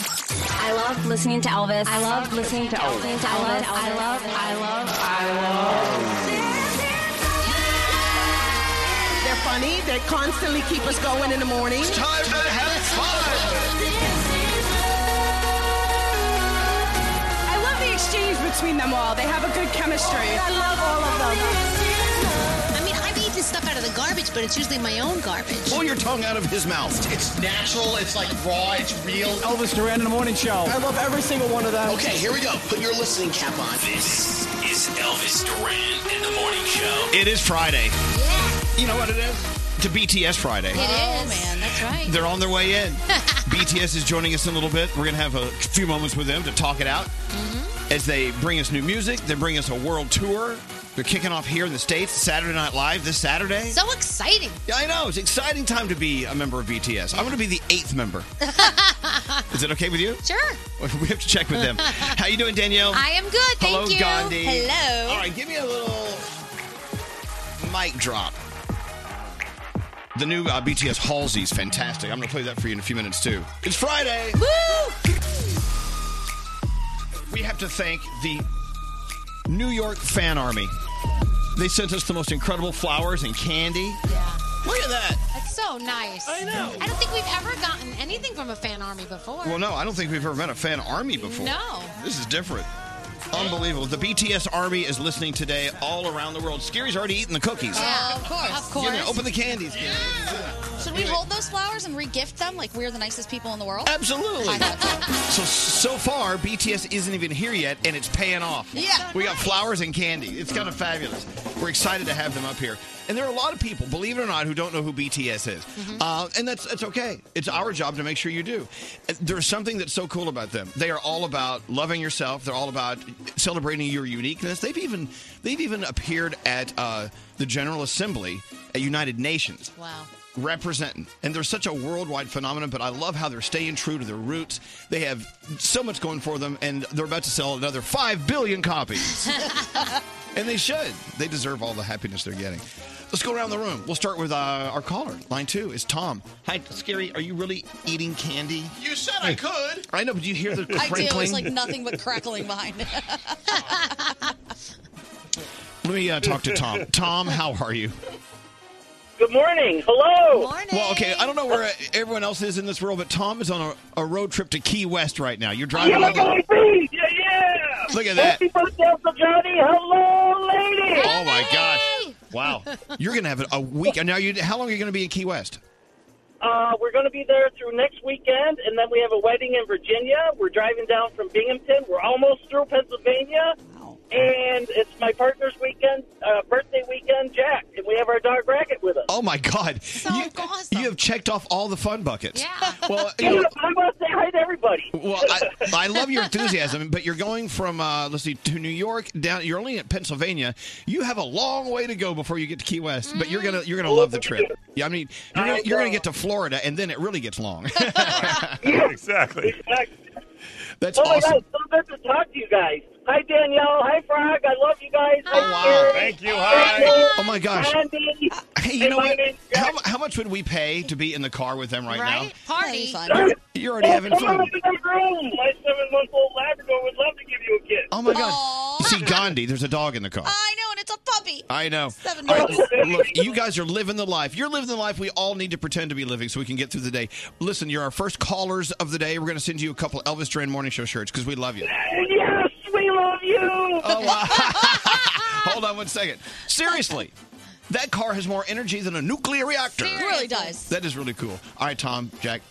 I love listening to Elvis. I love listening to Elvis. I love, I love, I love, They're funny. They constantly keep us going in the morning. Time to have fun. I love the exchange between them all. They have a good chemistry. I love all of them. I mean, I've eaten stuff out of the garbage, but it's usually my own garbage. Pull your tongue out of his mouth. It's natural. It's like raw. It's real. Elvis Duran in the morning show. I love every single one of them. Okay, here we go. Put your listening cap on. This is Elvis Duran and the Morning Show. It is Friday. You know what it is? To BTS Friday. It is, Oh, man. That's right. They're on their way in. BTS is joining us in a little bit. We're going to have a few moments with them to talk it out. Mm-hmm. As they bring us new music, they bring us a world tour. They're kicking off here in the States, Saturday Night Live this Saturday. So exciting. Yeah, I know. It's an exciting time to be a member of BTS. I'm going to be the eighth member. is it okay with you? Sure. We have to check with them. How you doing, Danielle? I am good. Thank Hello, you. Gandhi. Hello. All right, give me a little mic drop. The new uh, BTS Halsey is fantastic. I'm going to play that for you in a few minutes, too. It's Friday. Woo! We have to thank the New York Fan Army. They sent us the most incredible flowers and candy. Yeah. Look at that. That's so nice. I know. I don't think we've ever gotten anything from a fan army before. Well, no, I don't think we've ever met a fan army before. No. This is different. Unbelievable. The BTS Army is listening today all around the world. Scary's already eaten the cookies. Yeah, of course. Of course. You know, open the candies, Scary. Should we hold those flowers and regift them like we're the nicest people in the world? Absolutely. so so far, BTS isn't even here yet, and it's paying off. Yeah. We got flowers and candy. It's kind of fabulous. We're excited to have them up here. And there are a lot of people, believe it or not, who don't know who BTS is. Uh, and that's, that's okay. It's our job to make sure you do. And There's something that's so cool about them. They are all about loving yourself. They're all about celebrating your uniqueness. They've even they've even appeared at uh, the General Assembly at United Nations Wow. representing. And they're such a worldwide phenomenon, but I love how they're staying true to their roots. They have so much going for them, and they're about to sell another 5 billion copies. and they should. They deserve all the happiness they're getting. Let's go around the room. We'll start with uh, our caller. Line two is Tom. Hi, Scary. Are you really eating candy? You said I could. I know, but do you hear the I do. crinkling? It's like nothing but crackling behind it. Let me uh, talk to Tom. Tom, how are you? Good morning. Hello. Morning. Well, okay, I don't know where uh, everyone else is in this world, but Tom is on a, a road trip to Key West right now. You're driving. Yeah, all look the- at my feet. Yeah, yeah. Look at that. Happy birthday, Uncle Johnny. Hello, lady. Oh my gosh! Wow, you're gonna have a week. And now, you how long are you gonna be in Key West? Uh, we're going to be there through next weekend, and then we have a wedding in Virginia. We're driving down from Binghamton. We're almost through Pennsylvania, and it's my partner's weekend, uh, birthday weekend, Jack, and we have our dog Racket with us. Oh my God! you, awesome. you have checked off all the fun buckets. Yeah. Well, you Yeah, know, I want to say hi to everybody. well, I, I love your enthusiasm, but you're going from uh, let's see to New York down. You're only at Pennsylvania. You have a long way to go before you get to Key West, but you're gonna you're gonna love the trip. Yeah, I mean, you're gonna, you're gonna get to Florida, and then it really gets long. Exactly. That's Oh my awesome. God, it's so good to talk to you guys. Hi, Danielle. Hi, Frog. I love you guys. Hi, wow. Gary. Thank you. Thank Hi. Oh my gosh! Uh, Andy. Hey, you Hey, know my what? name's Jack. How, how much would we pay to be in the car with them right, Right? That'd be Party. fun. now? You're Oh, already having fun. My seven month old Labrador would love to give you a kiss. Oh my God! Aw. You see, Gandhi, there's a dog in the car. I know, and it's a puppy. I know. Seven All months. right, look, you guys are living the life. You're living the life we all need to pretend to be living so we can get through the day. Listen, you're our first callers of the day. We're going to send you a couple Elvis Duran Morning Show shirts because we love you. Yes, we love you. Oh, wow. Hold on one second. Seriously, that car has more energy than a nuclear reactor. It really does. That is really cool. All right, Tom, Jack,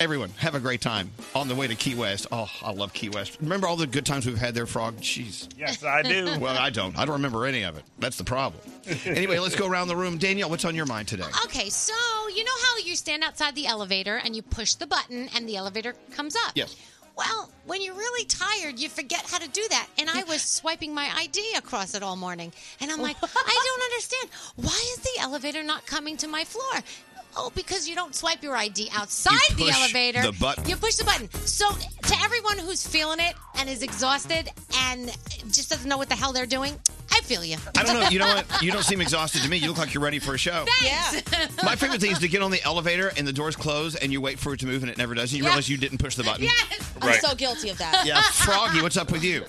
everyone, have a great time on the way to Key West. Oh, I love Key West. Remember all the good times we've had there, Frog? Jeez. Yes, I do. Well, I don't. I don't remember any of it. That's the problem. Anyway, let's go around the room. Danielle, what's on your mind today? Okay, so you know how you stand outside the elevator and you push the button and the elevator comes up? Yes. Well, when you're really tired, you forget how to do that. And I was swiping my ID across it all morning. And I'm like, I don't understand. Why is the elevator not coming to my floor? Oh, because you don't swipe your ID outside the push elevator. the button. You push the button. So, to everyone who's feeling it and is exhausted and just doesn't know what the hell they're doing, I feel you. I don't know. You know what? You don't seem exhausted to me. You look like you're ready for a show. Thanks. My favorite thing is to get on the elevator and the doors close and you wait for it to move and it never does. And you Yeah. realize you didn't push the button. I'm Right. so guilty of that. Yeah, Froggy, what's up with you?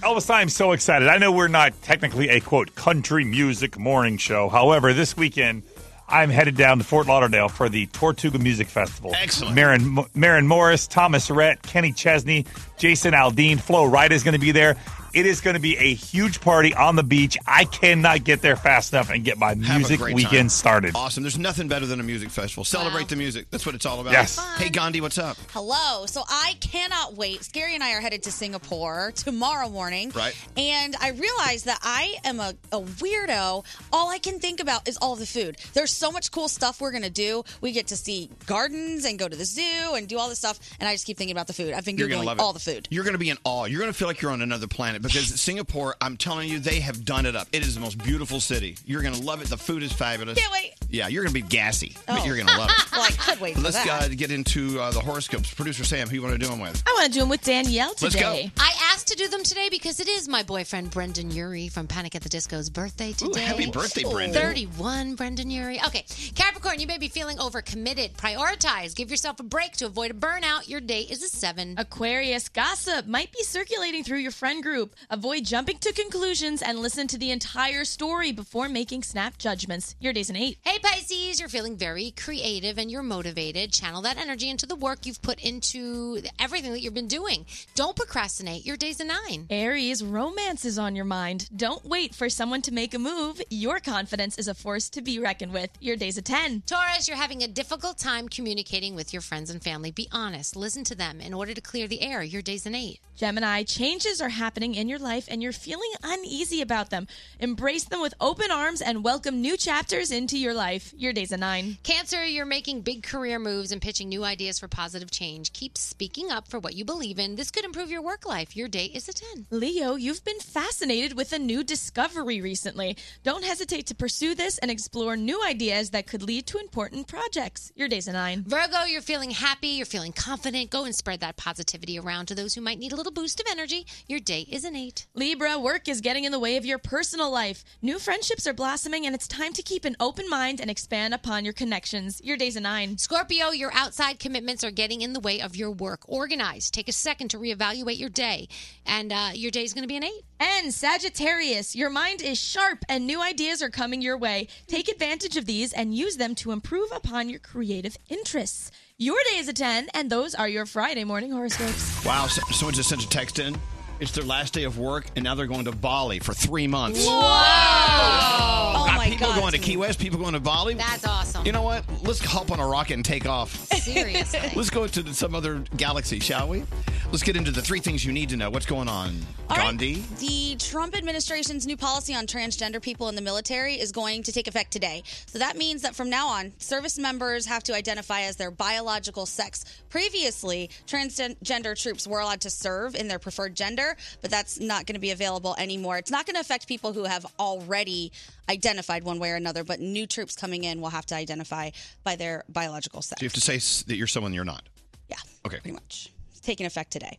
Elvis, I'm so excited. I know we're not technically a quote country music morning show. However, this weekend I'm headed down to Fort Lauderdale for the Tortuga Music Festival. Excellent. Marin, Marin Morris, Thomas Rhett, Kenny Chesney, Jason Aldean, Flo Rida is going to be there. It is going to be a huge party on the beach. I cannot get there fast enough and get my Have a music great weekend time. started. Awesome. There's nothing better than a music festival. Celebrate Wow. the music. That's what it's all about. Yes. Hey, Gandhi, what's up? Hello. So I cannot wait. Scary and I are headed to Singapore tomorrow morning. Right. And I realized that I am a, a weirdo. All I can think about is all the food. There's so much cool stuff we're going to do. We get to see gardens and go to the zoo and do all this stuff. And I just keep thinking about the food. I've been You're going to Googling love it. all the food. You're going to be in awe. You're going to feel like you're on another planet because Singapore, I'm telling you, they have done it up. It is the most beautiful city. You're going to love it. The food is fabulous. Can't wait. Yeah, you're going to be gassy. but Oh. You're going to love it. Well, I could wait for Let's that. uh, get into uh, the horoscopes. Producer Sam, who you want to do them with? I want to do them with Danielle Let's go. today. I asked to do them today because it is my boyfriend Brendan Urie from Panic at the Disco's birthday Ooh, today. happy birthday, Brendan. 31, Brendan Urie. Okay, Capricorn, you may be feeling overcommitted. Prioritize. Give yourself a break to avoid a burnout. Your date is a seven. Aquarius gossip might be circulating through your friend group. Avoid jumping to conclusions and listen to the entire story before making snap judgments. Your day's an eight. Hey, Pisces, you're feeling very creative and you're motivated. Channel that energy into the work you've put into everything that you've been doing. Don't procrastinate. Your day's a nine. Aries, romance is on your mind. Don't wait for someone to make a move. Your confidence is a force to be reckoned with. Your day's a 10. Taurus, you're having a difficult time communicating with your friends and family. Be honest. Listen to them in order to clear the air. Your day's an eight. Gemini, changes are happening in your life and you're feeling uneasy about them. Embrace them with open arms and welcome new chapters into your life. Your day's a 9. Cancer, you're making big career moves and pitching new ideas for positive change. Keep speaking up for what you believe in. This could improve your work life. Your day is a 10. Leo, you've been fascinated with a new discovery recently. Don't hesitate to pursue this and explore new ideas that could lead to important projects. Your day's a 9. Virgo, you're feeling happy, you're feeling confident. Go and spread that positivity around to those who might need a little boost of energy. Your day is an 8. Libra, work is getting in the way of your personal life. New friendships are blossoming, and it's time to keep an open mind and expand upon your connections. Your day's a nine. Scorpio, your outside commitments are getting in the way of your work. Organize. Take a second to reevaluate your day, and uh, your day's going to be an 8. And Sagittarius, your mind is sharp and new ideas are coming your way. Take advantage of these and use them to improve upon your creative interests. Your day is a 10, and those are your Friday morning horoscopes. Wow, so- someone just sent a text in. It's their last day of work, and now they're going to Bali for three months. Oh, Got my people God. going to Key West, people going to Bali. That's awesome. You know what? Let's hop on a rocket and take off. Seriously. Let's go to some other galaxy, shall we? Let's get into the three things you need to know. What's going on, All right. Gandhi? The Trump administration's new policy on transgender people in the military is going to take effect today. So that means that from now on, service members have to identify as their biological sex. Previously, transgender troops were allowed to serve in their preferred gender, but that's not going to be available anymore. It's not going to affect people who have already identified one way or another, but new troops coming in will have to identify by their biological sex. You have to say s- that you're someone you're not. Yeah. Okay. Pretty much. It's taking effect today.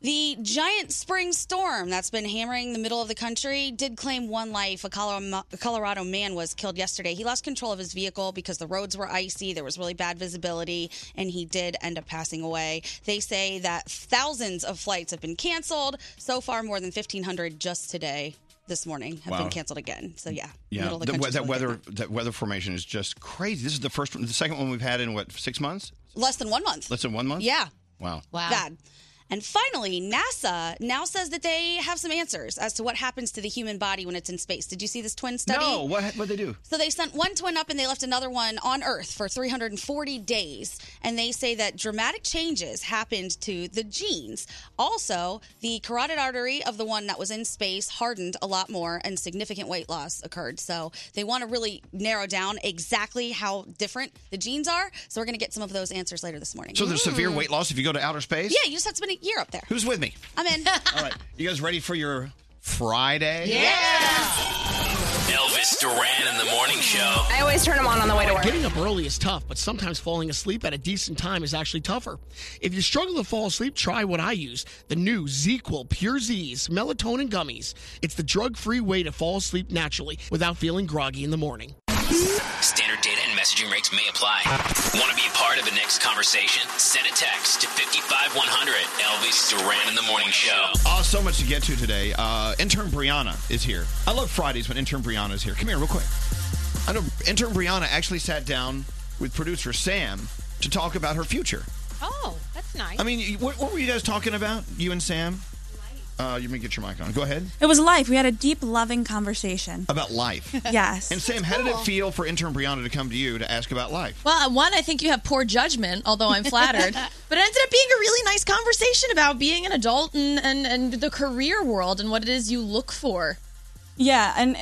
The giant spring storm that's been hammering the middle of the country did claim one life. A Colorado a Colorado man was killed yesterday. He lost control of his vehicle because the roads were icy, there was really bad visibility, and he did end up passing away. They say that thousands of flights have been canceled. So far, more than 1,500 just today, this morning, have Wow. been canceled again. So, yeah. Yeah, middle of the the, we- country's that really weather getting- that weather formation is just crazy. This is the first one, the second one we've had in what six months? Less than one month. Less than one month. Yeah. Wow. Wow. Bad. And finally, NASA now says that they have some answers as to what happens to the human body when it's in space. Did you see this twin study? No, what what they do? So they sent one twin up and they left another one on Earth for 340 days. And they say that dramatic changes happened to the genes. Also, the carotid artery of the one that was in space hardened a lot more and significant weight loss occurred. So they want to really narrow down exactly how different the genes are. So we're going to get some of those answers later this morning. Mm. So there's severe weight loss if you go to outer space. yeah, you just have to spend a year up there. Who's with me? I'm in. All right, you guys ready for your Friday? Elvis Elvis Duran in the morning show. I always turn them on on the way to work. Getting up early is tough, but sometimes falling asleep at a decent time is actually tougher. If you struggle to fall asleep, try what I use the new ZQL Pure Z's melatonin gummies. It's the drug free way to fall asleep naturally without feeling groggy in the morning. Standard data and messaging rates may apply. Want to be a part of the next conversation? Send a text to 55100 Elvis Duran in the morning show. Oh, so much to get to today. Uh, intern Brianna is here. I love Fridays when intern Brianna is here. Come here, real quick. I know intern Brianna actually sat down with producer Sam to talk about her future. Oh, that's nice. I mean, you- what, what were you guys talking about, you and Sam? Uh, you may get your mic on. Go ahead. It was life. We had a deep, loving conversation. About life. Yes. And Sam, how did it feel for intern Brianna to come to you to ask about life? Well, uh, one, I think you have poor judgment, although I'm flattered. but it ended up being a really nice conversation about being an adult and, and, and the career world and what it is you look for. Yeah, and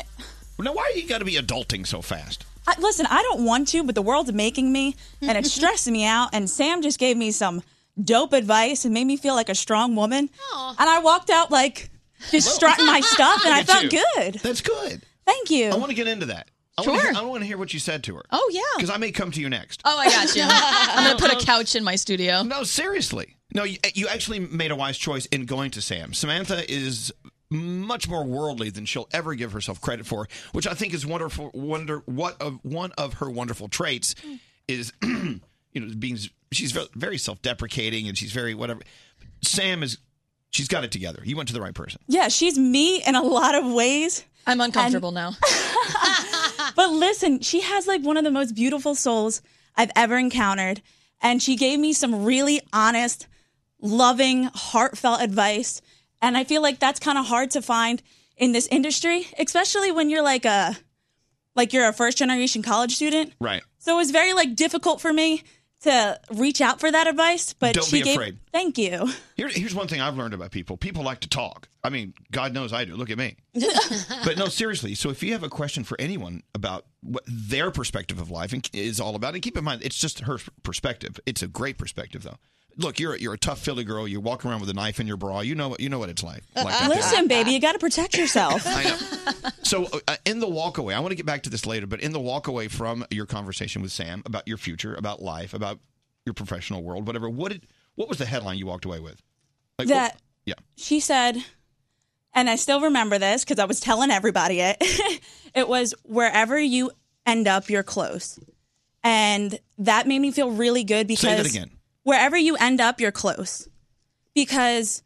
Now, why you got to be adulting so fast? I, listen, I don't want to, but the world's making me, and it's stressing me out. And Sam just gave me some dope advice and made me feel like a strong woman. And I walked out like just strutting my stuff, and I Look at felt you. good. That's good. Thank you. I want to get into that. I wanna Sure. hear- I want to hear what you said to her. Oh, yeah. Because I may come to you next. Oh, I got you. I'm going to put a couch in my studio. No, seriously. No, you, you actually made a wise choice in going to Sam. Samantha is much more worldly than she'll ever give herself credit for, which I think is wonderful. Wonder what of one of her wonderful traits Hmm. is, you know, being she's ve- very self-deprecating and she's very whatever. Sam is. She's got it together. You went to the right person. Yeah, she's me in a lot of ways. I'm uncomfortable now. but listen, she has like one of the most beautiful souls I've ever encountered. And she gave me some really honest, loving, heartfelt advice. And I feel like that's kind of hard to find in this industry, especially when you're like a like you're a first generation college student. Right. So it was very like difficult for me to reach out for that advice, but Don't she be gave afraid. Thank you. Here, here's one thing I've learned about people. People like to talk. I mean, God knows I do. Look at me. but no, seriously. So if you have a question for anyone about what their perspective of life and- is all about, and keep in mind, it's just her perspective. It's a great perspective, though. Look, you're a- you're a tough Philly girl. You walk around with a knife in your bra. You know what you know what it's like. like out there. Uh, Listen, baby, you got to protect yourself. I know. So uh, in the walk away, I want to get back to this later, but in the walk away from your conversation with Sam about your future, about life, about your professional world, whatever. What did what was the headline you walked away with? Like, what- That- yeah. she said, and I still remember this because I was telling everybody it. it was wherever you end up, you're close, and that made me feel really good because Say that again. wherever you end up, you're close. Because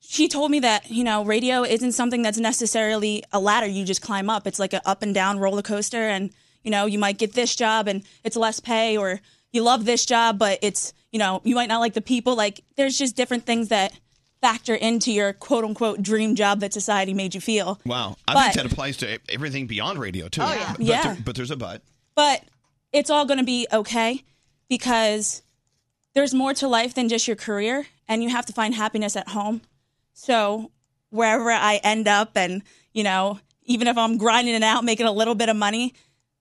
she told me that you know radio isn't something that's necessarily a ladder you just climb up. It's like an up and down roller coaster, and you know you might get this job and it's less pay, or you love this job but it's you know you might not like the people. Like there's just different things that factor into your quote unquote dream job that society made you feel. Wow. I But- think that applies to e, everything beyond radio, too. Oh, yeah. But, Yeah. there- but there's a but. but it's all going to be okay because there's more to life than just your career and you have to find happiness at home so wherever i end up and you know even if i'm grinding it out making a little bit of money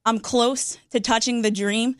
i'm close to touching the dream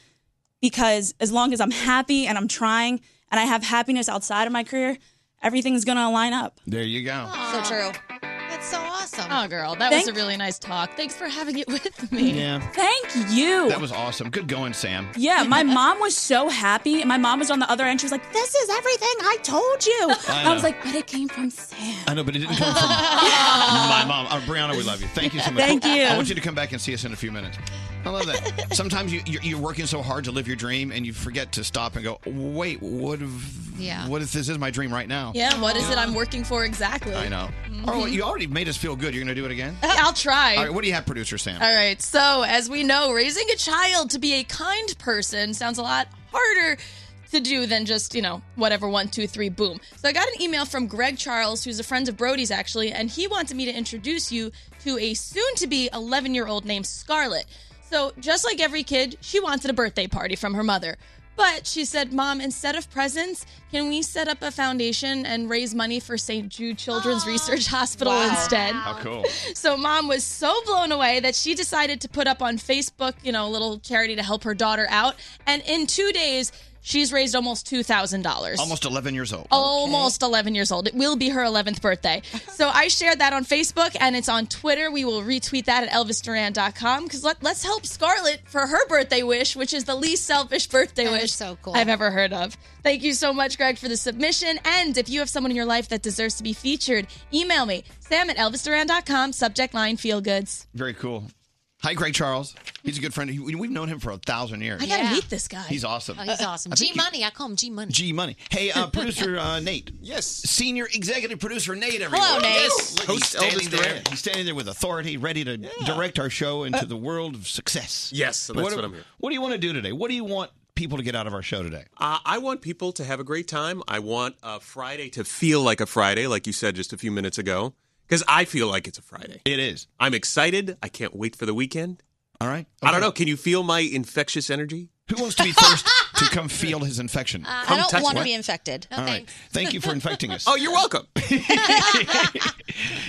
because as long as i'm happy and i'm trying and i have happiness outside of my career everything's going to line up There you go. So true. That's so awesome. Oh, girl, that was Thank- a really nice talk. Thanks for having it with me. Yeah. Thank you. That was awesome. Good going, Sam. Yeah, my mom was so happy. And my mom was on the other end. She was like, This is everything I told you. I I, was know. like, But it came from Sam. I know, but it didn't come from my mom. Uh, Brianna, we love you. Thank you so much. Thank you. I want you to come back and see us in a few minutes. I love that. Sometimes you, you're, you're working so hard to live your dream and you forget to stop and go, wait, what if, Yeah. what if this is my dream right now? Yeah, what is You it know? I'm working for exactly? I know. Oh, well, you already made us feel good. You're going to do it again? I'll try. All right, what do you have, producer Sam? All right. So, as we know, raising a child to be a kind person sounds a lot harder to do than just, you know, whatever, one, two, three, boom. So, I got an email from Greg Charles, who's a friend of Brody's actually, and he wanted me to introduce you to a soon to be 11 year old named Scarlett. So, just like every kid, she wanted a birthday party from her mother. But she said, Mom, instead of presents, can we set up a foundation and raise money for St. Jude Children's Research Hospital instead? How cool. So mom was so blown away that she decided to put up on Facebook, you know, a little charity to help her daughter out. And in two days, She's raised almost two thousand dollars. Almost 11 years old. Oh, Almost 11 years old. It will be her 11th birthday. So I shared that on Facebook and it's on Twitter. We will retweet that at elvisduran.com because let, let's help Scarlett for her birthday wish, which is the least selfish birthday wish so cool. I've ever heard of. Thank you so much, Greg, for the submission. And if you have someone in your life that deserves to be featured, email me, sam at elvisduran.com, subject line feel goods. Very cool. Hi, Greg Charles. He's a good friend. He- We've known him for a thousand years. I got to meet this guy. He's awesome. Oh, he's awesome. I G think Money. I call him G Money. G Money. Hey, uh, producer uh, Nate. Yes. Senior executive producer Nate, everyone. Hello, Nate. Yes. Look, he's Host standing Elvis there. Duran. He's standing there with authority, ready to direct our show into the world of success. Uh, Yes, so that's do- what I'm here. What do you want to do today? What do you want people to get out of our show today? Uh, I want people to have a great time. I want uh, Friday to feel like a Friday, like you said just a few minutes ago, because I feel like it's a Friday. It is. I'm excited. I can't wait for the weekend. All right. I don't know. Can you feel my infectious energy? Who wants to be first to come feel his infection? Uh, I don't want to be infected. All right. Thank you for infecting us. Oh, you're welcome.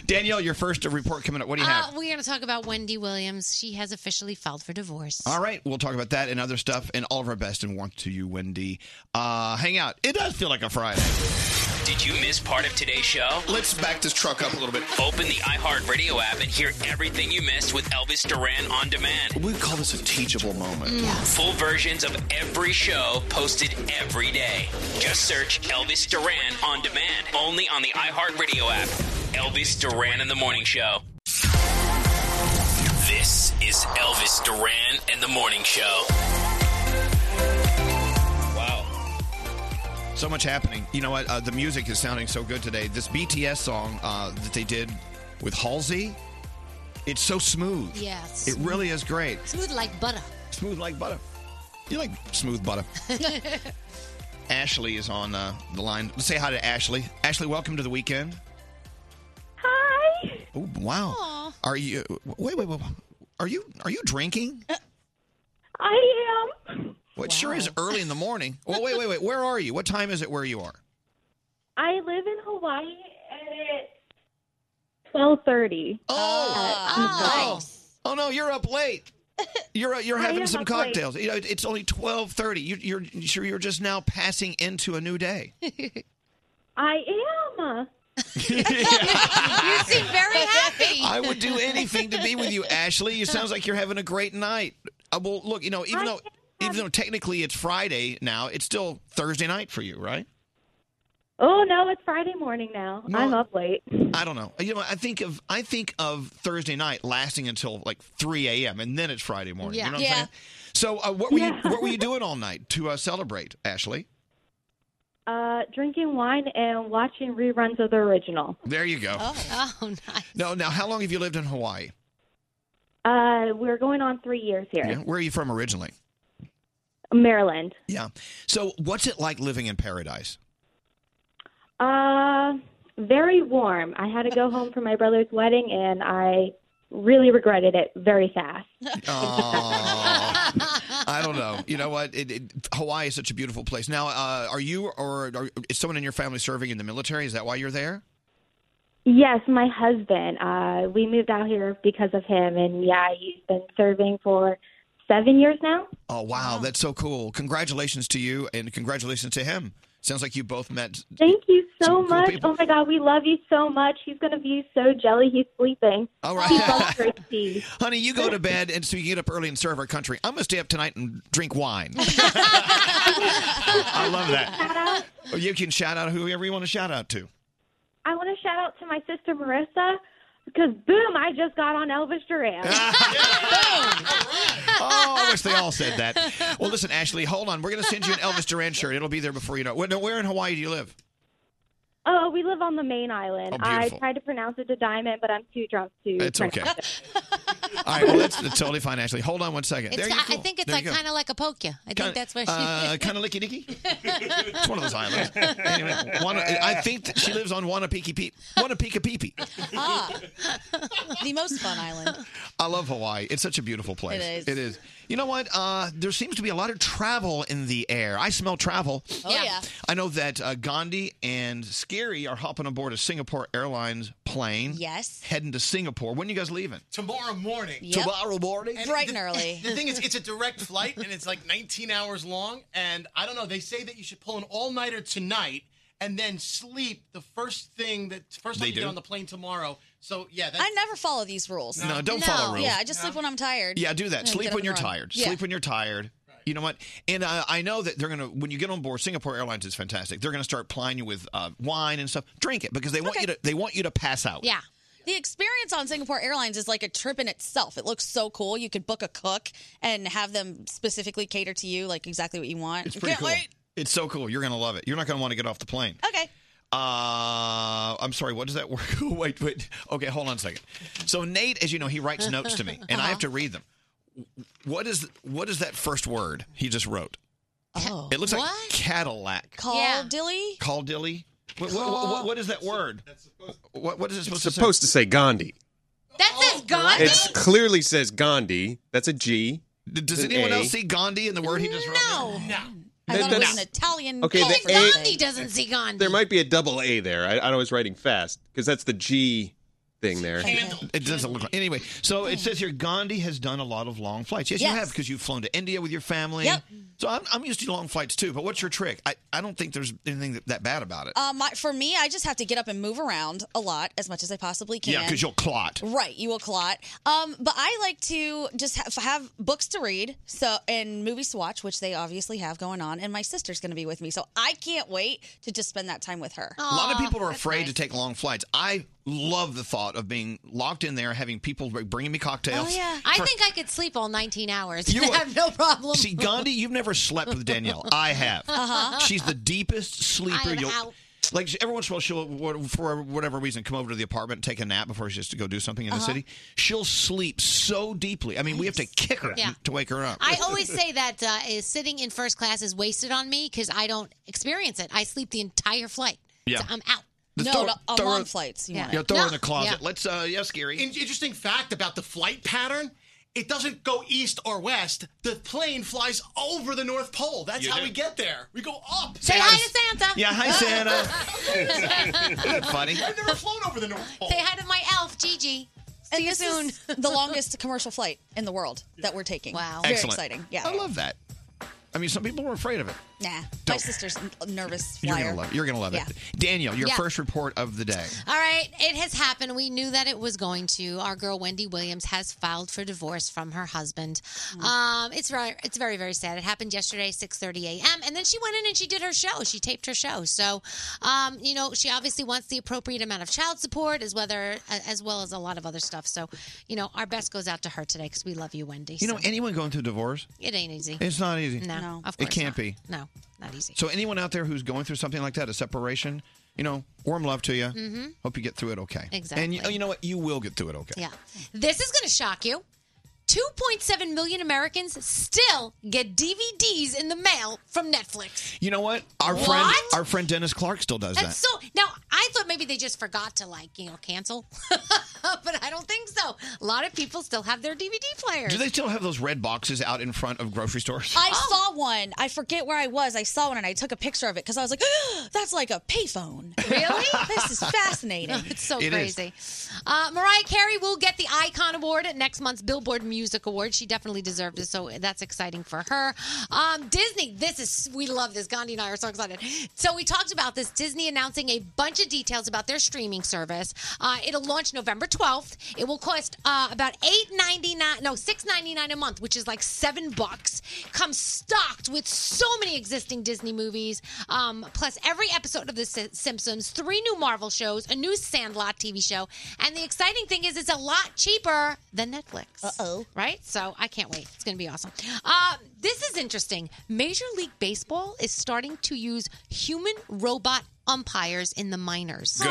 Danielle, your first report coming up. What do you have? Uh, we're going to talk about Wendy Williams. She has officially filed for divorce. All right, we'll talk about that and other stuff and all of our best and want to you, Wendy. Uh, hang out. It does feel like a Friday. Did you miss part of today's show? Let's back this truck up a little bit. Open the iHeartRadio app and hear everything you missed with Elvis Duran on demand. We call this a teachable moment. Full versions of every show posted every day. Just search Elvis Duran on demand only on the iHeartRadio app. Elvis Duran in the Morning Show. This is Elvis Duran and the Morning Show. So much happening. You know what? Uh, the music is sounding so good today. This BTS song uh, that they did with Halsey, it's so smooth. Yes. It really is great. Smooth like butter. Smooth like butter. You like smooth butter. Ashley is on uh, the line. Let's say hi to Ashley. Ashley, welcome to the weekend. Hi. Oh wow. Are you? Wait, wait, wait. wait. Are you? Are you drinking? I am. Well, it sure is early in the morning. Well, wait, wait, wait. Where are you? What time is it where you are? I live in Hawaii, and it's twelve thirty. Uh, Oh, oh, no, you're up late. You're you're I having am some up late. cocktails. You know, it- it's only twelve thirty. You, you're sure you're just now passing into a new day. I am. you seem very happy. I would do anything to be with you, Ashley. You sounds like you're having a great night. Uh, well, look, you know, even though even though technically it's Friday now, it's still Thursday night for you, right? Oh no, it's Friday morning now. I'm up late. I don't know. You know, I think of I think of Thursday night lasting until like three a.m. and then it's Friday morning. Yeah. You know what Yeah. I'm saying? So, uh, what were you what were you doing all night to uh, celebrate, Ashley? Uh, drinking wine and watching reruns of the original. There you go. Oh, nice. No, now how long have you lived in Hawaii? Uh, we're going on three years here, Yeah. Where are you from originally? Maryland. Yeah. So, what's it like living in paradise? Uh, very warm. I had to go home for my brother's wedding, and I really regretted it very fast. Oh, I don't know. You know what? It, it, Hawaii is such a beautiful place. Now, uh, are you or are, is someone in your family serving in the military? Is that why you're there? Yes, my husband. Uh, we moved out here because of him, and yeah, he's been serving for seven years now. Oh, wow, that's so cool. Congratulations to you and congratulations to him. Sounds like you both met. Thank you so cool much. people. oh my God, we love you so much. He's gonna be so jelly. He's sleeping. All right. He loves great tea. Honey, you go to bed and so you can get up early and serve our country. I'm going to stay up tonight and drink wine. I love that. Or You can shout out whoever you want to shout out to. I want to shout out to my sister Marissa because boom, I just got on Elvis Duran. Oh, I wish they all said that. Well, listen, Ashley, hold on. We're going to send you an Elvis Duran shirt. It'll be there before you know it. Wait, no, Where in Hawaii do you live? oh, we live on the main island. Oh, I beautiful. tried to pronounce it to diamond, but I'm too drunk to. It's okay. pronounce it. All right, well, that's that's totally fine, Ashley. Hold on one second. It's, there you I- go. I think it's There like you go. kind of like a poke you. I think that's what she. uh, kind of licky dicky. It's one of those islands. Anyway, Wana- I think that she lives on Wanapiki Peep. Wanapika Peepee. Ah, the most fun island. I love Hawaii. It's such a beautiful place. It is. It is. You know what? Uh, there seems to be a lot of travel in the air. I smell travel. Oh, yeah. I know that uh, Gandhi and Scary are hopping aboard a Singapore Airlines plane. plane. Yes. Heading to Singapore. When are you guys leaving? Tomorrow morning. Yep. Tomorrow morning? Bright and the- early. The thing is, it's a direct flight and it's like 19 hours long. And I don't know, they say that you should pull an all nighter tonight and then sleep the first thing that first time They you do? get on the plane tomorrow. So, yeah, that's. I never follow these rules. No, don't follow rules. Yeah, I just sleep when I'm tired. Yeah, do that. And get Sleep up when and you're run. tired. Yeah. Sleep when you're tired. You know what? And uh, I know that they're going to, when you get on board, Singapore Airlines is fantastic. They're going to start plying you with uh, wine and stuff. Drink it because they want you to. They want you to pass out. Yeah. The experience on Singapore Airlines is like a trip in itself. It looks so cool. You could book a cook and have them specifically cater to you, like exactly what you want. It's pretty Can't cool. wait. It's so cool. You're going to love it. You're not going to want to get off the plane. Okay. Uh, I'm sorry. What does that work? wait, wait. Okay, hold on a second. So Nate, as you know, he writes notes to me, and I Uh-huh. have to read them. What is what is that first word he just wrote? Oh, It looks like What? Cadillac. Call Dilly. Call dilly. What, what, Call- what- what is that word? What, what is it It's supposed to supposed to say Gandhi. That says Gandhi. It clearly says Gandhi. That's a G. Does anyone else see Gandhi in the word he just wrote? No. No. I thought it was an Italian. Okay, Even the A- Gandhi doesn't see Gandhi. There might be a double A there. I, I was writing fast because that's the G thing there. It doesn't look like. Anyway, so it says here Gandhi has done a lot of long flights. Yes, you Yes. have because you've flown to India with your family. Yep. So I'm, I'm used to long flights too. But what's your trick? I, I don't think there's anything that, that bad about it. Oh, Uh, my, for me, I just have to get up and move around a lot as much as I possibly can. yeah, because you'll clot. Right, you will clot. Um, but I like to just have, have books to read, so and movies to watch, which they obviously have going on. And my sister's going to be with me, so I can't wait to just spend that time with her. A lot of people are afraid to take long flights. I love the thought of being locked in there, having people bringing me cocktails. Oh yeah, I For- think I could sleep all 19 hours. You and are- have no problem. See, Gandhi, you've never slept with Danielle. I have. Uh-huh. She's the deepest sleeper I am you'll. out. Like every once in a while, she'll wha- for whatever reason come over to the apartment, take a nap before she has to go do something in the Uh-huh. city. She'll sleep so deeply. I mean, we have to kick her Yeah. to wake her up. I always say that uh, is sitting in first class is wasted on me because I don't experience it. I sleep the entire flight. Yeah. So I'm out. The No, thor- the- on thor- long flights. Yeah, throw her in the closet. Let's. uh Yes, Gary. In- interesting fact about the flight pattern. It doesn't go east or west. The plane flies over the North Pole. That's You how do. we get there. We go up. Say hi to Santa. Yeah, hi Santa. Isn't that funny? I've never flown over the North Pole. Say hi to my elf, Gigi. and this is the longest commercial flight in the world that we're taking. Wow, very Excellent. exciting. Yeah, I love that. I mean, some people were afraid of it. Nah, my Dope. sister's n- nervous You're flyer. gonna love it. You're gonna love Yeah. it. Daniel, your Yeah. first report of the day. All right, it has happened. We knew that it was going to. Our girl Wendy Williams has filed for divorce from her husband. Mm. Um, it's very, it's very, very sad. It happened yesterday, six thirty a.m. And then she went in and she did her show. She taped her show. So, um, you know, she obviously wants the appropriate amount of child support, as whether as well as a lot of other stuff. So, you know, our best goes out to her today because we love you, Wendy. You know, So, anyone going through divorce? it ain't easy. It's not easy. No, No. of it course can't not. be. no, not easy. So anyone out there who's going through something like that, a separation, you know, warm love to you. Mhm. Hope you get through it okay. And Exactly. you, oh, you know what? You will get through it okay. Yeah. This is going to shock you. 2.7 million Americans still get DVDs in the mail from Netflix. You know what? Our friend, What? our friend Dennis Clark still does That's that. so. Now, I thought maybe they just forgot to, like, you know, cancel, but I don't think so. A lot of people still have their DVD players. Do they still have those red boxes out in front of grocery stores? Oh. I saw one. I forget where I was. I saw one and I took a picture of it because I was like, "That's like a payphone." Really? this is fascinating. it's so It is. crazy. Uh, Mariah Carey will get the Icon Award at next month's Billboard Music Award. She definitely deserved it, so that's exciting for her. Um, Disney, this is we love this. Gandhi and I are so excited. So we talked about this. Disney announcing a bunch of details about their streaming service. Uh, it'll launch November twelfth. It will cost uh, about eight ninety nine, no six ninety nine a month, which is like seven bucks. Comes stocked with so many existing Disney movies, um, plus every episode of The Sim- Simpsons, three new Marvel shows, a new Sandlot TV show, and the exciting thing is it's a lot cheaper than Netflix. Uh oh, right? So I can't wait. It's going to be awesome. Uh, this is interesting. Major League Baseball is starting to use human robot umpires in the minors. Good.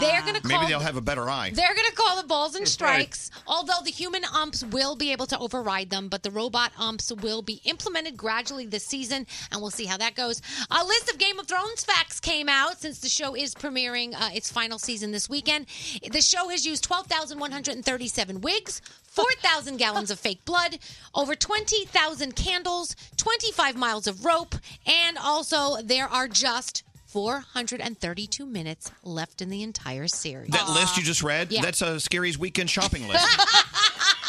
They're going to call Maybe they'll have a better eye. they're going to call the balls and Right. strikes, although the human umps will be able to override them, but the robot umps will be implemented gradually this season, and we'll see how that goes. A list of Game of Thrones facts came out since the show is premiering uh, its final season this weekend. The show has used 12,137 wigs. 4,000 gallons of fake blood, over 20,000 candles, 25 miles of rope, and also there are just 432 minutes left in the entire series. That list you just read, Yeah. that's a Scary's weekend shopping list.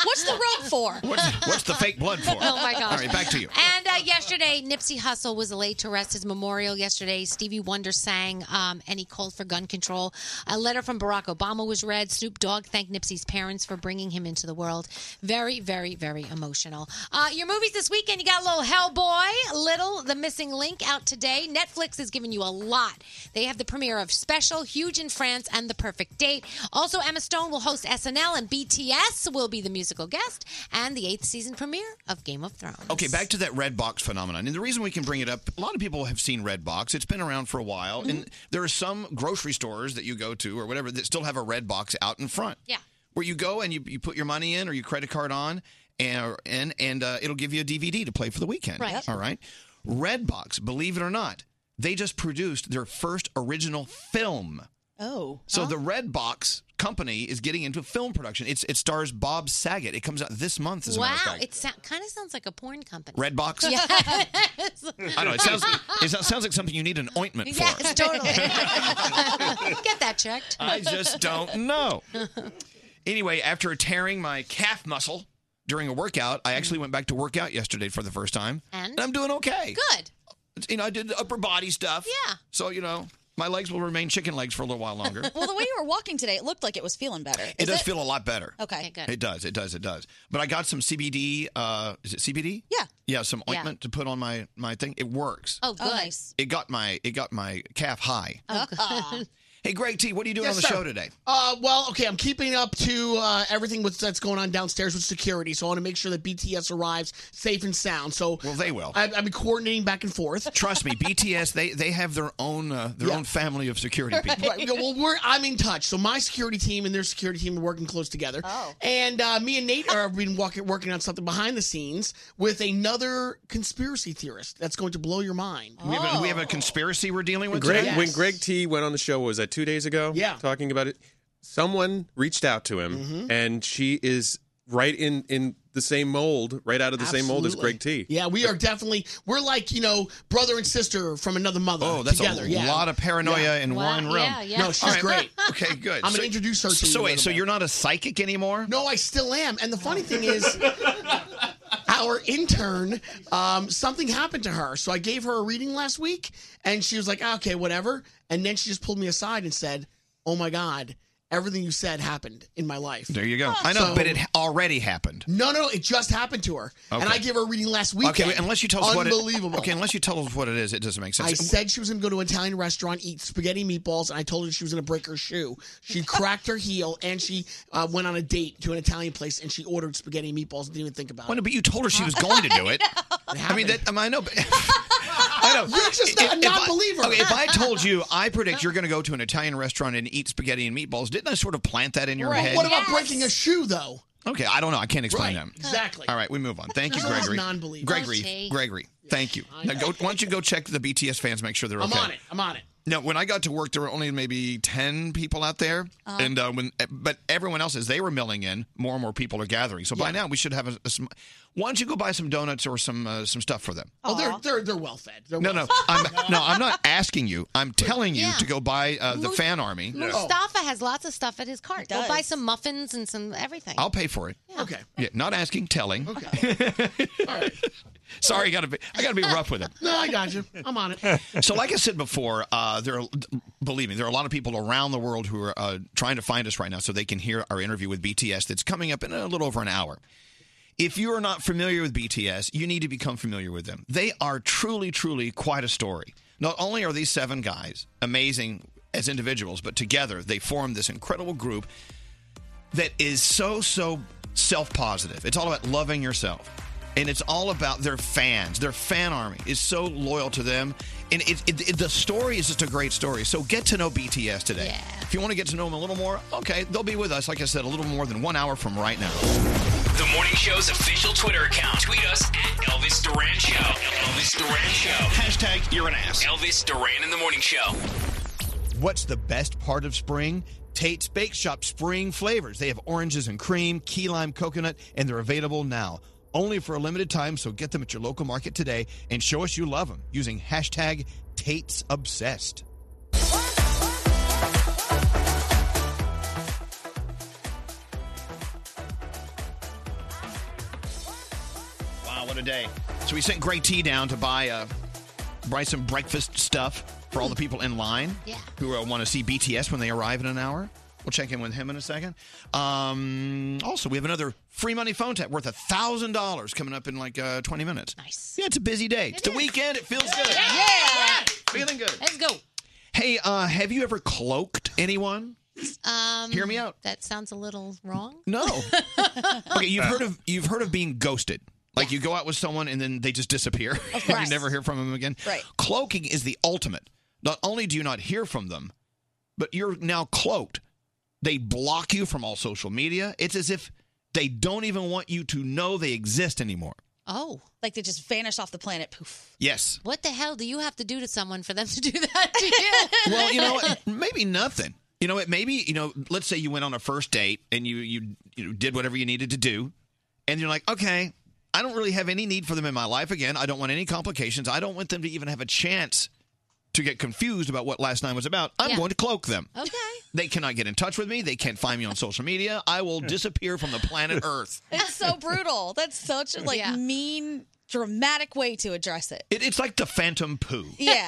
What's the rope for? What's, what's the fake blood for? Oh my gosh! All right, back to you. And uh, yesterday, Nipsey Hussle was laid to rest. His memorial yesterday. Stevie Wonder sang, um, and he called for gun control. A letter from Barack Obama was read. Snoop Dogg thanked Nipsey's parents for bringing him into the world. Very, very, very emotional. Uh, your movies this weekend. You got a little Hellboy, Little, The Missing Link out today. Netflix is giving you a lot. They have the premiere of Special, Huge in France, and The Perfect Date. Also, Emma Stone will host SNL, and BTS will be the musical guest, and the eighth season premiere of Game of Thrones. Okay, back to that red box phenomenon. And the reason we can bring it up, a lot of people have seen red box. It's been around for a while. And Mm-hmm. there are some grocery stores that you go to or whatever that still have a red box out in front. Yeah. Where you go and you, you put your money in or your credit card on and and, and uh, it'll give you a DVD to play for the weekend. Right. All right. Redbox, believe it or not, they just produced their first original film. Oh. So the Red Box company is getting into film production. It's it stars Bob Saget. It comes out this month as a matter of Wow, fact. it sound, kind of sounds like a porn company. Redbox? Yes. I don't know. It sounds it sounds like something you need an ointment for. Yes, totally. Get that checked. I just don't know. Anyway, after tearing my calf muscle during a workout, I actually went back to work out yesterday for the first time. And? I'm doing okay. Good. You know, I did the upper body stuff. Yeah. So, you know, my legs will remain chicken legs for a little while longer. Well, the way you were walking today, it looked like it was feeling better. it Is does feel a lot better. Okay. Okay, good. It does. It does. It does. But I got some CBD. Uh, is it CBD? Yeah. Yeah, some Yeah. ointment to put on my my thing. It works. Oh, good. It got my it got my calf high. Hey, Greg T, what are you doing Yes, on the sir. show today? Uh, well, okay, I'm keeping up to uh, everything with, that's going on downstairs with security, so I want to make sure that BTS arrives safe and sound. So, well, they will. I, I'm coordinating back and forth. Trust me, BTS they they have their own uh, their own family of security people. Right. yeah, Well, we're I'm in touch. So my security team and their security team are working close together. Oh. And uh, me and Nate are been walking, working on something behind the scenes with another conspiracy theorist that's going to blow your mind. We, have a, we have a conspiracy we're dealing with. Greg, today? Oh. When Greg T went on the show, what was that two days ago? Yeah. Mm-hmm. Talking about it, someone reached out to him, and she is right in in the same mold, right out of the same mold as Greg T. Yeah, we are definitely we're like you know brother and sister from another mother. Oh, that's together. a yeah. lot of paranoia Yeah. in one room. No, she's All right. great. Okay, good. I'm gonna introduce her to so, you So in a wait, little so bit. you're not a psychic anymore? No, I still am. And the funny thing is, our intern, um, something happened to her. So I gave her a reading last week, and she was like, "Ah, okay, whatever. And then she just pulled me aside and said, oh my God, everything you said happened in my life. There you go. I know, So- but it already happened. No, no, it just happened to her. And Okay. I gave her a reading last week. Okay, unless you tell us what it, Unbelievable. Okay, unless you tell us what it is, it doesn't make sense. I said she was going to go to an Italian restaurant, eat spaghetti and meatballs, and I told her she was going to break her shoe. She cracked her heel, and she uh, went on a date to an Italian place, and she ordered spaghetti and meatballs and didn't even think about Well, it. no, but you told her she was going to do it. I mean, that, I, mean, I know. But, I know. You're just not a If- if I- non-believer. okay, if I told you, I predict you're going to go to an Italian restaurant and eat spaghetti and meatballs, didn't I sort of plant that in your Right. head? What about breaking a shoe, though? Okay, I don't know. I can't explain Right, that. exactly. All right, we move on. Thank you, This is Gregory. non-believable. Gregory, Okay. Gregory, thank you. Now, go, why don't you go check the BTS fans, make sure they're okay. I'm on it. I'm on it. No, when I got to work, there were only maybe ten people out there, Uh-huh. and uh, when but everyone else, as they were milling in, more and more people are gathering. So by now, we should have a. a sm- why don't you go buy some donuts or some uh, some stuff for them? Oh, they're they're they're well fed. They're No, no, well fed. I'm, no, I'm not asking you. I'm telling you to go buy uh, the Mus- fan army. Mustafa has lots of stuff at his cart. Go does. buy some muffins and some everything. I'll pay for it. Okay. Yeah, not asking, telling. Okay. Sorry, I gotta be. I gotta be rough with it. No, I got you. I'm on it. so, like I said before, uh, there are, believe me, there are a lot of people around the world who are uh, trying to find us right now so they can hear our interview with BTS that's coming up in a little over an hour. If you are not familiar with BTS, you need to become familiar with them. They are truly, truly quite a story. Not only are these seven guys amazing as individuals, but together they form this incredible group that is so so self positive. It's all about loving yourself. And it's all about their fans. Their fan army is so loyal to them. And it, it, it- the story is just a great story. So get to know BTS today. If you want to get to know them a little more, okay, they'll be with us, like I said, a little more than one hour from right now. The morning show's official Twitter account. Tweet us at Elvis Duran Show. Elvis Duran Show. Hashtag you're an ass. Elvis Duran in the morning show. What's the best part of spring? Tate's Bake Shop spring flavors. They have oranges and cream, key lime coconut, and they're available now. Only for a limited time, so get them at your local market today and show us you love them using hashtag Tate's Obsessed. a day. So we sent Grey T down to buy uh, buy some breakfast stuff for all the people in line Yeah. who uh, want to see BTS when they arrive in an hour. We'll check in with him in a second. Um, also, we have another free money phone tap worth a thousand dollars coming up in like uh, twenty minutes. Nice. Yeah, it's a busy day. it's the weekend. It feels good. Yeah. Feeling good. Let's go. Hey, uh, have you ever cloaked anyone? Um, Hear me out. That sounds a little wrong. No. okay, you've Uh, heard of you've heard of being ghosted. Like you go out with someone and then they just disappear. and you never hear from them again. Right. Cloaking is the ultimate. Not only do you not hear from them, but you're now cloaked. They block you from all social media. It's as if they don't even want you to know they exist anymore. Oh, like they just vanish off the planet. Poof. Yes. What the hell do you have to do to someone for them to do that to you? Well, you know, what? maybe nothing. You know, it maybe you know. Let's say you went on a first date and you you you know, did whatever you needed to do, and you're like, okay, I don't really have any need for them in my life again. I don't want any complications. I don't want them to even have a chance to get confused about what last night was about. I'm Yeah. going to cloak them. Okay. They cannot get in touch with me. They can't find me on social media. I will disappear from the planet Earth. It's so brutal. That's such a like mean, dramatic way to address it. It, it's like the phantom poo. Yeah.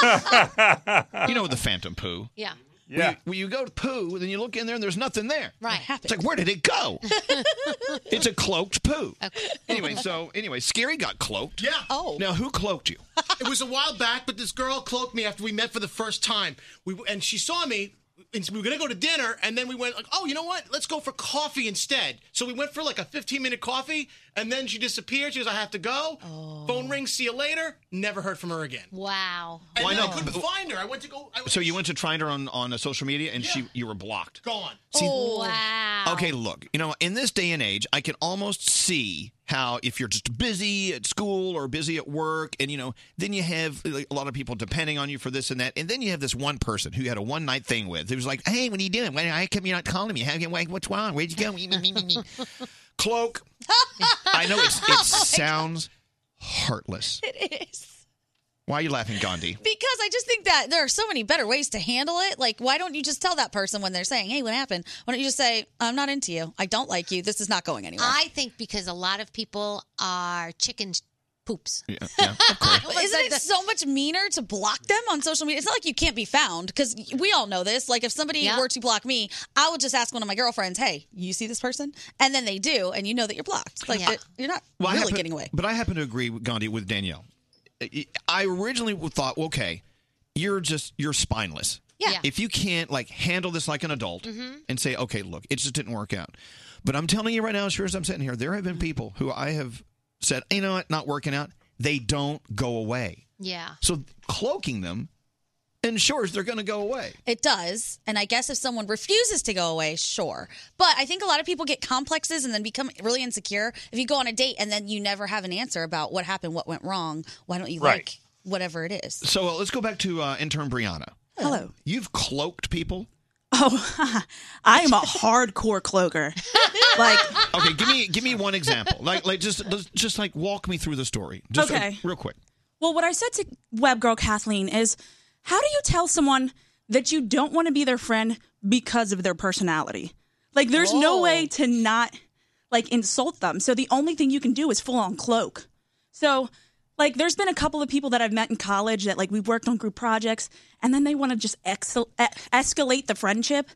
you know the phantom poo. yeah. Yeah. When you, when you go to poo, then you look in there and there's nothing there. Right. It's like, where did it go? it's a cloaked poo. Anyway, so anyway, Scary got cloaked. Yeah. Oh. Now who cloaked you? it was a while back, but this girl cloaked me after we met for the first time. We and she saw me. And so we were gonna go to dinner, and then we went like, oh, you know what? Let's go for coffee instead. So we went for like a 15 minute coffee, and then she disappeared. She goes, I have to go. Oh. Phone rings. See you later. Never heard from her again. Wow. And Why then I not? couldn't find her. I went to go. I, So you went to find her on on uh, social media and she you were blocked. gone. Oh, wow. Okay, look, you know, in this day and age, I can almost see how if you're just busy at school or busy at work, and you know, then you have like, a lot of people depending on you for this and that, and then you have this one person who you had a one night thing with who's like, "Hey, what are you doing? Why how come you're not calling me? How come? why- What's wrong? Where'd you go?" Me, me, me, me, me. Cloak. I know it's, it Oh my God. sounds heartless. It is. Why are you laughing, Gandhi? Because I just think that there are so many better ways to handle it. Like, why don't you just tell that person when they're saying, hey, what happened? Why don't you just say, I'm not into you. I don't like you. This is not going anywhere. I think because a lot of people are chicken poops. Yeah, yeah. Well, Isn't it so much meaner to block them on social media? It's not like you can't be found because we all know this. Like, if somebody Yeah. were to block me, I would just ask one of my girlfriends, hey, you see this person? And then they do, and you know that you're blocked. Like, that you're not Well, I really happen- getting away. But I happen to agree, with Gandhi, with Danielle. I- I originally thought, okay, you're just you're spineless. Yeah. Mm-hmm. Yeah. If you can't like handle this like an adult Mhm. and say, okay, look, it just didn't work out. But I'm telling you right now, as sure as I'm sitting here, there have been people who I have said, you know what, not working out. They don't go away. Ah. Yeah. So cloaking them ensures they're going to go away. It does. And I guess if someone refuses to go away, sure. But I think a lot of people get complexes and then become really insecure if you go on a date and then you never have an answer about what happened, what went wrong. Why don't you Right. like whatever it is? So uh, let's go back to uh, intern Brianna. Hello. Oh, You've cloaked people. I am a hardcore cloaker. like okay, give me give me one example. Like like just just- just like walk me through the story. Just uh, Okay. real quick. Well, what I said to web girl Kathleen is, how do you tell someone that you don't want to be their friend because of their personality? Like, there's no way Oh. to not like insult them. So the only thing you can do is full on cloak. So, like, there's been a couple of people that I've met in college that like we've worked on group projects, and then they want to just excel- e- escalate the friendship.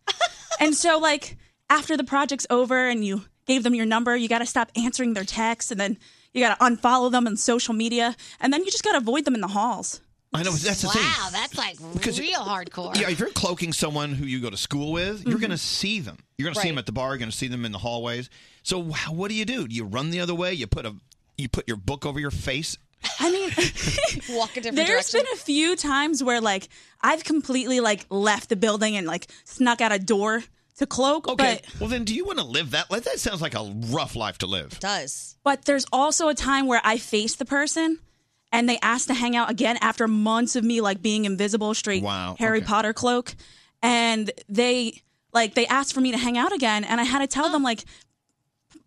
and so, like, after the project's over and you gave them your number, you got to stop answering their texts, and then you got to unfollow them on social media, and then you just got to avoid them in the halls. I know that's the wow, thing. that's like Because- real hardcore. Yeah, if you're cloaking someone who you go to school with, you're going to Mm-hmm. see them. You're going to see them Right. at the bar. You're going to see them in the hallways. So wh- what do you do? Do you run the other way? You put a you put your book over your face. Walk a different There's direction. been a few times where like I've completely like left the building and like snuck out a door to cloak, Okay. well, then, do you want to live that? Like, that sounds like a rough life to live. but does. But there's also a time where I faced the person and they asked to hang out again after months of me like being invisible straight Wow, Harry okay. Potter cloak and they like they asked for me to hang out again and I had to tell them like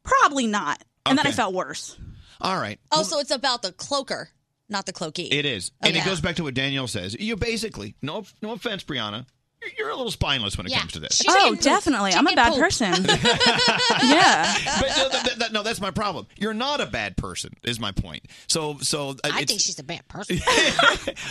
probably not. And then I Okay. felt worse. All right. Oh, so it's about the cloaker, not the cloakee. It is, and Okay. it goes back to what Danielle says. You basically, no, no offense, Brianna, you're- you're a little spineless when it Yeah. comes to this. She Oh, didn't- definitely. she I'm a didn't bad poop. person. yeah. But no, that, that- that- no, that's my problem. You're not a bad person, is my point. So, so uh, I it's- think she's a bad person.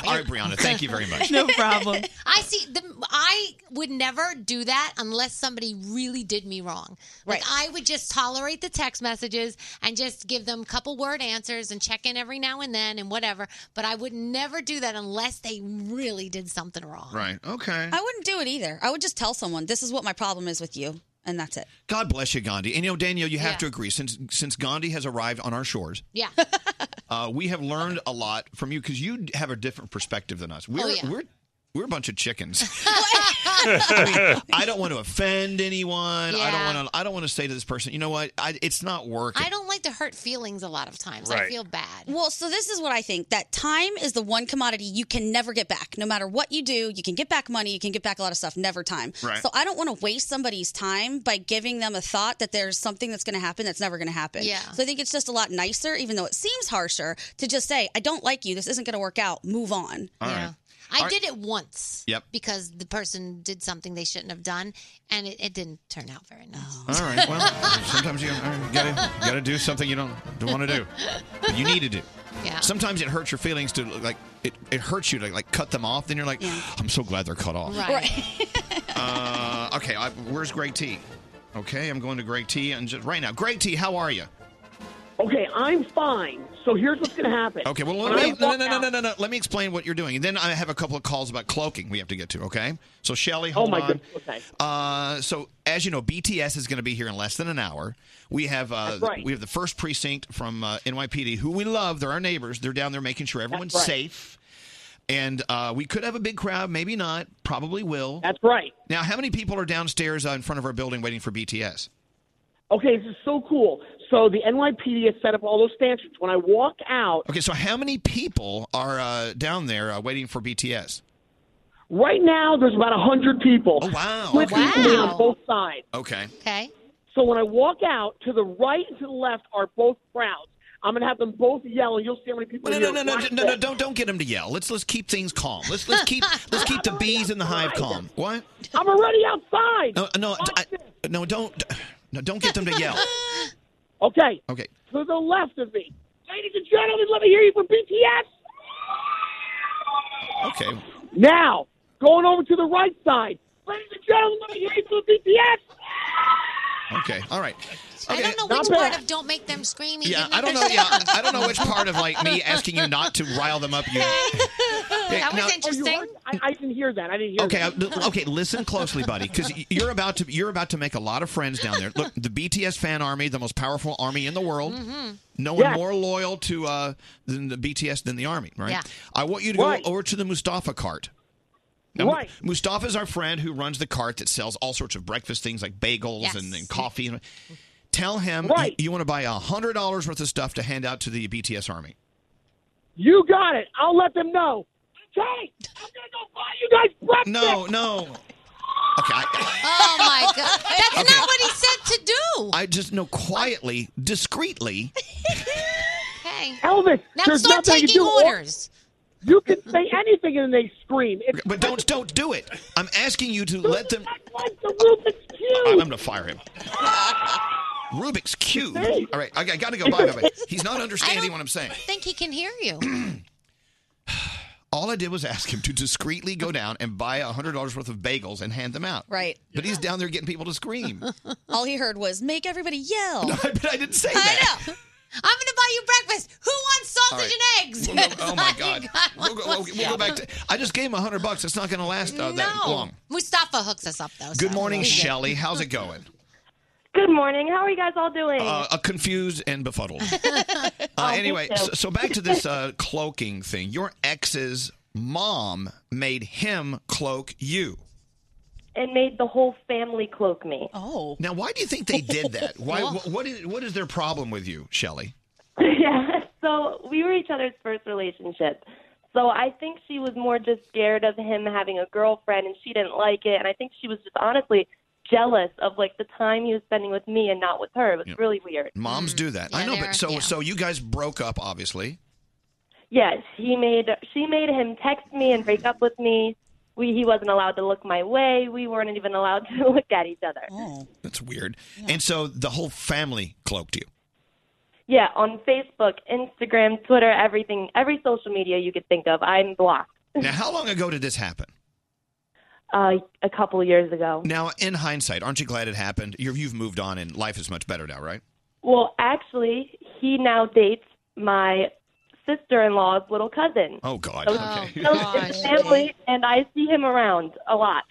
All right, Brianna, thank you very much. I see. The, I would never do that unless somebody really did me wrong. Like I would just tolerate the text messages and just give them couple word answers and check in every now and then and whatever. But I would never do that unless they really did something wrong. Right. Oh, Okay. I wouldn't do it either. I would just tell someone, this is what my problem is with you, and that's it. God bless you, Gandhi. And you know, Danielle, you have Yeah. to agree since since Gandhi has arrived on our shores. Yeah. Uh, we have learned a lot from you because you have a different perspective than us. We're Oh, yeah. we're we're a bunch of chickens. I, mean, I don't want to offend anyone. I Yeah. don't want to. I don't want to say to this person, you know what? I, it's not working. I don't like to hurt feelings a lot of times. I Right. feel bad. Well, so this is what I think that time is the one commodity you can never get back. No matter what you do, you can get back money, you can get back a lot of stuff, never time. Right. So I don't want to waste somebody's time by giving them a thought that there's something that's going to happen that's never going to happen. Yeah. So I think it's just a lot nicer, even though it seems harsher, to just say, I don't like you, this isn't going to work out, move on. All right. I All right. did it once. Yep. Because the person did something they shouldn't have done, and it, it didn't turn out very nice. Oh. All right. Well, sometimes you, you gotta you gotta do something you don't don't want to do. But you need to do. Yeah. Sometimes it hurts your feelings to like it, it hurts you to like cut them off. Then you're like, I'm so glad they're cut off. Uh, okay. I, where's Greg T? Okay, I'm going to Greg T. And just right now, Greg T, how are you? Okay, I'm fine. So here's what's gonna happen. Okay. Well, let When I me, no, walk no, no, out- no, no, no. Let me explain what you're doing. And then I have a couple of calls about cloaking we have to get to. Okay. So Shelly, Oh hold my on. goodness. Okay. Uh, so as you know, BTS is going to be here in less than an hour. We have uh, That's right. we have the first precinct from uh, NYPD, who we love. They're our neighbors. They're down there making sure everyone's right. safe. And uh, we could have a big crowd, maybe not. Probably will. That's right. Now, how many people are downstairs uh, in front of our building waiting for BTS? Okay, this is so cool. So the NYPD has set up all those stanchions. When I walk out, Okay, so how many people are uh, down there uh, waiting for BTS? right now there's about hundred people. Oh wow! Split equally on both sides. Okay. Okay. So when I walk out, to the right and to the left are both crowds. I'm gonna have them both yell, and you'll see how many people. No, here. no, no, no, Watch no, no! this. Don't don't get him to yell. Let's let's keep things calm. Let's let's keep let's keep the bees in the hive calm. What? I'm already outside. No, no, I, no, don't, no, don't get them to yell. Okay. Okay. To the left of me, ladies and gentlemen, let me hear you for BTS. Okay. Now, going over to the right side, ladies and gentlemen, let me hear you for BTS. Okay. All right. Okay. I don't know which part of don't make them scream. he Yeah, didn't I don't know. Yeah, understand. I don't know which part of like me asking you not to rile them up. You. Okay, that was now- interesting. Oh, I, I didn't hear that. I didn't hear Okay. that. uh, I- Okay. Listen closely, buddy, because you're about to you're about to make a lot of friends down there. Look, the BTS fan army, the most powerful army in the world. Mhm. No one Yeah. more loyal to uh, than the BTS than the army, right? Yeah. I want you to go Right. over to the Mustafa cart. Right. Mustafa's our friend who runs the cart that sells all sorts of breakfast things like bagels Yes. and, and coffee. And, tell him Right. you, want to buy a hundred dollars worth of stuff to hand out to the BTS army. You got it. I'll let them know. Okay, I'm gonna go buy you guys breakfast. No, no. Okay, I, Oh my god, that's Okay. not what he said to do. I just no quietly, discreetly. Okay. Elvis, Now there's start nothing you taking do. orders. You can say anything and they scream. It's But don't don't do it. I'm asking you to let them. like the Rubik's Cube. I'm gonna fire him. Rubik's cube. All right, I, I gotta go. Bye, bye, bye. He's not understanding what I'm saying. I think he can hear you. All I did was ask him to discreetly go down and buy a hundred dollars worth of bagels and hand them out. Right. But he's down there getting people to scream. All he heard was, make everybody yell. but I didn't say that. I'm gonna buy you breakfast. Who wants All sausage right. and eggs? We'll go- oh my Like, God. God, We'll go, we'll, we'll go back to. I just gave him a hundred bucks. It's not going to last uh, that no. long. Mustafa hooks us up though. Good so morning, we're Shelly. How's it going? Good morning. How are you guys all doing? Uh, uh, confused and befuddled. Oh, Uh, me anyway, too. so, so back to this uh, cloaking thing. Your ex's mom made him cloak you. It made the whole family cloak me. Oh. Now, why do you think they did that? Why? wh- what, is, what is their problem with you, Shelly? yeah. So we were each other's first relationship. So I think she was more just scared of him having a girlfriend and she didn't like it. And I think she was just honestly jealous of like the time he was spending with me and not with her. It was Yeah. really weird. Moms do that. I Yeah, know, they're- but so yeah. so you guys broke up, obviously. Yes, he made she made him text me and break up with me. we he wasn't allowed to look my way. We weren't even allowed to look at each other. That's weird. And so the whole family cloaked you. Yeah, on Facebook, Instagram, Twitter, everything, every social media you could think of, I'm blocked. Now, how long ago did this happen? Uh, a couple of years ago. Now, in hindsight, aren't you glad it happened? You've, you've moved on and life is much better now, right? Well, actually, he now dates my sister-in-law's little cousin. Oh, God. So, Okay. so it's family, and I see him around a lot.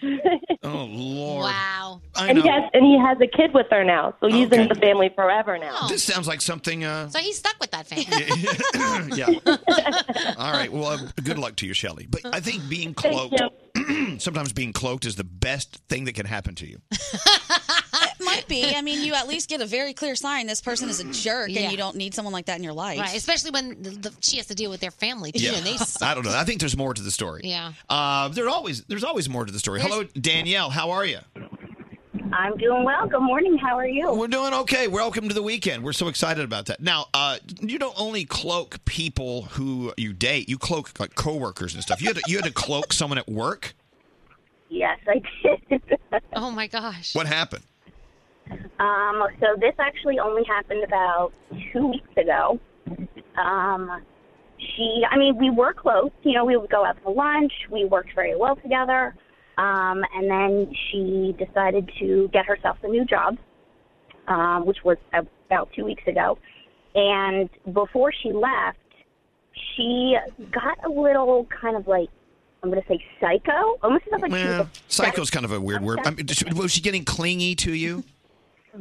Oh, Lord. Wow. I and know. he has and he has a kid with her now, so he's in the family forever now. This sounds like something. Uh, So he's stuck with that family. yeah. All right. Well, uh, good luck to you, Shelly. But I think being cloaked, sometimes being cloaked is the best thing that can happen to you. It might be. I mean, you at least get a very clear sign this person is a jerk and you don't need someone like that in your life. Right, especially when the, the, she has to deal with their family too, and they suck. I don't know. I think there's more to the story. Yeah. Uh, there's always there's always more to the story. Hello, Danielle. How are you? I'm doing well. Good morning. How are you? We're doing okay. Welcome to the weekend. We're so excited about that. Now, uh, you don't only cloak people who you date. You cloak like coworkers and stuff. You had to, you had to cloak someone at work. Yes, I did. oh my gosh. What happened? Um, so this actually only happened about two weeks ago. Um, she, I mean, we were close. You know, we would go out for lunch. We worked very well together. Um, and then she decided to get herself a new job, um, which was about two weeks ago. And before she left, she got a little kind of like, I'm going to say psycho. Almost as if like she was Well, psycho's kind of a weird word. I mean, was she getting clingy to you?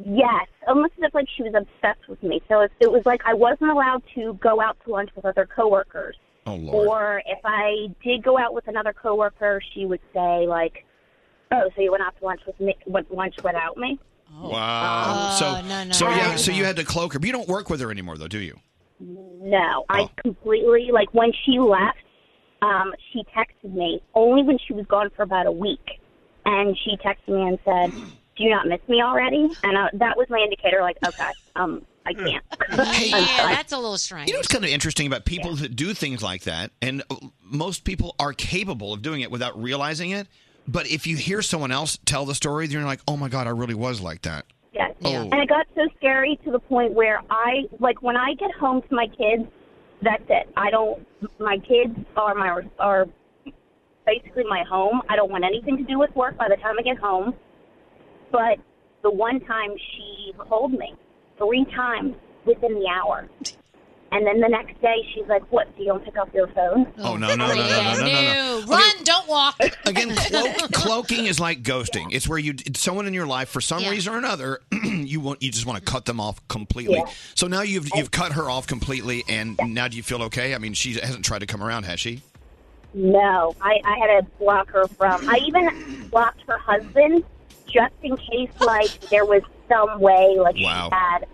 Yes, almost as if like she was obsessed with me. So it, it was like I wasn't allowed to go out to lunch with other coworkers. Oh Or if I did go out with another coworker, she would say like, "Oh, so you went out to lunch with me? Went lunch without me?" Wow. Oh, so no, no, so no, yeah, no, so you had to cloak her. But you don't work with her anymore though, do you? No, I completely like when she left. Um, she texted me only when she was gone for about a week, and she texted me and said, "Do you not miss me already?" And uh, that was my indicator. Like, okay, um, I can't. yeah, that's a little strange. You know what's kind of interesting about people that do things like that, and uh, most people are capable of doing it without realizing it. But if you hear someone else tell the story, you're like, oh my god, I really was like that. Yes. Oh. And it got so scary to the point where I, like, when I get home to my kids, that's it. I don't, my kids are my, are basically my home. I don't want anything to do with work by the time I get home. But the one time she called me three times within the hour. And then the next day she's like, what, do you don't pick up your phone? Oh no no no no no no no. no. Run, don't walk. Again, Cloak, cloaking is like ghosting. It's where you it's someone in your life for some reason or another you want you just want to cut them off completely. Yeah. So now you've you've cut her off completely, and now do you feel okay? I mean, she hasn't tried to come around, has she? No, I, I had to block her from. I even blocked her husband just in case, like there was some way, like Wow. she had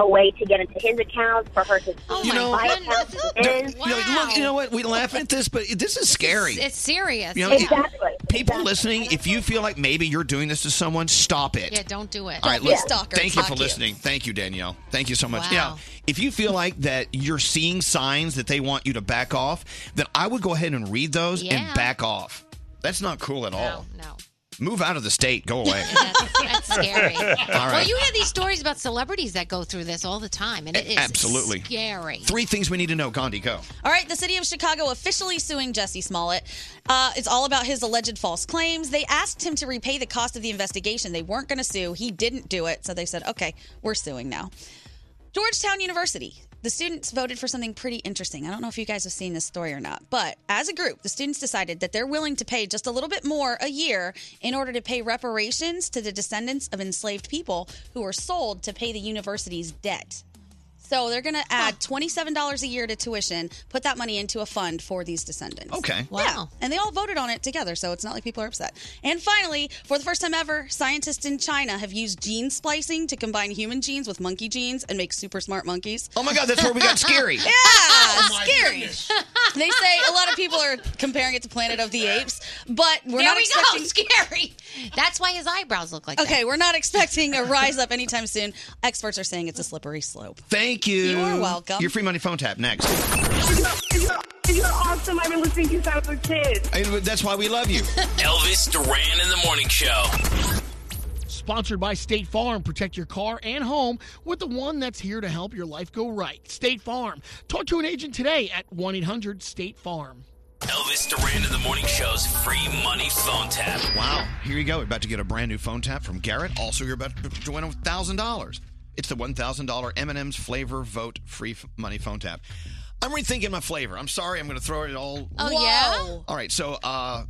a way to get into his account for her to see Oh You know- my account. Don't- you know, look, you know what? We laugh at this, but this is scary. It's serious. You know, yeah. Exactly. People listening, if you feel like maybe you're doing this to someone, stop it. Yeah, don't do it. All right, let's, thank you for listening. Thank you, Danielle. Thank you so much. Wow. Yeah, if you feel like that you're seeing signs that they want you to back off, then I would go ahead and read those Yeah. and back off. That's not cool at all. No. Move out of the state. Go away. That's scary. All right. Well, you hear these stories about celebrities that go through this all the time, and it is Absolutely. scary. Three things we need to know. Gandhi, go. All right, the city of Chicago officially suing Jesse Smollett. Uh, it's all about his alleged false claims. They asked him to repay the cost of the investigation. They weren't going to sue. He didn't do it. So they said, okay, we're suing now. Georgetown University. The students voted for something pretty interesting. I don't know if you guys have seen this story or not, but as a group, the students decided that they're willing to pay just a little bit more a year in order to pay reparations to the descendants of enslaved people who were sold to pay the university's debt. So they're going to add $27 a year to tuition, put that money into a fund for these descendants. Okay. Wow. And they all voted on it together, so it's not like people are upset. And finally, for the first time ever, scientists in China have used gene splicing to combine human genes with monkey genes and make super smart monkeys. Oh my God, that's where we got scary. Oh yeah, scary. They say a lot of people are comparing it to Planet of the Apes, but we're There not we go, expecting scary. That's why his eyebrows look like Okay, we're not expecting a rise up anytime soon. Experts are saying it's a slippery slope. Thank you. You are welcome. Your free money phone tap next. You're awesome. I've been listening to you since I was a kid. And that's why we love you. Elvis Duran in the Morning Show. Sponsored by State Farm. Protect your car and home with the one that's here to help your life go right. State Farm. Talk to an agent today at 1 800 State Farm. Elvis Duran in the Morning Show's free money phone tap. Wow. Here you go. You're about to get a brand new phone tap from Garrett. Also, you're about to win $1,000. It's the $1,000 M&M's Flavor Vote Free f- Money Phone Tap. I'm rethinking my flavor. I'm sorry. I'm going to throw it all. Oh, yeah? All right. So, uh,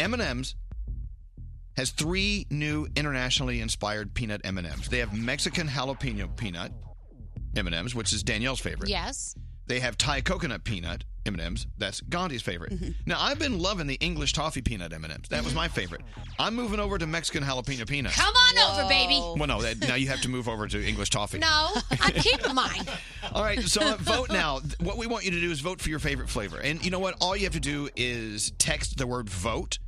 M&M's has three new internationally inspired peanut M&M's. They have Mexican jalapeno peanut M&M's, which is Danielle's favorite. Yes. They have Thai coconut peanut M&Ms. That's Gandhi's favorite. Now I've been loving the English toffee peanut M&Ms. That was my favorite. I'm moving over to Mexican jalapeno peanut. Come on over, baby. Well, no, that, now you have to move over to English toffee. No, I'm keeping mine. All right, so uh, vote now. What we want you to do is vote for your favorite flavor. And you know what? All you have to do is text the word vote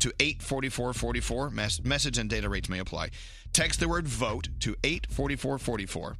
to 84444. Mes- message and data rates may apply. Text the word vote to 84444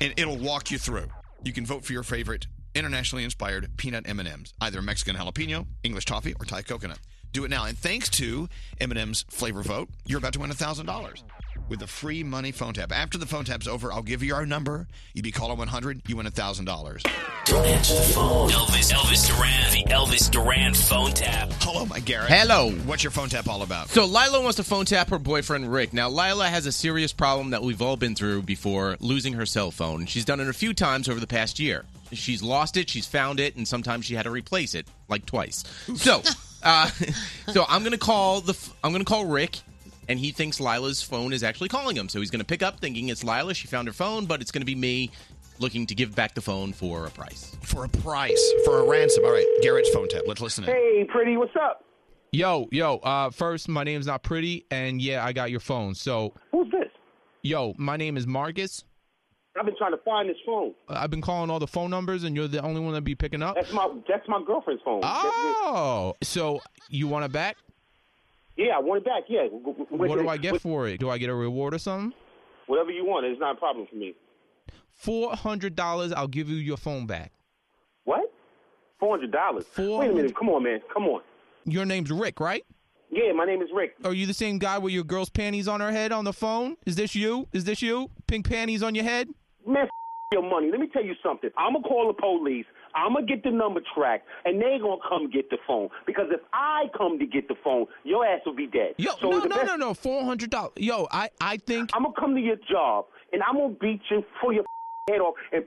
and it'll walk you through. You can vote for your favorite internationally inspired peanut M&Ms, either Mexican jalapeno, English toffee, or Thai coconut. Do it now. And thanks to M&M's Flavor Vote, you're about to win $1,000 with a free money phone tap. After the phone tap's over, I'll give you our number. You be caller 100, you win $1,000. Don't answer the phone. Elvis, Elvis Duran, the Elvis Duran phone tap. Hello, my Garrett. Hello. What's your phone tap all about? So Lila wants to phone tap her boyfriend Rick. Now Lila has a serious problem that we've all been through before, losing her cell phone. She's done it a few times over the past year. She's lost it, she's found it, and sometimes she had to replace it, like twice. So, uh, so I'm gonna call the f- I'm gonna call Rick, and he thinks Lila's phone is actually calling him. So he's gonna pick up, thinking it's Lila. She found her phone, but it's gonna be me looking to give back the phone for a price. For a price, for a ransom. All right, Garrett's phone tap. Let's listen in. Hey, pretty, what's up? Yo, yo. Uh, first, my name's not pretty, and yeah, I got your phone. So who's this? Yo, my name is Marcus. I've been trying to find this phone. I've been calling all the phone numbers, and you're the only one that be picking up. That's my that's my girlfriend's phone. Oh, so you want it back? Yeah, I want it back. Yeah. W- w- What do I w- get for it? Do I get a reward or something? Whatever you want, it's not a problem for me. Four hundred dollars. I'll give you your phone back. What? Four hundred dollars. Wait a minute. Come on, man. Come on. Your name's Rick, right? Yeah, my name is Rick. Are you the same guy with your girl's panties on her head on the phone? Is this you? Is this you? Pink panties on your head? Man, f- your money. Let me tell you something. I'm gonna call the police. I'm gonna get the number tracked, and they're gonna come get the phone. Because if I come to get the phone, your ass will be dead. Yo, so no, the no, best- no, no. Four hundred dollars. Yo, I, I think I'm gonna come to your job, and I'm gonna beat you for your head off and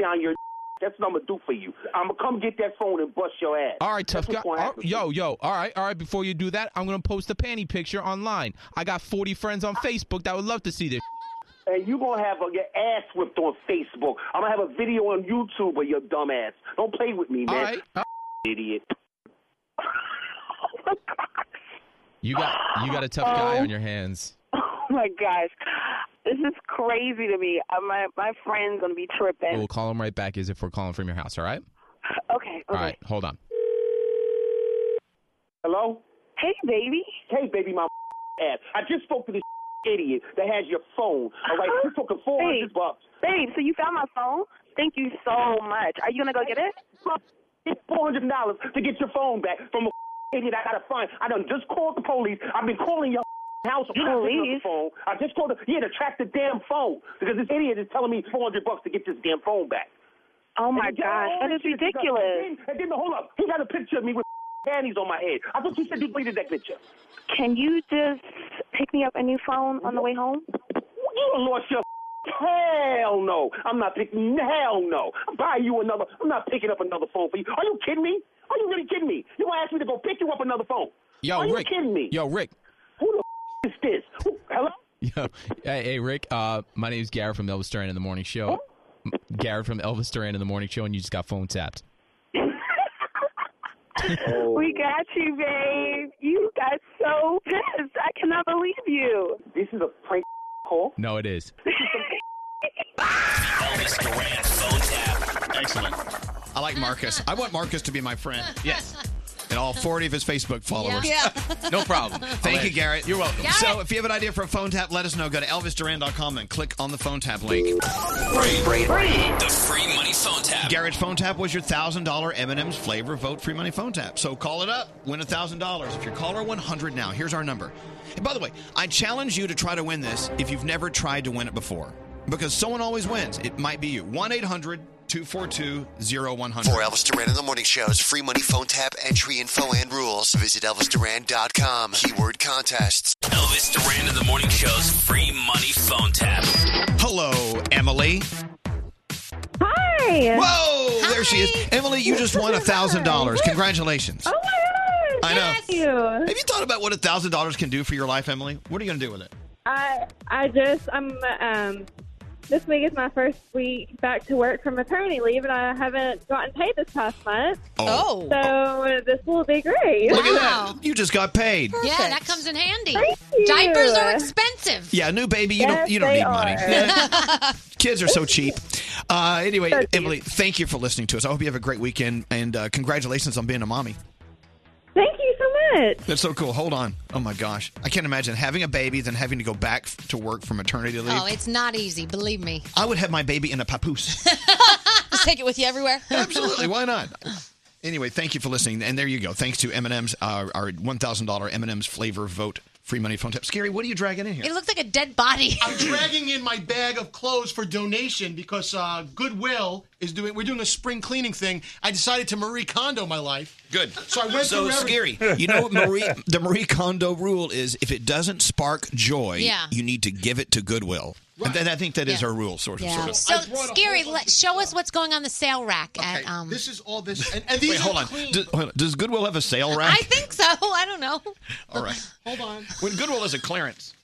down your. That's what I'm gonna do for you. I'm gonna come get that phone and bust your ass. All right, tough guy. That's what's gonna All- happen. yo, yo. All right, all right. Before you do that, I'm gonna post a panty picture online. I got 40 friends on Facebook that would love to see this. And you gonna have uh your ass whipped on Facebook. I'm gonna have a video on YouTube of your dumb ass. Don't play with me, man. All right. Idiot. You got, you got a tough guy on your hands. Oh my gosh, this is crazy to me. Uh, my my friend's gonna be tripping. We'll call him right back. Is if we're calling from your house. All right. Okay. All right. Hold on. Hello? Hey, baby. Hey, baby, my ass. I just spoke to this idiot that has your phone. All right, you're talking 400 bucks. Babe, so you found my phone? Thank you so much. Are you gonna go get it? It's $400 to get your phone back from a idiot I gotta find. I done just called the police. I've been calling your house. You're not picking up the phone. I just called, the, yeah, to track the damn phone because this idiot is telling me 400 bucks to get this damn phone back. Oh And my he got gosh, that all this is shit. He got- ridiculous. And then, and then hold up, he got a picture of me with panties on my head. I thought you said you deleted that picture. Can you just pick me up a new phone on the way home? You done lost your hell no. I'm not picking hell no. I'm buying you another. I'm not picking up another phone for you. Are you kidding me? Are you really kidding me? You gonna ask me to go pick you up another phone? Yo, Are you Rick. kidding me? Yo, Rick. Who the f- is this? Who- Hello? Yo, hey, hey, Rick. Uh, my name's Garrett from Elvis Duran in the Morning Show. Garrett from Elvis Duran in the Morning Show, and you just got phone tapped. Oh. We got you, babe. You got so pissed. I cannot believe you. This is a prank call. No, it is. Elvis Duran phone tap. Excellent. I like Marcus. I want Marcus to be my friend. Yes. and all 40 of his Facebook followers. Yeah. no problem. Thank you, Hilarious. Garrett. You're welcome. Garrett! So if you have an idea for a phone tap, let us know. Go to elvisduran.com and click on the phone tap link. Free, free, The free money phone tap. Garrett's phone tap was your thousand dollar M&M's flavor vote free money phone tap. So call it up, win a thousand dollars. If you're caller 100 now, here's our number. And by the way, I challenge you to try to win this if you've never tried to win it before, because someone always wins. It might be you. 1 800 242 0100. For Elvis Duran in the Morning Show's free money phone tap entry info and rules, visit ElvisDuran.com. Keyword contests. Elvis Duran in the Morning Show's free money phone tap. Hello, Emily. Hi. Whoa, there she is. Emily, you just won a thousand dollars. Congratulations. Oh my I God! know. Thank you. Have you thought about what a thousand dollars can do for your life, Emily? What are you going to do with it? I I just I'm um this week is my first week back to work from maternity leave, and I haven't gotten paid this past month. Oh. so uh, this will be great. Look at that. You just got paid. Yeah, that comes in handy. you. Diapers are expensive. Yeah, new baby, you Yes, don't you don't they need money. are. Yeah. Kids are so cheap. Uh, anyway, Emily, thank you for listening to us. I hope you have a great weekend and uh, congratulations on being a mommy. Thank you so much. That's so cool. Hold on. Oh my gosh, I can't imagine having a baby then having to go back f- to work for maternity leave. Oh, it's not easy. Believe me. I would have my baby in a papoose. Just take it with you everywhere. Absolutely, why not? Anyway, thank you for listening, and there you go. Thanks to M&M's, uh, our one thousand dollar M&M's flavor vote free money phone tap. Scary, what are you dragging in here? It looks like a dead body. I'm dragging in my bag of clothes for donation because uh, Goodwill is doing. We're doing a spring cleaning thing. I decided to Marie Kondo my life. Good. So I went so through every- scary. You know, what Marie, the Marie Kondo rule is if it doesn't spark joy, Yeah. you need to give it to Goodwill. And then I think that is our rule, sort of. Sort of. So scary. Let, show us what's going on the sale rack at um. This is all this. And, and these Wait, hold are on. clean. Does, hold on. Does Goodwill have a sale rack? I think so. I don't know. All right. Hold on. When Goodwill is a clearance.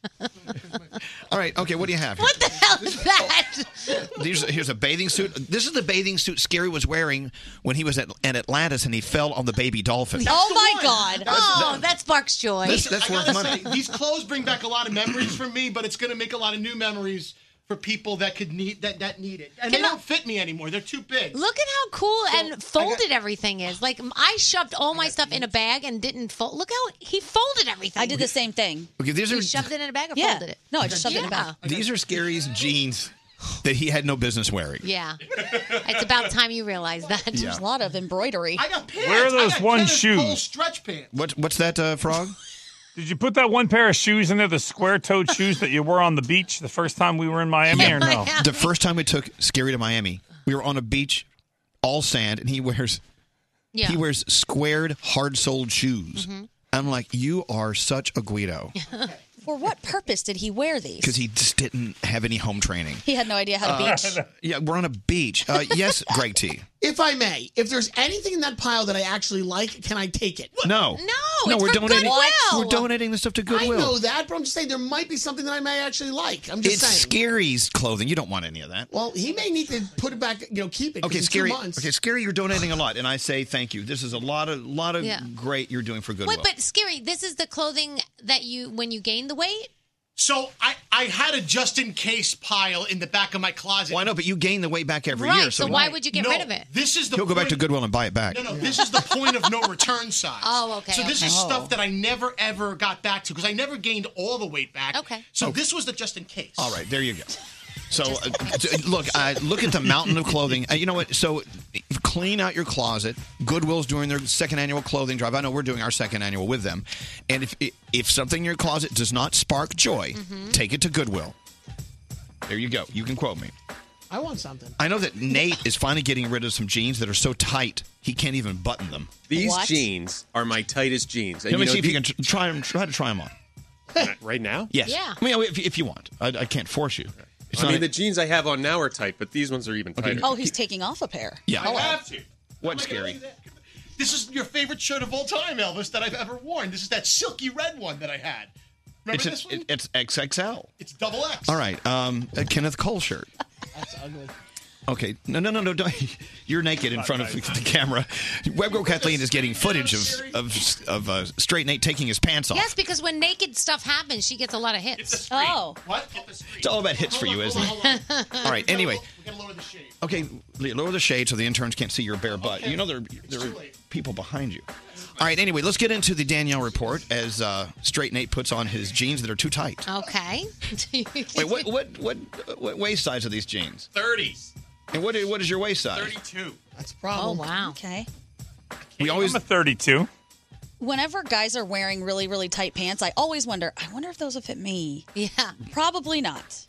All right. Okay. What do you have? What the hell is that? Here's a, here's a bathing suit. This is the bathing suit Scary was wearing when he was at, in Atlantis and he fell on the baby dolphin. Oh the my one. God! That's- oh, that sparks joy. That's- that's I worth gotta money. say, these clothes bring back a lot of memories for me, but it's going to make a lot of new memories for people that could need that that need it. And they Can I- don't fit me anymore. They're too big. Look at how cool and folded everything is. Like I shoved all my stuff in a bag and didn't fold. Look how he folded everything. I did the same thing. Okay, these You are- shoved it in a bag or Yeah. folded it? No, I just shoved it in a bag. These are Scary's jeans that he had no business wearing. Yeah. It's about time you realize that. Yeah. There's a lot of embroidery. I got pants. Where are those I got one tennis shoes? pole Stretch pants. What, what's that, uh, Frog? Did you put that one pair of shoes in there, the square toed shoes that you wore on the beach the first time we were in Miami, or no? The first time we took Scary to Miami, we were on a beach, all sand, and he wears Yeah. he wears squared, hard soled shoes. Mhm. I'm like, you are such a Guido Mm-hmm. For what purpose did he wear these? because he just didn't have any home training. He had no idea how to Uh, beach. Yeah, we're on a beach. Uh, yes, Greg T. If I may, if there's anything in that pile that I actually like, can I take it? No, No, no, it's we're for donating. Goodwill. We're donating the stuff to Goodwill. I know that, but I'm just saying there might be something that I may actually like. I'm just It's saying. Scary's clothing. You don't want any of that. well, he may need to put it back, you know, keep it. 'cause Okay, in scary. Two months. Okay, scary. You're donating a lot, and I say thank you. This is a lot of lot of Yeah. great you're doing for Goodwill. Wait, but scary. This is the clothing that you when you gain the weight. So I, I had a just in case pile in the back of my closet. well, I know, but you gain the weight back every Right, year. So, so why would you get No, rid of it? this is the He'll go back point- to Goodwill and buy it back. No, no, this is the point of no return size. Oh, okay, So this okay. is Oh. stuff that I never ever got back to because I never gained all the weight back. Okay. Oh. So this was the just in case. All right, there you go. So, uh, d- look, uh, look at the mountain of clothing. Uh, you know what? So, clean out your closet. Goodwill's doing their second annual clothing drive. I know we're doing our second annual with them. And if if something in your closet does not spark joy, take it to Goodwill. There you go. You can quote me. I want something. I know that Nate is finally getting rid of some jeans that are so tight he can't even button them. These jeans are my tightest jeans. Let me see if you can tr- try them. Try to try them on. can right now. Yes. I mean, if, if you want, I, I can't force you. It's I not mean, the jeans I have on now are tight, but these ones are even tighter. Oh, he's taking off a pair. Yeah. Oh, well. to. What's scary? This is your favorite shirt of all time, Elvis, that I've ever worn. This is that silky red one that I had. Remember It's, this one? it, it's XXL. it's double X. All right. Um, a Kenneth Cole shirt. That's ugly. Okay. No, no, no, no. Don't. You're naked in front of the camera. Web girl Kathleen is getting footage of of, of uh, straight Nate taking his pants off. Yes, because when naked stuff happens, she gets a lot of hits. oh, what? It's all about hits for you, isn't it? All right. Anyway. Okay, Leah, lower the shade so the interns can't see your bare butt. You know they're they're people behind you. All right, anyway, let's get into the Danielle report as uh, Straight Nate puts on his jeans that are too tight. Okay. Wait, what what what, what waist size are these jeans? 30. And what is, what is your waist size? 32. That's a problem. Oh wow. Okay. We always I'm a 32. Whenever guys are wearing really really tight pants, I always wonder. I wonder if those will fit me. Yeah. Probably not.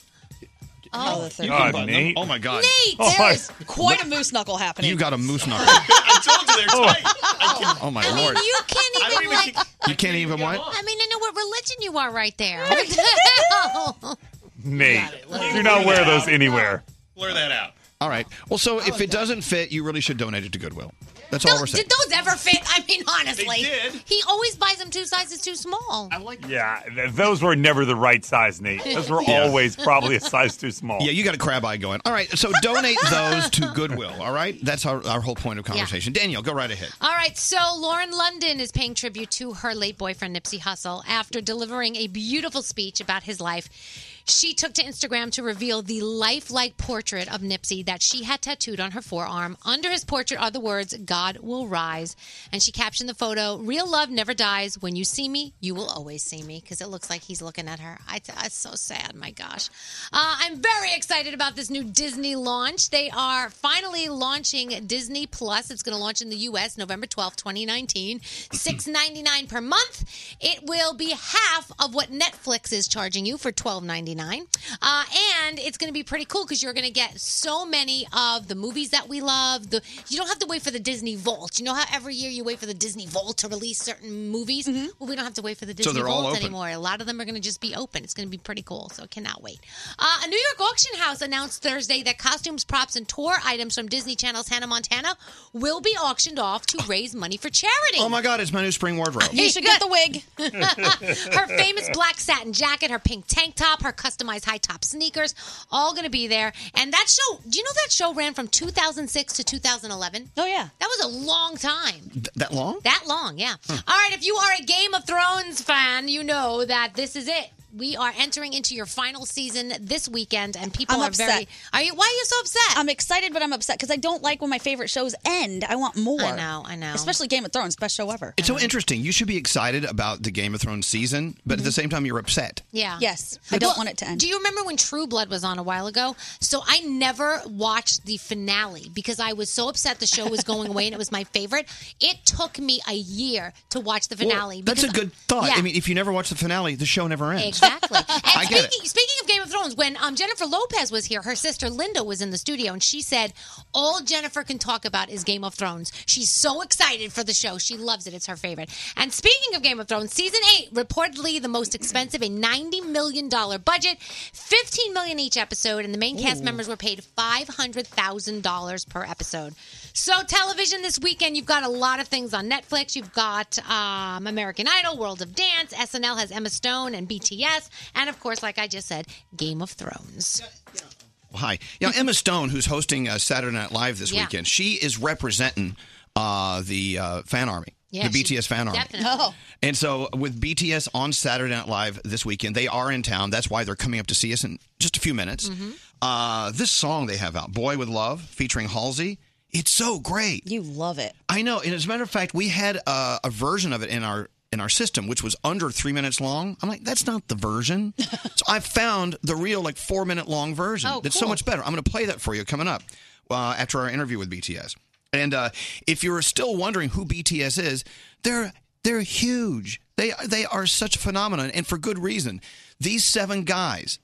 Oh, the You third. can button them. Oh my god. Nate, Oh, there my- is quite a moose knuckle happening. You got a moose knuckle. I told you they're tight. Oh my lord. You can't even, like. you can't even what? I mean, I know what religion you are right there. What the hell? Nate, do not wear those anywhere. Blur that out. All right. Well, so if it doesn't fit, you really should donate it to Goodwill. That's all we're saying. Did those ever fit? I mean, honestly. They did. He always buys them two sizes too small. I like Yeah, th- those were never the right size, Nate. Those were Yeah. always probably a size too small. Yeah, you got a crab eye going. "Uh." All right, so donate those to Goodwill, all right? That's our, our whole point of conversation. Danielle, go right ahead. All right, so Lauren London is paying tribute to her late boyfriend, Nipsey Hussle, after delivering a beautiful speech about his life. She took to Instagram to reveal the lifelike portrait of Nipsey that she had tattooed on her forearm. Under his portrait are the words, God will rise. And she captioned the photo, Real love never dies. When you see me, you will always see me. Because it looks like he's looking at her. I, it's so sad. My gosh. Uh, I'm very excited about this new Disney launch. They are finally launching Disney Plus. It's going to launch in the U.S. November twelfth, 2019. Six ninety nine per month. It will be half of what Netflix is charging you for twelve ninety nine, uh, and it's going to be pretty cool because you're going to get so many of the movies that we love. The you don't have to wait for the Disney Vault. You know how every year you wait for the Disney Vault to release certain movies. Well, we don't have to wait for the Mm-hmm. So Disney they're all Vault open. anymore. A lot of them are going to just be open. It's going to be pretty cool. So cannot wait. Uh, a New York auction house announced Thursday that costumes, props, and tour items from Disney Channel's Hannah Montana will be auctioned off to raise money for charity. Oh my God, it's my new spring wardrobe. You should get the wig. her famous black satin jacket, her pink tank top, her customized high top sneakers, all going to be there. And that show, do you know that show ran from 2006 to 2011? Oh, yeah. That was a long time. Th- that long? That long, yeah. All right, if you are a Game of Thrones fan, you know that this is it. We are entering into your final season this weekend, and people I'm are upset. very. Are you? Why are you so upset? I'm excited, but I'm upset because I don't like when my favorite shows end. I want more. I know. I know. Especially Game of Thrones, best show ever. It's so interesting. You should be excited about the Game of Thrones season, but Mm-hmm. at the same time, you're upset. Yeah. Yes. I don't want it to end. Do you remember when True Blood was on a while ago? So I never watched the finale because I was so upset the show was going away and it was my favorite. It took me a year to watch the finale. Well, that's a because- good thought. Yeah. I mean, if you never watch the finale, the show never ends. Exactly. And I get it. speaking, speaking of Game of Thrones, when um, Jennifer Lopez was here, her sister Linda was in the studio, and she said, "All Jennifer can talk about is Game of Thrones. She's so excited for the show. She loves it. It's her favorite." And speaking of Game of Thrones, season eight reportedly the most expensive, a ninety million dollar budget, fifteen million each episode, and the main cast Ooh. members were paid five hundred thousand dollars per episode. So television this weekend, you've got a lot of things on Netflix. You've got um, American Idol, World of Dance, SNL has Emma Stone and BTS, and of course, like I just said, Game of Thrones. Well, Hi. You know, Emma Stone, who's hosting uh, Saturday Night Live this Yeah. weekend, she is representing uh, the uh, fan army, the she- BTS fan army. Definitely. Oh. And so, with BTS on Saturday Night Live this weekend, they are in town. That's why they're coming up to see us in just a few minutes. Mm-hmm. Uh, this song they have out, "Boy with Love," featuring Halsey, it's so great. You love it. I know. And as a matter of fact, we had uh, a, a version of it in our in our system, which was under three minutes long. I'm like, that's not the version. so I found the real like four minute long version. Oh, that's so cool. much better. I'm going to play that for you coming up uh, after our interview with BTS. And uh, if you're still wondering who BTS is, they're they're huge. They they are such a phenomenon, and for good reason. These seven guys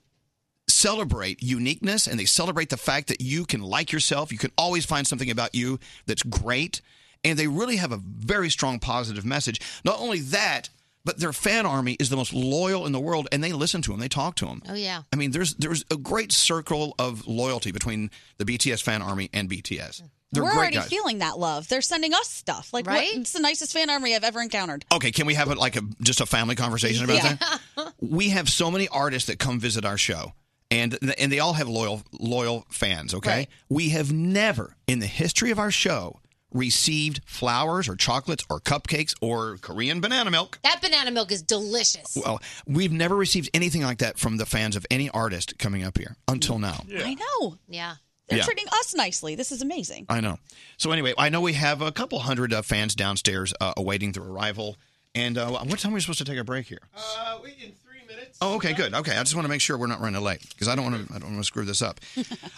celebrate uniqueness and they celebrate the fact that you can like yourself. You can always find something about you that's great. And they really have a very strong positive message. Not only that, but their fan army is the most loyal in the world and they listen to them, they talk to them. Oh yeah. I mean, there's there's a great circle of loyalty between the BTS fan army and BTS. They're Hmm. We're great already guys. feeling that love. They're sending us stuff. Like, what- Right? it's the nicest fan army I've ever encountered. Okay, can we have a, like a just a family conversation about that? We have so many artists that come visit our show, and and they all have loyal loyal fans. Okay, Right. we have never in the history of our show received flowers or chocolates or cupcakes or Korean banana milk. That banana milk is delicious. Well, we've never received anything like that from the fans of any artist coming up here until now. I know. Yeah. They're Yeah. treating us nicely. This is amazing. I know. So anyway, I know we have a couple hundred uh, fans downstairs uh, awaiting their arrival. And uh, what time are we supposed to take a break here? Uh, we, in three minutes. Oh, okay, good. Okay, I just want to make sure we're not running late because I don't want to. I don't want to screw this up.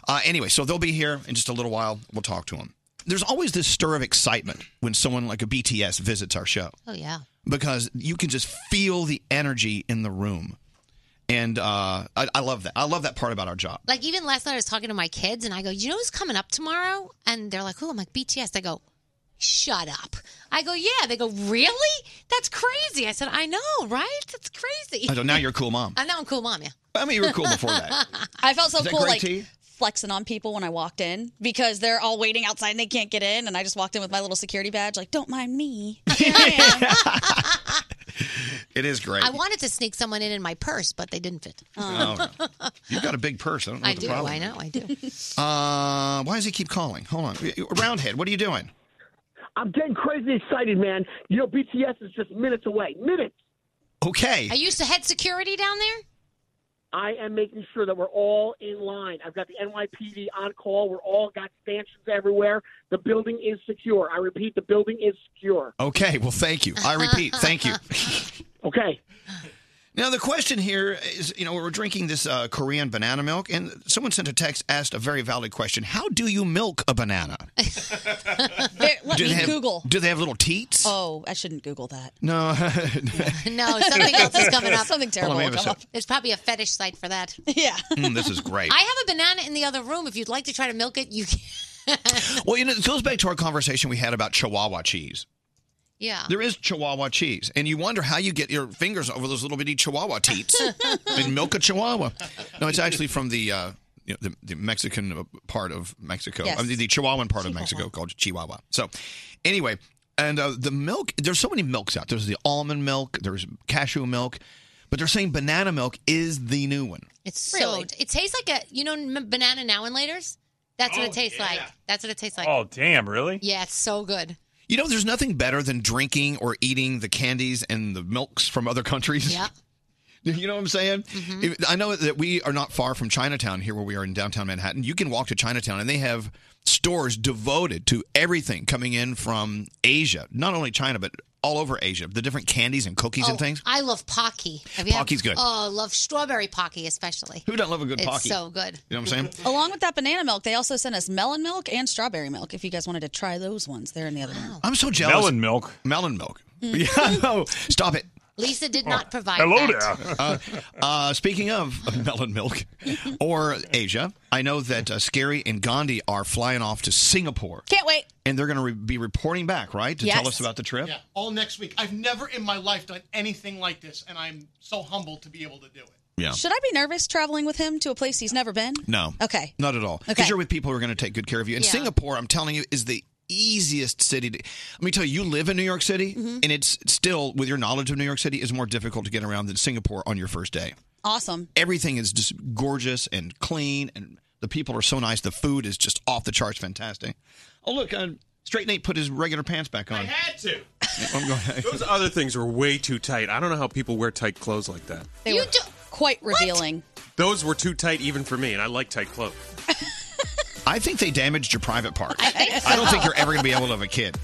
Uh, anyway, so they'll be here in just a little while. We'll talk to them. There's always this stir of excitement when someone like a BTS visits our show Oh yeah. because you can just feel the energy in the room, and uh, I, I love that. I love that part about our job. Like even last night, I was talking to my kids, and I go, "You know who's coming up tomorrow?" And they're like, "Who?" I'm like, "BTS." They go, "Shut up." I go, "Yeah." They go, "Really? That's crazy." I said, "I know, right? That's crazy." I know, now you're a cool mom. I know I'm cool, mom. Yeah. I mean, you were cool before that. I felt so Is that cool, great like tea? flexing on people when I walked in because they're all waiting outside and they can't get in, and I just walked in with my little security badge, like "Don't mind me." It is great. I wanted to sneak someone in in my purse, but they didn't fit. Oh, You've got a big purse. I don't know I what the do. problem I is. know. I do. Uh, why does he keep calling? Hold on, Roundhead, what are you doing? I'm getting crazy excited, man. You know, BTS is just minutes away. Minutes. Okay. I used to head security down there. I am making sure that we're all in line. I've got the NYPD on call. We're all got stanchions everywhere. The building is secure. I repeat, the building is secure. Okay, well, thank you. I repeat, thank you. okay. Now the question here is, you know, we're drinking this uh, Korean banana milk, and someone sent a text asked a very valid question: How do you milk a banana? There- let do me they have, Google. Do they have little teats? Oh, I shouldn't Google that. No. No, something else is coming up. Something terrible Hold on, we will have a come sec. There's probably a fetish site for that. Yeah. Mm, this is great. I have a banana in the other room. If you'd like to try to milk it, you can. well, you know, it goes back to our conversation we had about Chihuahua cheese. Yeah. There is Chihuahua cheese, and you wonder how you get your fingers over those little bitty Chihuahua teats and milk a Chihuahua. No, it's actually from the uh, you know, the, the Mexican uh, part of Mexico, Yes. uh, the, the Chihuahuan part of Mexico called Chihuahua. So, anyway, and uh, the milk. There's so many milks out. There's the almond milk. There's cashew milk, but they're saying banana milk is the new one. It's so. It tastes like a you know m- banana now and later's. That's Oh, what it tastes like. That's what it tastes like. damn! Really? Yeah, it's so good. You know, there's nothing better than drinking or eating the candies and the milks from other countries. Yeah. Mm-hmm. You know what I'm saying? If- I know that we are not far from Chinatown here where we are in downtown Manhattan. You can walk to Chinatown and they have stores devoted to everything coming in from Asia, not only China, but all over Asia, the different candies and cookies Oh, and things. I love pocky. Have you had- Pocky's good. Oh, I love strawberry pocky especially. Who doesn't love a good it's pocky? so good. Mm-hmm. You know what I'm saying? Along with that banana milk, they also sent us melon milk and strawberry milk. If you guys wanted to try those ones, they're in the other room. I'm so jealous. Melon milk. Melon milk. Mm-hmm. Yeah, I know. Stop it. Lisa did not provide. that. Uh, uh, speaking of melon milk or Asia, I know that uh, Scary and Gandhi are flying off to Singapore. Can't wait. And they're going to re- be reporting back, right, to tell Yes. us about the trip? Yeah, all next week. I've never in my life done anything like this, and I'm so humbled to be able to do it. Yeah. Should I be nervous traveling with him to a place he's never been? No. Okay. Not at all. Because Okay. you're with people who are going to take good care of you. And Yeah. Singapore, I'm telling you, is the easiest city to. Let me tell you, you live in New York City, Mm-hmm. and it's still, with your knowledge of New York City, is more difficult to get around than Singapore on your first day. Awesome. Everything is just gorgeous and clean, and the people are so nice. The food is just off the charts fantastic. Oh, look, uh, Straight Nate put his regular pants back on. I had to. I'm going. Those other things were way too tight. I don't know how people wear tight clothes like that. They were quite revealing. Those were too tight even for me, and I like tight clothes. I think they damaged your private part. I think I don't so. think you're ever going to be able to have a kid.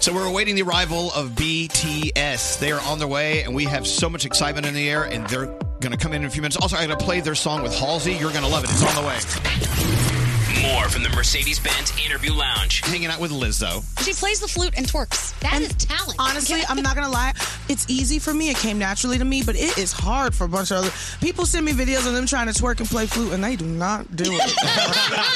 so we're awaiting the arrival of BTS. They are on their way, and we have so much excitement in the air, and they're going to come in in a few minutes. Also, I'm going to play their song with Halsey. You're going to love it. It's on the way. More from the Mercedes Benz Interview Lounge. Hanging out with Lizzo. She plays the flute and twerks. That is talent. Honestly, I'm not gonna lie. It's easy for me. It came naturally to me, but it is hard for a bunch of other people. Send me videos of them trying to twerk and play flute, and they do not do it.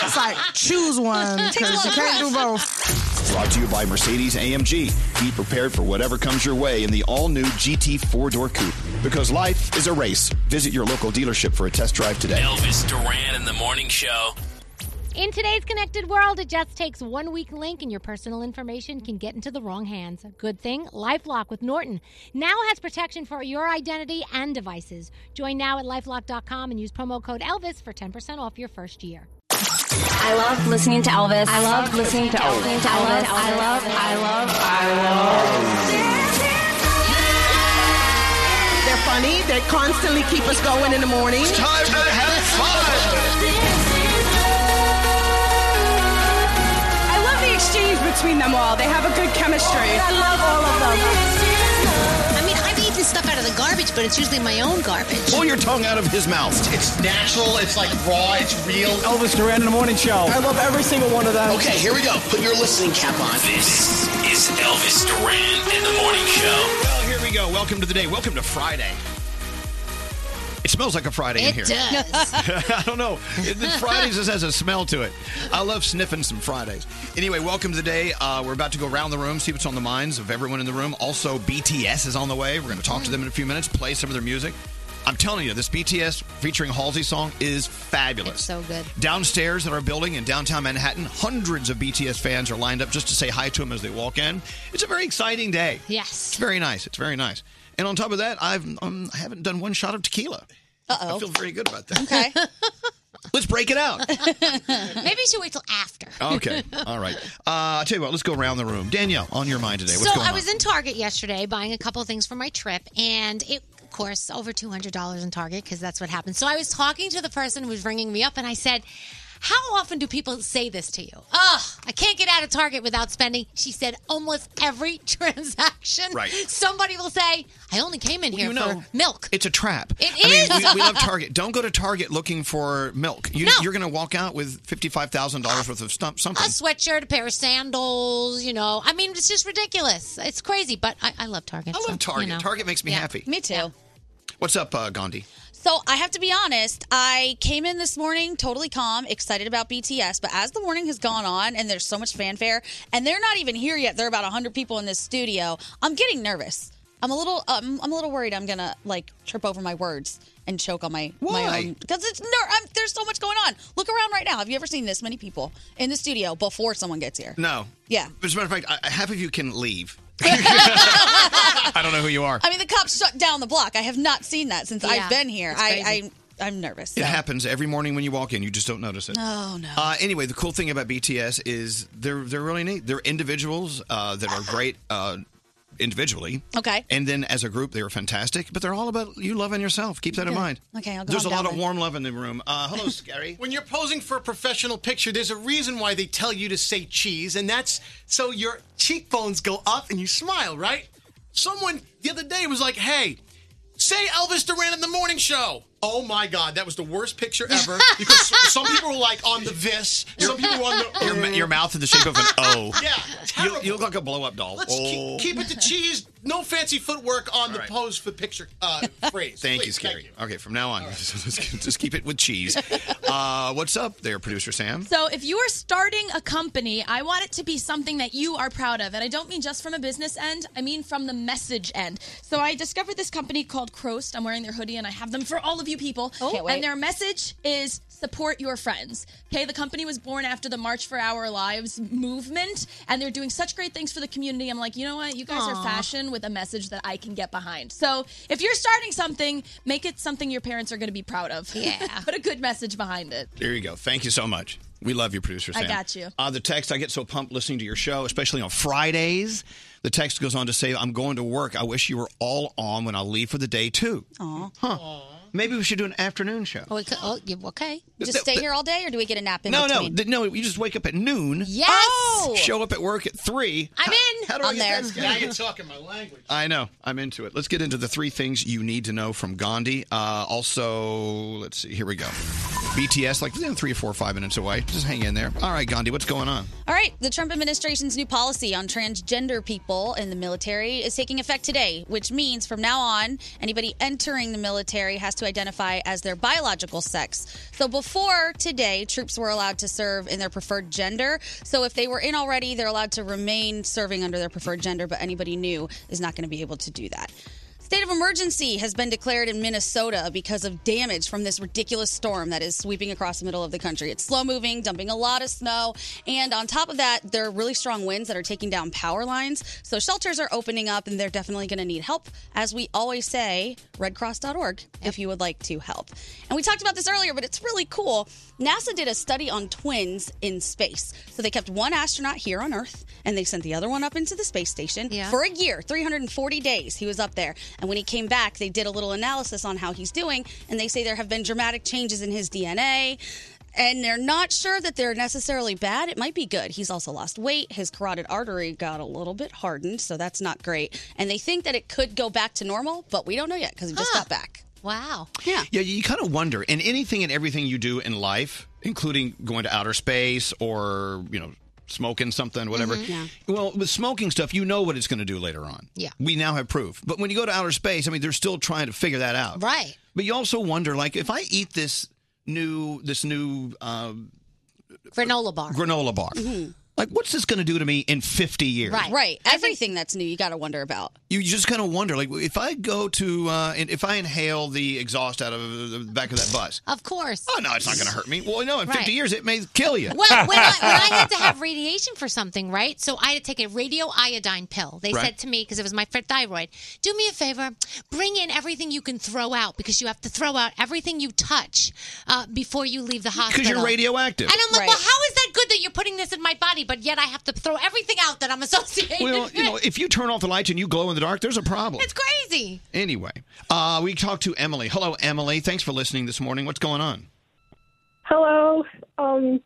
it's like choose one Takes a because lot you of can't do both. Brought to you by Mercedes AMG. Be prepared for whatever comes your way in the all new GT four door coupe. Because life is a race. Visit your local dealership for a test drive today. Elvis Duran in the Morning Show. In today's connected world, it just takes one weak link and your personal information can get into the wrong hands. Good thing Lifelock with Norton now has protection for your identity and devices. Join now at lifelock.com and use promo code Elvis for 10% off your first year. I love listening to Elvis. I love listening to Elvis. I love, I love, I love, I love. They're funny. They constantly keep us going in the morning. It's time to have fun. exchange between them all. They have a good chemistry. I love all of them. I mean, I've eaten stuff out of the garbage, but it's usually my own garbage. Pull your tongue out of his mouth. It's natural. It's like raw. It's real. Elvis Duran in the Morning Show. I love every single one of them. Okay, here we go. Put your listening cap on. This is Elvis Duran in the Morning Show. Well, here we go. Welcome to the day. Welcome to Friday. It smells like a Friday in It here. does. I don't know. It- this Fridays just has a smell to it. I love sniffing some Fridays. Anyway, welcome to the day. Uh, we're about to go around the room, see what's on the minds of everyone in the room. Also, BTS is on the way. We're going to talk to them in a few minutes, play some of their music. I'm telling you, this BTS featuring Halsey song is fabulous. So good. Downstairs at our building in downtown Manhattan, hundreds of BTS fans are lined up just to say hi to them as they walk in. It's a very exciting day. Yes. It's very nice. It's very nice. And on top of that, I've um, I haven't done one shot of tequila. Uh-oh. I feel very good about that. Okay. Let's break it out. Maybe you should wait till after. Okay. All right. Uh, I'll tell you what, let's go around the room. Danielle, on your mind today. What's so going I was on? in Target yesterday buying a couple of things for my trip, and it, of course, over two hundred dollars in Target because that's what happens. So I was talking to the person who was ringing me up, and I said. How often do people say this to you? Oh, I can't get out of Target without spending. She said almost every transaction. Right. Somebody will say, I only came in here you for know, milk. It's a trap. It I mean, we, is. we love Target. Don't go to Target looking for milk. You, No. Ah. You're going to walk out with fifty-five thousand dollars worth of stump, A something. sweatshirt, a pair of sandals, you know. I mean, it's just ridiculous. It's crazy, but I, I love Target. I love Target. Target makes me happy. Me too. What's up, uh, Gandhi? So I have to be honest. I came in this morning totally calm, excited about BTS, but as the morning has gone on and there's so much fanfare, and they're not even here yet. There are about 100 people in this studio. I'm getting nervous. I'm a little. Um, I'm a little worried. I'm gonna like trip over my words and choke on my my Why? own because it's ner- I'm, there's so much going on. Look around right now. Have you ever seen this many people in the studio before someone gets here? No. Yeah. As a matter of fact, I, half of you can leave. I don't know who you are. I mean, the cops shut down the block. I have not seen that since Yeah, I've been here. it's I, crazy. I I'm nervous. It happens every morning when you walk in. You just don't notice it. Oh no. Uh, anyway, the cool thing about BTS is they're they're really neat. They're individuals uh, that are great uh, individually, Okay. and then as a group they are fantastic. But they're all about you loving yourself. Keep that in Okay. mind. Okay, I'll go There's a on lot down of then. warm love in the room. Uh, hello, Scary. When you're posing for a professional picture, there's a reason why they tell you to say cheese, and that's so your cheekbones go up and you smile, right? Someone the other day was like, hey, say Elvis Duran in the morning show. Oh my God, that was the worst picture ever. Because some people were like on the this, some people were on the. your, ma- your mouth in the shape of an O. Yeah, you, you look like a blow up doll. Let's Oh. keep, keep it to cheese. No fancy footwork on the pose for picture uh, phrase. Thank you, Please, Scary. Okay, from now on, just, just keep it with cheese. Uh, what's up there, producer Sam? So, if you are starting a company, I want it to be something that you are proud of. And I don't mean just from a business end, I mean from the message end. So, I discovered this company called Croast. I'm wearing their hoodie and I have them for all of you people. Can't wait. And their message is support your friends. Okay, the company was born after the March for Our Lives movement, and they're doing such great things for the community. I'm like, you know what? You guys are Aw. fashion with a message that I can get behind. So, if you're starting something, make it something your parents are going to be proud of. Yeah. Put a good message behind it. There you go. Thank you so much. We love you, producer I Sam. got you. Uh, the text, I get so pumped listening to your show, especially on Fridays. The text goes on to say, I'm going to work. I wish you were all on when I leave for the day, too. Aw. Maybe we should do an afternoon show. Oh, it could- oh, yeah, okay. Just stay here all day, or do we get a nap in no, no, between? th- no. You just wake up at noon. Yes! Oh! Show up at work at three. I'm in. Oh, How do I I'm get there. that schedule? Now you're talking my language. I know. I'm into it. Let's get into the three things you need to know from Gandhi. Uh, also, let's see. Here we go. BTS, like eh, three, four, five minutes away. Just hang in there. All right, Gandhi, what's going on? All right, the Trump administration's new policy on transgender people in the military is taking effect today, which means from now on, anybody entering the military has to identify as their biological sex. So before today, troops were allowed to serve in their preferred gender. So if they were in already, they're allowed to remain serving under their preferred gender, but anybody new is not going to be able to do that. State of emergency has been declared in Minnesota because of damage from this ridiculous storm that is sweeping across the middle of the country. It's slow moving, dumping a lot of snow, and on top of that, there are really strong winds that are taking down power lines. So shelters are opening up, and they're definitely going to need help. As we always say, redcross.org if you would like to help. And we talked about this earlier, but it's really cool. NASA did a study on twins in space. So they kept one astronaut here on Earth, and they sent the other one up into the space station Yeah. for a year, 340 days he was up there. And when he came back, they did a little analysis on how he's doing, and they say there have been dramatic changes in his DNA. and they're not sure that they're necessarily bad. It might be good. He's also lost weight. His carotid artery got a little bit hardened, so that's not great. And they think that it could go back to normal, but we don't know yet because he just got back. Wow. Yeah. Yeah, you kind of wonder. In anything and everything you do in life, including going to outer space or, you know, smoking something, whatever. Mhm. Yeah. Well, with smoking stuff, you know what it's going to do later on. Yeah. We now have proof. But when you go to outer space, I mean, they're still trying to figure that out. Right. But you also wonder, like, if I eat this new, this new uh, Granola bar. Mm-hmm. granola bar, Mhm. like, what's this going to do to me in 50 years? Right, right. Everything that's new, you got to wonder about. You just kind of wonder, like, if I go to, uh, and if I inhale the exhaust out of the back of that bus, Of course. oh, no, it's not going to hurt me. Well, no, in 50 Right. years, it may kill you. Well, when I, when I had to have radiation for something, right? So I had to take a radio iodine pill. They Right. said to me, because it was my for thyroid, do me a favor, bring in everything you can throw out because you have to throw out everything you touch uh, before you leave the hospital. Because you're radioactive. And I'm like, well, how is that good that you're putting this in my body, but yet I have to throw everything out that I'm associated Well, with? you know, if you turn off the lights and you glow in the dark, there's a problem. it's crazy. Anyway, uh, we talked to Emily. Hello, Emily. Thanks for listening this morning. What's going on? Hello. Um,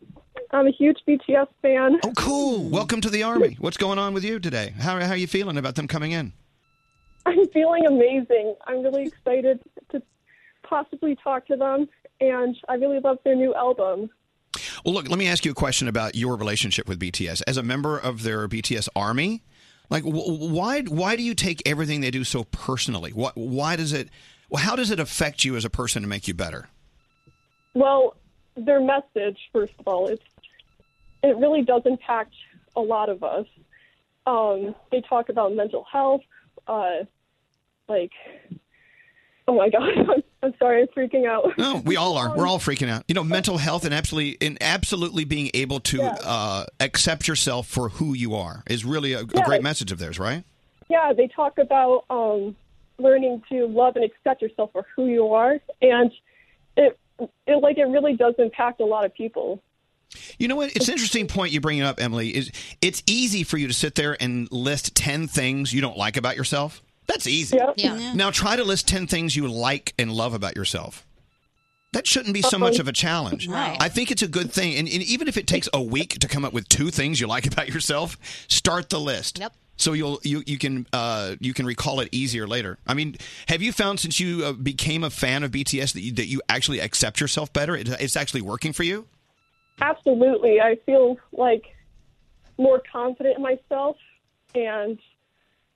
I'm a huge BTS fan. Oh, cool. Welcome to the Army. What's going on with you today? How, how are you feeling about them coming in? I'm feeling amazing. I'm really excited to possibly talk to them, and I really love their new album. Well, look, let me ask you a question about your relationship with BTS. As a member of their BTS Army, like, wh- why, why do you take everything they do so personally? Why, why does it, well, how does it affect you as a person to make you better? Well, their message, first of all, it's it really does impact a lot of us. Um, they talk about mental health, uh, like oh my god, I'm, I'm sorry, I'm freaking out. No, we all are. We're all freaking out. You know, mental health and absolutely and absolutely being able to uh, accept yourself for who you are is really a, a great message of theirs, right? Yeah, they talk about um, learning to love and accept yourself for who you are, and it, it like it really does impact a lot of people. You know what? It's an interesting point you bring up, Emily. Is it's easy for you to sit there and list ten things you don't like about yourself. That's easy. Yeah. Yeah. Now try to list ten things you like and love about yourself. That shouldn't be so much of a challenge. Right. I think it's a good thing, and, and even if it takes a week to come up with two things you like about yourself, start the list. Yep. So you'll you you can uh, you can recall it easier later. I mean, have you found since you uh, became a fan of BTS that you, that you actually accept yourself better? It, it's actually working for you. Absolutely, I feel like more confident in myself, and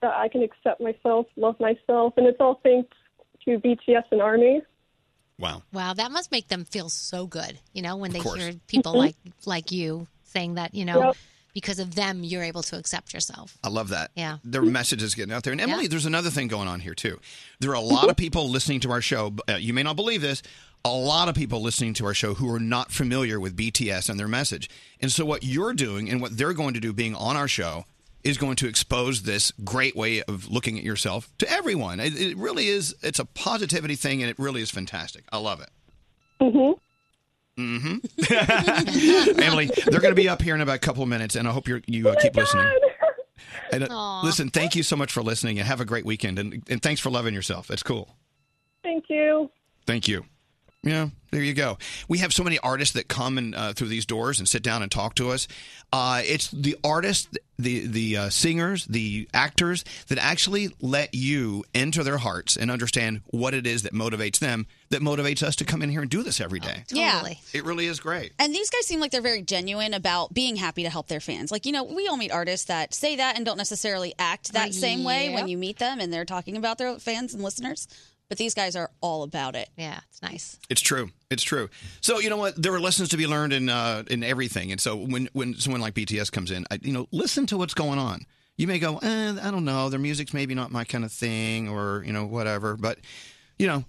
that I can accept myself, love myself, and it's all thanks to BTS and Army. Wow. Wow, that must make them feel so good, you know, when Of they course. hear people Mm-hmm. Mhm. like like you saying that, you know, Yep. because of them you're able to accept yourself. I love that. Yeah. Mm-hmm. Their message is getting out there. And Emily, Yeah. Mm-hmm. there's another thing going on here, too. There are a lot of people listening to our show. but, Uh, you may not believe this. A lot of people listening to our show who are not familiar with BTS and their message. And so, what you're doing and what they're going to do being on our show is going to expose this great way of looking at yourself to everyone. It, it really is, it's a positivity thing, and it really is fantastic. I love it. Mm-hmm. hmm Mm-hmm. Emily, they're going to be up here in about a couple of minutes, and I hope you're, you uh, keep listening. And, uh, Aw. listen, thank you so much for listening, and have a great weekend. And, and thanks for loving yourself. It's cool. Thank you. Thank you. Yeah, there you go. We have so many artists that come and uh, through these doors and sit down and talk to us. Uh, it's the artists, the the uh, singers, the actors that actually let you enter their hearts and understand what it is that motivates them, that motivates us to come in here and do this every day. Yeah. It really is great. And these guys seem like they're very genuine about being happy to help their fans. Like, you know, we all meet artists that say that and don't necessarily act that Uh, same way yeah. when you meet them and they're talking about their fans and listeners. But these guys are all about it. Yeah, it's nice. It's true. It's true. So you know what? There are lessons to be learned in uh, in everything. And so when when someone like BTS comes in, I, you know, listen to what's going on. You may go, eh, I don't know. Their music's maybe not my kind of thing, or you know, whatever. But you know,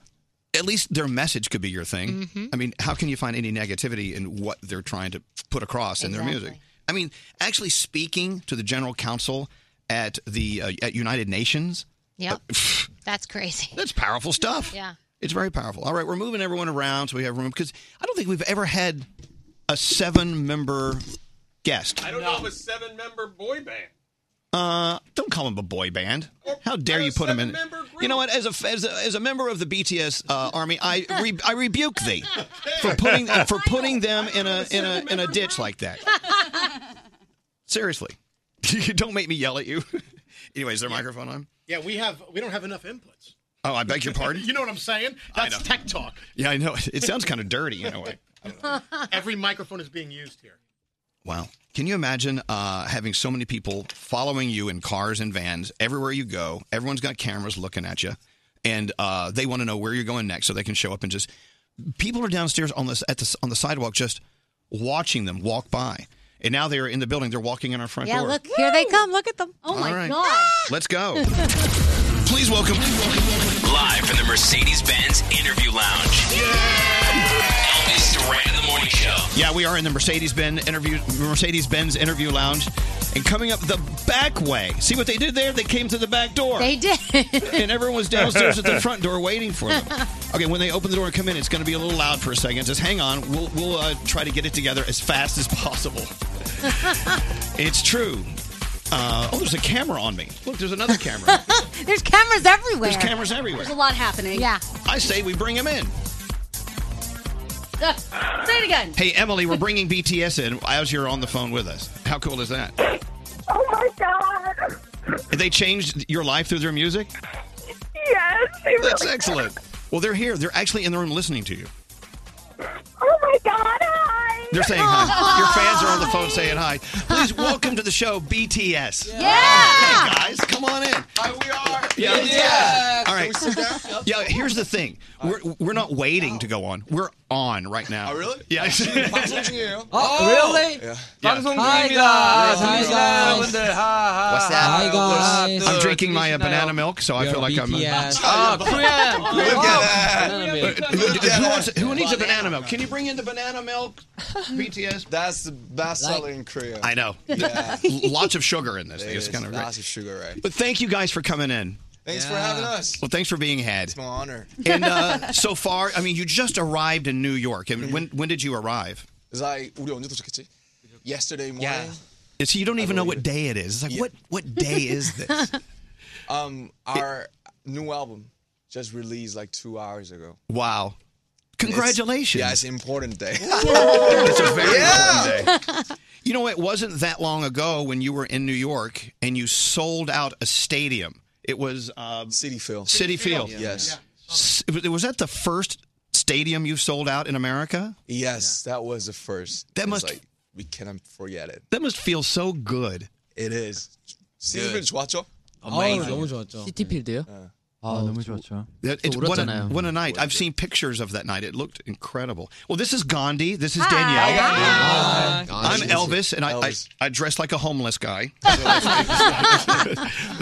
at least their message could be your thing. Mhm. I mean, how can you find any negativity in what they're trying to put across in their Exactly. music? I mean, actually speaking to the General Counsel at the uh, at United Nations, Yep. That's crazy. that's powerful stuff. Yeah. It's very powerful. All right, we're moving everyone around so we have room because I don't think we've ever had a seven member guest. I don't know of a seven member boy band. Uh, don't call him a boy band. How dare you put him in? You know what? As a as a, as a member of the BTS uh, army, I re, I rebuke thee for putting for putting them in a in a in a ditch like that. Seriously, don't make me yell at you. Anyway, is their microphone on? Yeah, we have we don't have enough inputs. Oh, I beg your pardon. You know what I'm saying? I That's know. tech talk. Yeah, I know. It sounds kind of dirty in a way. Every microphone is being used here. Wow. Can you imagine uh, having so many people following you in cars and vans everywhere you go? Everyone's got cameras looking at you, and uh, they want to know where you're going next, so they can show up and just. People are downstairs on this at the on the sidewalk, just watching them walk by, and now they're in the building. They're walking in our front Yeah, door. look, here they come. Look at them. All Oh, my right. Oh. God. Let's go. Please welcome. Live from the Mercedes Benz Interview Lounge. Elvis Duran in the Morning Show. Yeah, we are in the Mercedes Benz interview Mercedes Benz interview lounge, and coming up the back way. See what they did there? They came to the back door. They did. and everyone was downstairs at the front door waiting for them. Okay, when they open the door and come in, it's going to be a little loud for a second. Just hang on. We'll, we'll uh, try to get it together as fast as possible. It's true. Uh, oh, there's a camera on me. Look, there's another camera. There's cameras everywhere. There's cameras everywhere. There's a lot happening. Yeah. I say we bring him in. Say it again. Hey, Emily, we're bringing BTS in as you're on the phone with us. How cool is that? Oh my god! They changed your life through their music? Yes, they That's really- excellent. Well, they're here. They're actually in the room listening to you. Oh my god! Hi. They're saying hi. Your fans are on the phone saying hi. Please welcome to the show BTS. Yeah. Hey guys, come on in. Hi, we are. Yeah. Yeah. All right. Can we sit down? Yeah. Here's the thing. We're we're not waiting to go on. We're on right now. Oh, really? Yeah. 방송중이에요. Oh, really? Yeah. 방송 Hi, 중입니다. guys. 방송 Hi, 중이다, guys. 여러분들. 하, 하. What's that? 하, 하. I'm drinking my uh, banana milk, so I feel like I'm. BTS. Uh, Oh, Priam. Look at Who, wants, who needs a banana milk? Can you bring in the banana milk? BTS. That's the best seller in Korea. I know. Yeah. Lots of sugar in this. It It's is. kind of Lots of sugar, right? But thank you guys for coming in. Thanks for having us. Well, thanks for being had. It's my honor. And uh, so far, I mean, you just arrived in New York. And when when did you arrive? It's like 우리 언제 도착했지? Yesterday morning. It's, you don't even know what day it is. It's like what what day is this? um, our new album just released like two hours ago. Wow! Congratulations. Yeah, it's an important day. it's a very Yeah. important day. You know, it wasn't that long ago when you were in New York and you sold out a stadium. It was uh, City Field. City Field. Yes. S- Was that the first stadium you sold out in America? Yes, that was the first. That It's must- like, we cannot forget it. That must feel so good. It is. 시즌 좋았죠? 아우, Oh, 너무 좋았죠. 시티필드요? 아, 너무 좋았죠. That- it's- what, a, what a night. I've seen pictures of that night. It looked incredible. Well, this is Gandhi. This is Danielle. Hi. Hi. I'm Gandhi. Elvis, and I, I, I dress like a homeless guy. but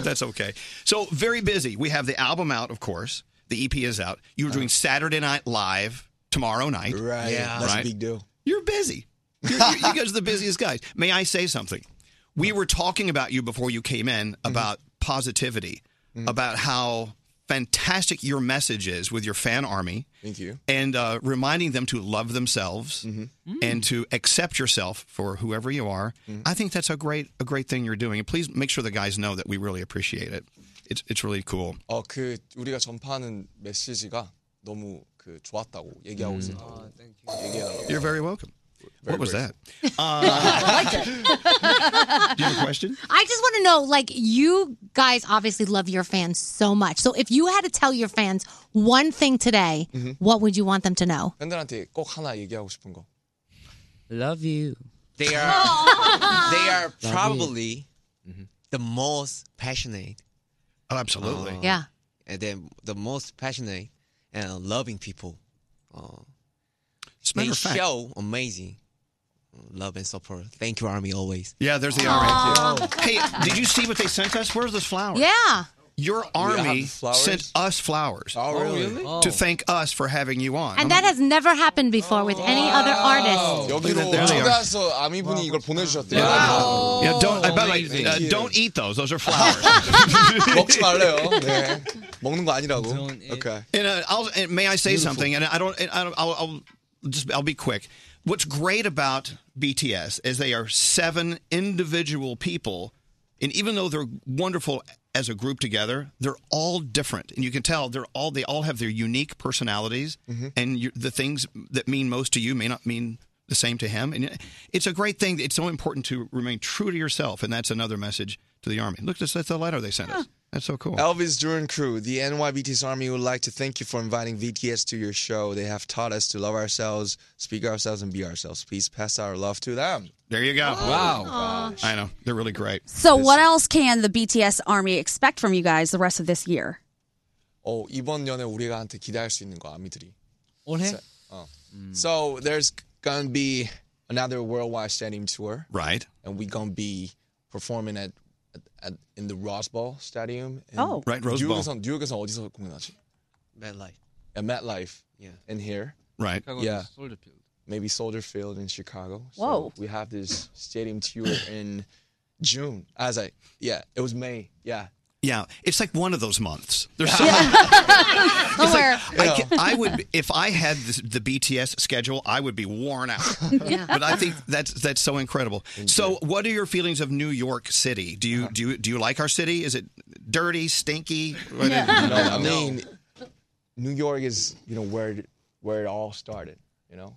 that's okay. So, very busy. We have the album out, of course. The EP is out. You're doing Saturday Night Live tomorrow night. Right. That's a big deal. You're busy. You're, you you guys are the busiest guys. May I say something? We were talking about you before you came in Mm-hmm. about positivity, about how fantastic your message is with your fan army. Thank you. Mm-hmm. And uh, reminding them to love themselves and to accept yourself for whoever you are. Mm. I think that's a great a great thing you're doing. And please make sure the guys know that we really appreciate it. It's it's really cool. 어, 그 우리가 전파하는 메시지가 너무 그 좋았다고 얘기하고 있었다고. 얘기하는 You're very welcome. what was that? Uh, Do you have a question? I just want to know like, you guys obviously love your fans so much. So, if you had to tell your fans one thing today, Mm-hmm. Mhm. what would you want them to know? 팬들한테 꼭 하나 얘기하고 싶은 거. Love you. They are they are probably the most passionate. Oh, absolutely. yeah. And then the most passionate and loving people. Uh, As a they matter of fact- show amazing love and support. Thank you, Army, always. Yeah, there's the army. Hey, did you see what they sent us? Where's this flower? Yeah. Your army sent us flowers. Oh, really? To thank us for having you on. Oh. And that has never happened before with any other Oh. artist. Look 여기로 at that, there they are. 추가해서 아미분이 이걸 보내주셨대요. yeah, don't. I bet, like, uh, don't eat those. Those are flowers. 먹지 말래요. 네. 먹는 거 아니라고. Okay. And, uh, I'll, and may I say Beautiful. something? And I don't. And I don't I'll, I'll just. I'll be quick. What's great about BTS is they are seven individual people And even though they're wonderful as a group together, they're all different, and you can tell they're all they all have their unique personalities, and you, the things that mean most to you may not mean the same to him. And it's a great thing. It's so important to remain true to yourself, and that's another message to the army. Look, that's that's the letter they sent us. That's so cool. Elvis Duran crew, the NYBT's Army would like to thank you for inviting VTS to your show. They have taught us to love ourselves, speak ourselves, and be ourselves. Please pass our love to them. There you go. Wow. I know they're really great. So, what else can the BTS Army expect from you guys the rest of this year? 어, 이번 연애 우리가한테 기대할 수 있는 거 아미들이. 올해? 어. So there's gonna be another worldwide stadium tour. Right. And we gonna be performing at, at, at in the Rose Bowl Stadium. in- Oh. Right, Rose Bowl. 뉴욕에서 뉴욕에서 어디서 공연하지? MetLife. At MetLife. Yeah. In here. Right. Chicago yeah. Soldier Field. Maybe Soldier Field in Chicago. Whoa. we have this stadium tour in June. I was like, yeah, it was May. Yeah. Yeah, it's like one of those months. There's Somewhere. I, ca- I would if I had this, the BTS schedule, I would be worn out. Yeah. But I think that's that's so incredible. So, what are your feelings of New York City? Do you do you, do you like our city? Is it dirty, stinky? What is- No, I mean, New York is you know where it, where it all started. You know,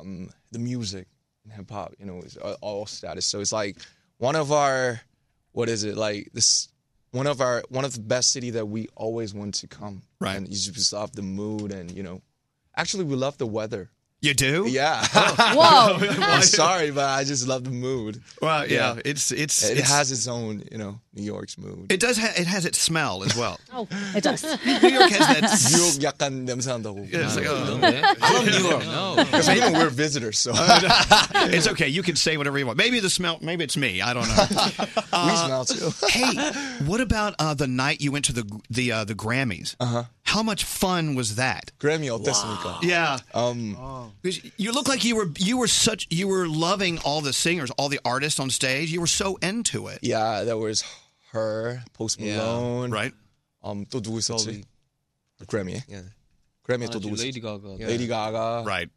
um, the music and hip hop. You know, is all- all status. So it's like one of our what is it like this one of our one of the best city that we always want to come. Right, and you just love the mood and you know, actually we love the weather. You do? Yeah. Whoa. I'm sorry, but I just love the mood. Well, Uh, yeah, it's- it's- it it's- has its own, you know, New York's mood. it does. Ha- it has its smell as well. Oh, it does. New York has that 뉴욕 약간 냄새 난다고. Yeah, it's like, oh. I love New York. Because even we're visitors, so it's okay. You can say whatever you want. Maybe the smell. Maybe it's me. I don't know. smell too. hey, Uh, what about uh, the night you went to the the uh, the Grammys? Uh-huh. How much fun was that? Grammy 어땠습니까? Yeah. Um, 'Cause You look like you were you were such you were loving all the singers, all the artists on stage. You were so into it. yeah, there was her, Post Yeah. Malone, right? Um, 또 누구 있었지? Grammy. Yeah. Grammy 또 많았지, 누구 있었지? Lady Gaga. Yeah. Lady Gaga. Right.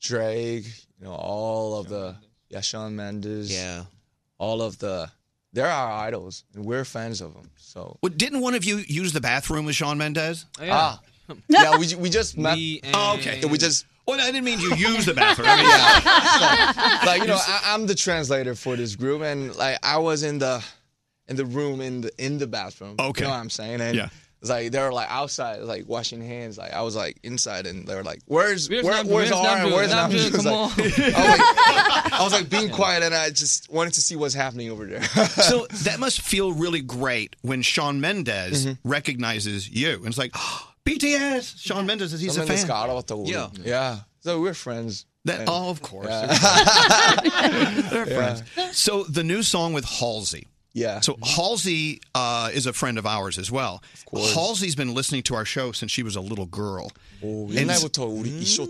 Drake. You know all of the yeah Shawn Mendes. Yeah. All of the they're our idols and we're fans of them. So Well, didn't one of you use the bathroom with Sean Mendez? Oh, Ah. yeah, we, we just met. Oh, okay. We just. Well, I didn't mean you used the bathroom. I mean, yeah. So, like you know, I, I'm the translator for this group, and like I was in the in the room in the in the bathroom. Okay. you know what I'm saying? And Yeah. it's like they were like outside, like washing hands. Like I was like inside, and they were like, "Where's Where's where's where, Namjoon? where's Where's R and Namjoon? where's Namjoon, Namjoon?" It's come like, I, was like, I was like being quiet, and I just wanted to see what's happening over there. so that must feel really great when Sean Mendez Mm-hmm. recognizes you. And it's like, oh, BTS, Sean Mendez, he's Sean a Mendes fan. got all the way. yeah. yeah. So we're friends. That, And- oh, of course. Yeah. They're Yeah. friends. So the new song with Halsey. Yeah. So Halsey uh, is a friend of ours as well. Of course. Halsey's been listening to our show since she was a little girl. 오, And- Oh, 옛날부터 우리 이쇼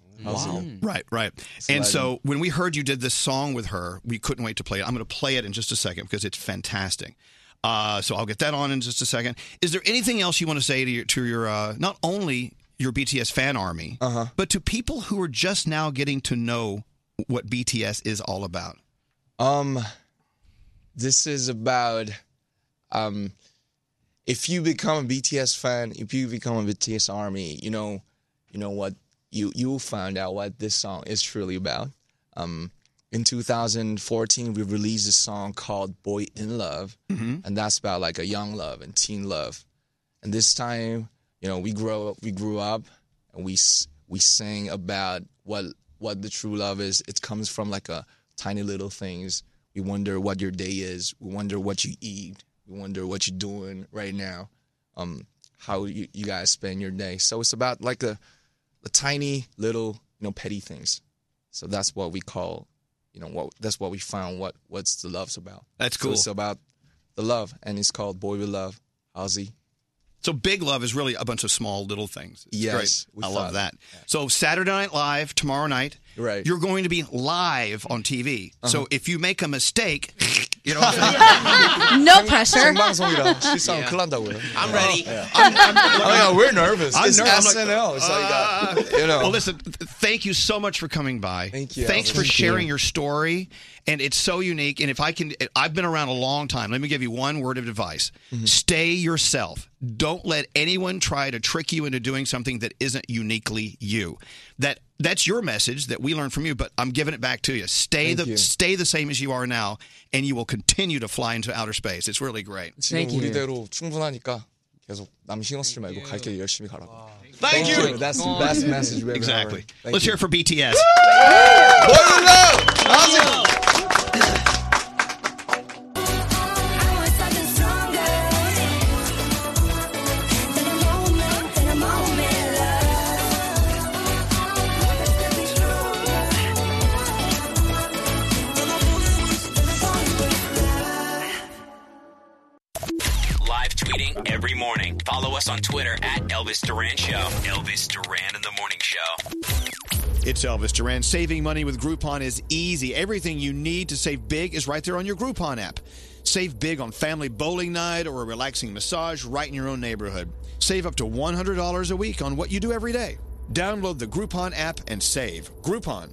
Wow. 하우스는. Right, right. It's And like- so when we heard you did this song with her, we couldn't wait to play it. I'm going to play it in just a second because it's fantastic. Uh, so I'll get that on in just a second. Is there anything else you want to say to your, to your uh, not only your BTS fan army, but to people who are just now getting to know what BTS is all about? Um, this is about um, if you become a BTS fan, if you become a BTS army, you know, you know what you you'll find out what this song is truly about. Um, in 2014, we released a song called "Boy in Love," Mhm. and that's about like a young love and teen love. And this time, you know, we grow up, we grew up, and we s- we sing about what what the true love is. It comes from like a tiny little things. We wonder what your day is. We wonder what you eat. We wonder what you're doing right now. Um, how you, you guys spend your day. So it's about like a, a tiny little you know petty things. So that's what we call, you know, what that's what we found. What what's the love's about? That's So cool. it's about the love, and it's called Boy We Love, Ozzy. So big love is really a bunch of small little things. It's Yes, great. we I love thought- that. So Saturday Night Live tomorrow night. Right. You're going to be live on TV. So Uh-huh. if you make a mistake, You know what I'm saying? no pressure. 생방송이라 실상 큰일 난다고요. I'm ready. Oh, yeah, we're nervous. I'm It's nervous. I'm SNL. It's like, uh, you know. Well, listen, th- thank you so much for coming by. Thank you, Thanks for Elvis. Thank sharing you. your story. And it's so unique. And if I can, I've been around a long time. Let me give you one word of advice Mm-hmm. stay yourself. Don't let anyone try to trick you into doing something that isn't uniquely you. That that's your message that we learned from you, but I'm giving it back to you. Stay Thank the you. stay the same as you are now, and you will continue to fly into outer space. It's really great. 지금 우리대로 충분하니까 계속 남 신경 쓰지 말고 갈 길 열심히 가라고. Thank you. That's the best message we've Exactly. ever heard. Let's hear it for BTS. Boiler Love! Live tweeting every morning. Follow us on Twitter at Elvis Duran Show. Elvis Duran in the Morning Show. It's Elvis Duran. Saving money with Groupon is easy. Everything you need to save big is right there on your Groupon app. Save big on family bowling night or a relaxing massage right in your own neighborhood. Save up to $100 a week on what you do every day. Download the Groupon app and save. Groupon.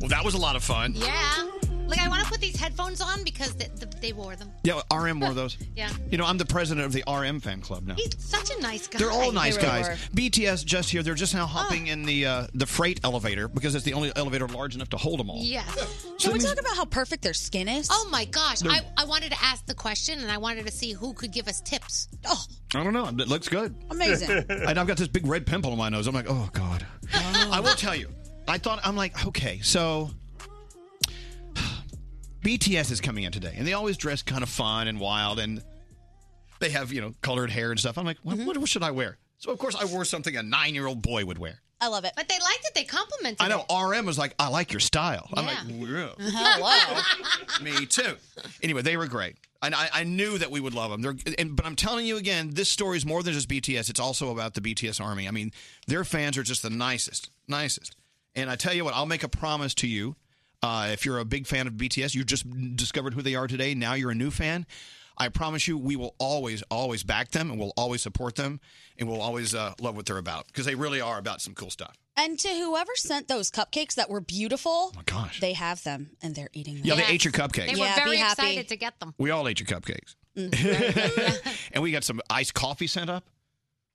Well, that was a lot of fun. Yeah. Like, I want to put these headphones on because th the, they wore them. Yeah, RM wore those. Yeah. You know, I'm the president of the RM fan club now. He's such a nice guy. They're all nice guys. BTS just here. They're just now Oh. hopping in the uh, the freight elevator because it's the only elevator large enough to hold them all. Yes. So Can we that means- talk about how perfect their skin is? Oh my gosh. They're- I, I wanted to ask the question and I wanted to see who could give us tips. Oh, I don't know. It looks good. Amazing. and I've got this big red pimple on my nose. I'm like, oh god. I will tell you. I thought I'm like, okay, so BTS is coming in today, and they always dress kind of fun and wild, and they have you know colored hair and stuff. I'm like, what, what, what should I wear? So of course I wore something a nine year old boy would wear. I love it. But they liked it. They complimented I know RM was like, I like your style. I'm Yeah. like, yeah. it. Uh-huh. Hello. Me too. Anyway, they were great. And I, I knew that we would love them. They're, and, but I'm telling you again, this story is more than just BTS. It's also about the BTS Army. I mean, their fans are just the nicest, nicest. And I tell you what, I'll make a promise to you. Uh, if you're a big fan of BTS, you just discovered who they are today. Now you're a new fan. I promise you, we will always, always back them and we'll always support them and we'll always uh, love what they're about because they really are about some cool stuff. And to whoever sent those cupcakes that were beautiful, oh my gosh, they have them and they're eating them. Yeah, they ate your cupcakes. yeah, be happy. to get them. We all ate your cupcakes. Mm. and we got some iced coffee sent up.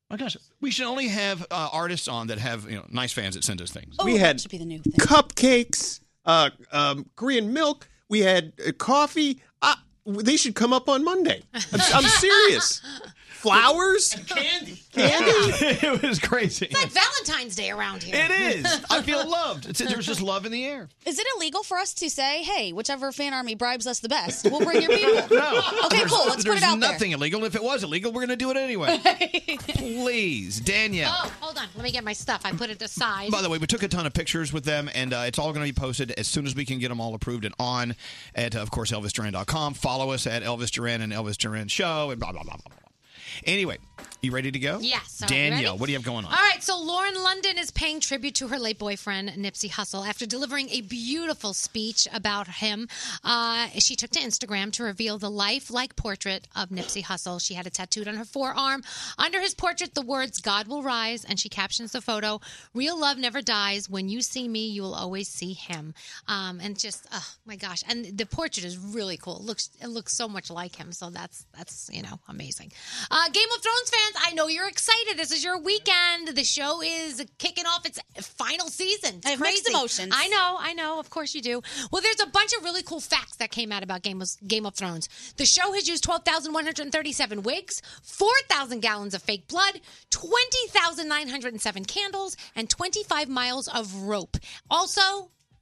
My gosh, we should only have uh, artists on that have you know nice fans that send us things. Oh, we had Oh, cupcakes, uh, um, Korean milk. We had uh, coffee. Uh, they should come up on Monday. I'm, I'm serious. Flowers, Candy. candy. it was crazy. It's like Valentine's Day around here. It is. I feel loved. It's, there's just love in the air. Is it illegal for us to say, hey, whichever fan army bribes us the best, we'll bring your people? Okay, There's- cool. Let's put there's it out there. nothing illegal. If it was illegal, we're going to do it anyway. Please, Danielle. Oh, hold on. Let me get my stuff. I put it aside. By the way, we took a ton of pictures with them, and uh, it's all going to be posted as soon as we can get them all approved and on at, uh, of course, ElvisDuran.com. Follow us at Elvis Duran and Elvis Duran Show, and blah, blah, blah, blah, blah. Anyway, you ready to go? Yes, I'm Danielle, ready. what do you have going on? All right, so Lauren London is paying tribute to her late boyfriend, Nipsey Hussle, after delivering a beautiful speech about him. Uh, she took to Instagram to reveal the life like portrait of Nipsey Hussle. She had it tattooed on her forearm. Under his portrait, the words, God will rise, and she captions the photo, Real love never dies. When you see me, you will always see him. Um, and just, oh my gosh. And the portrait is really cool. It looks, it looks so much like him. So that's, that's, you know, amazing. Uh, Game of Thrones fans, I know you're excited. This is your weekend. The show is kicking off its final season. It's I have mixed crazy. emotions. I know, I know. Of course you do. Well, there's a bunch of really cool facts that came out about Game of, Game of Thrones. The show has used 12,137 wigs, 4,000 gallons of fake blood, 20,907 candles, and 25 miles of rope. Also,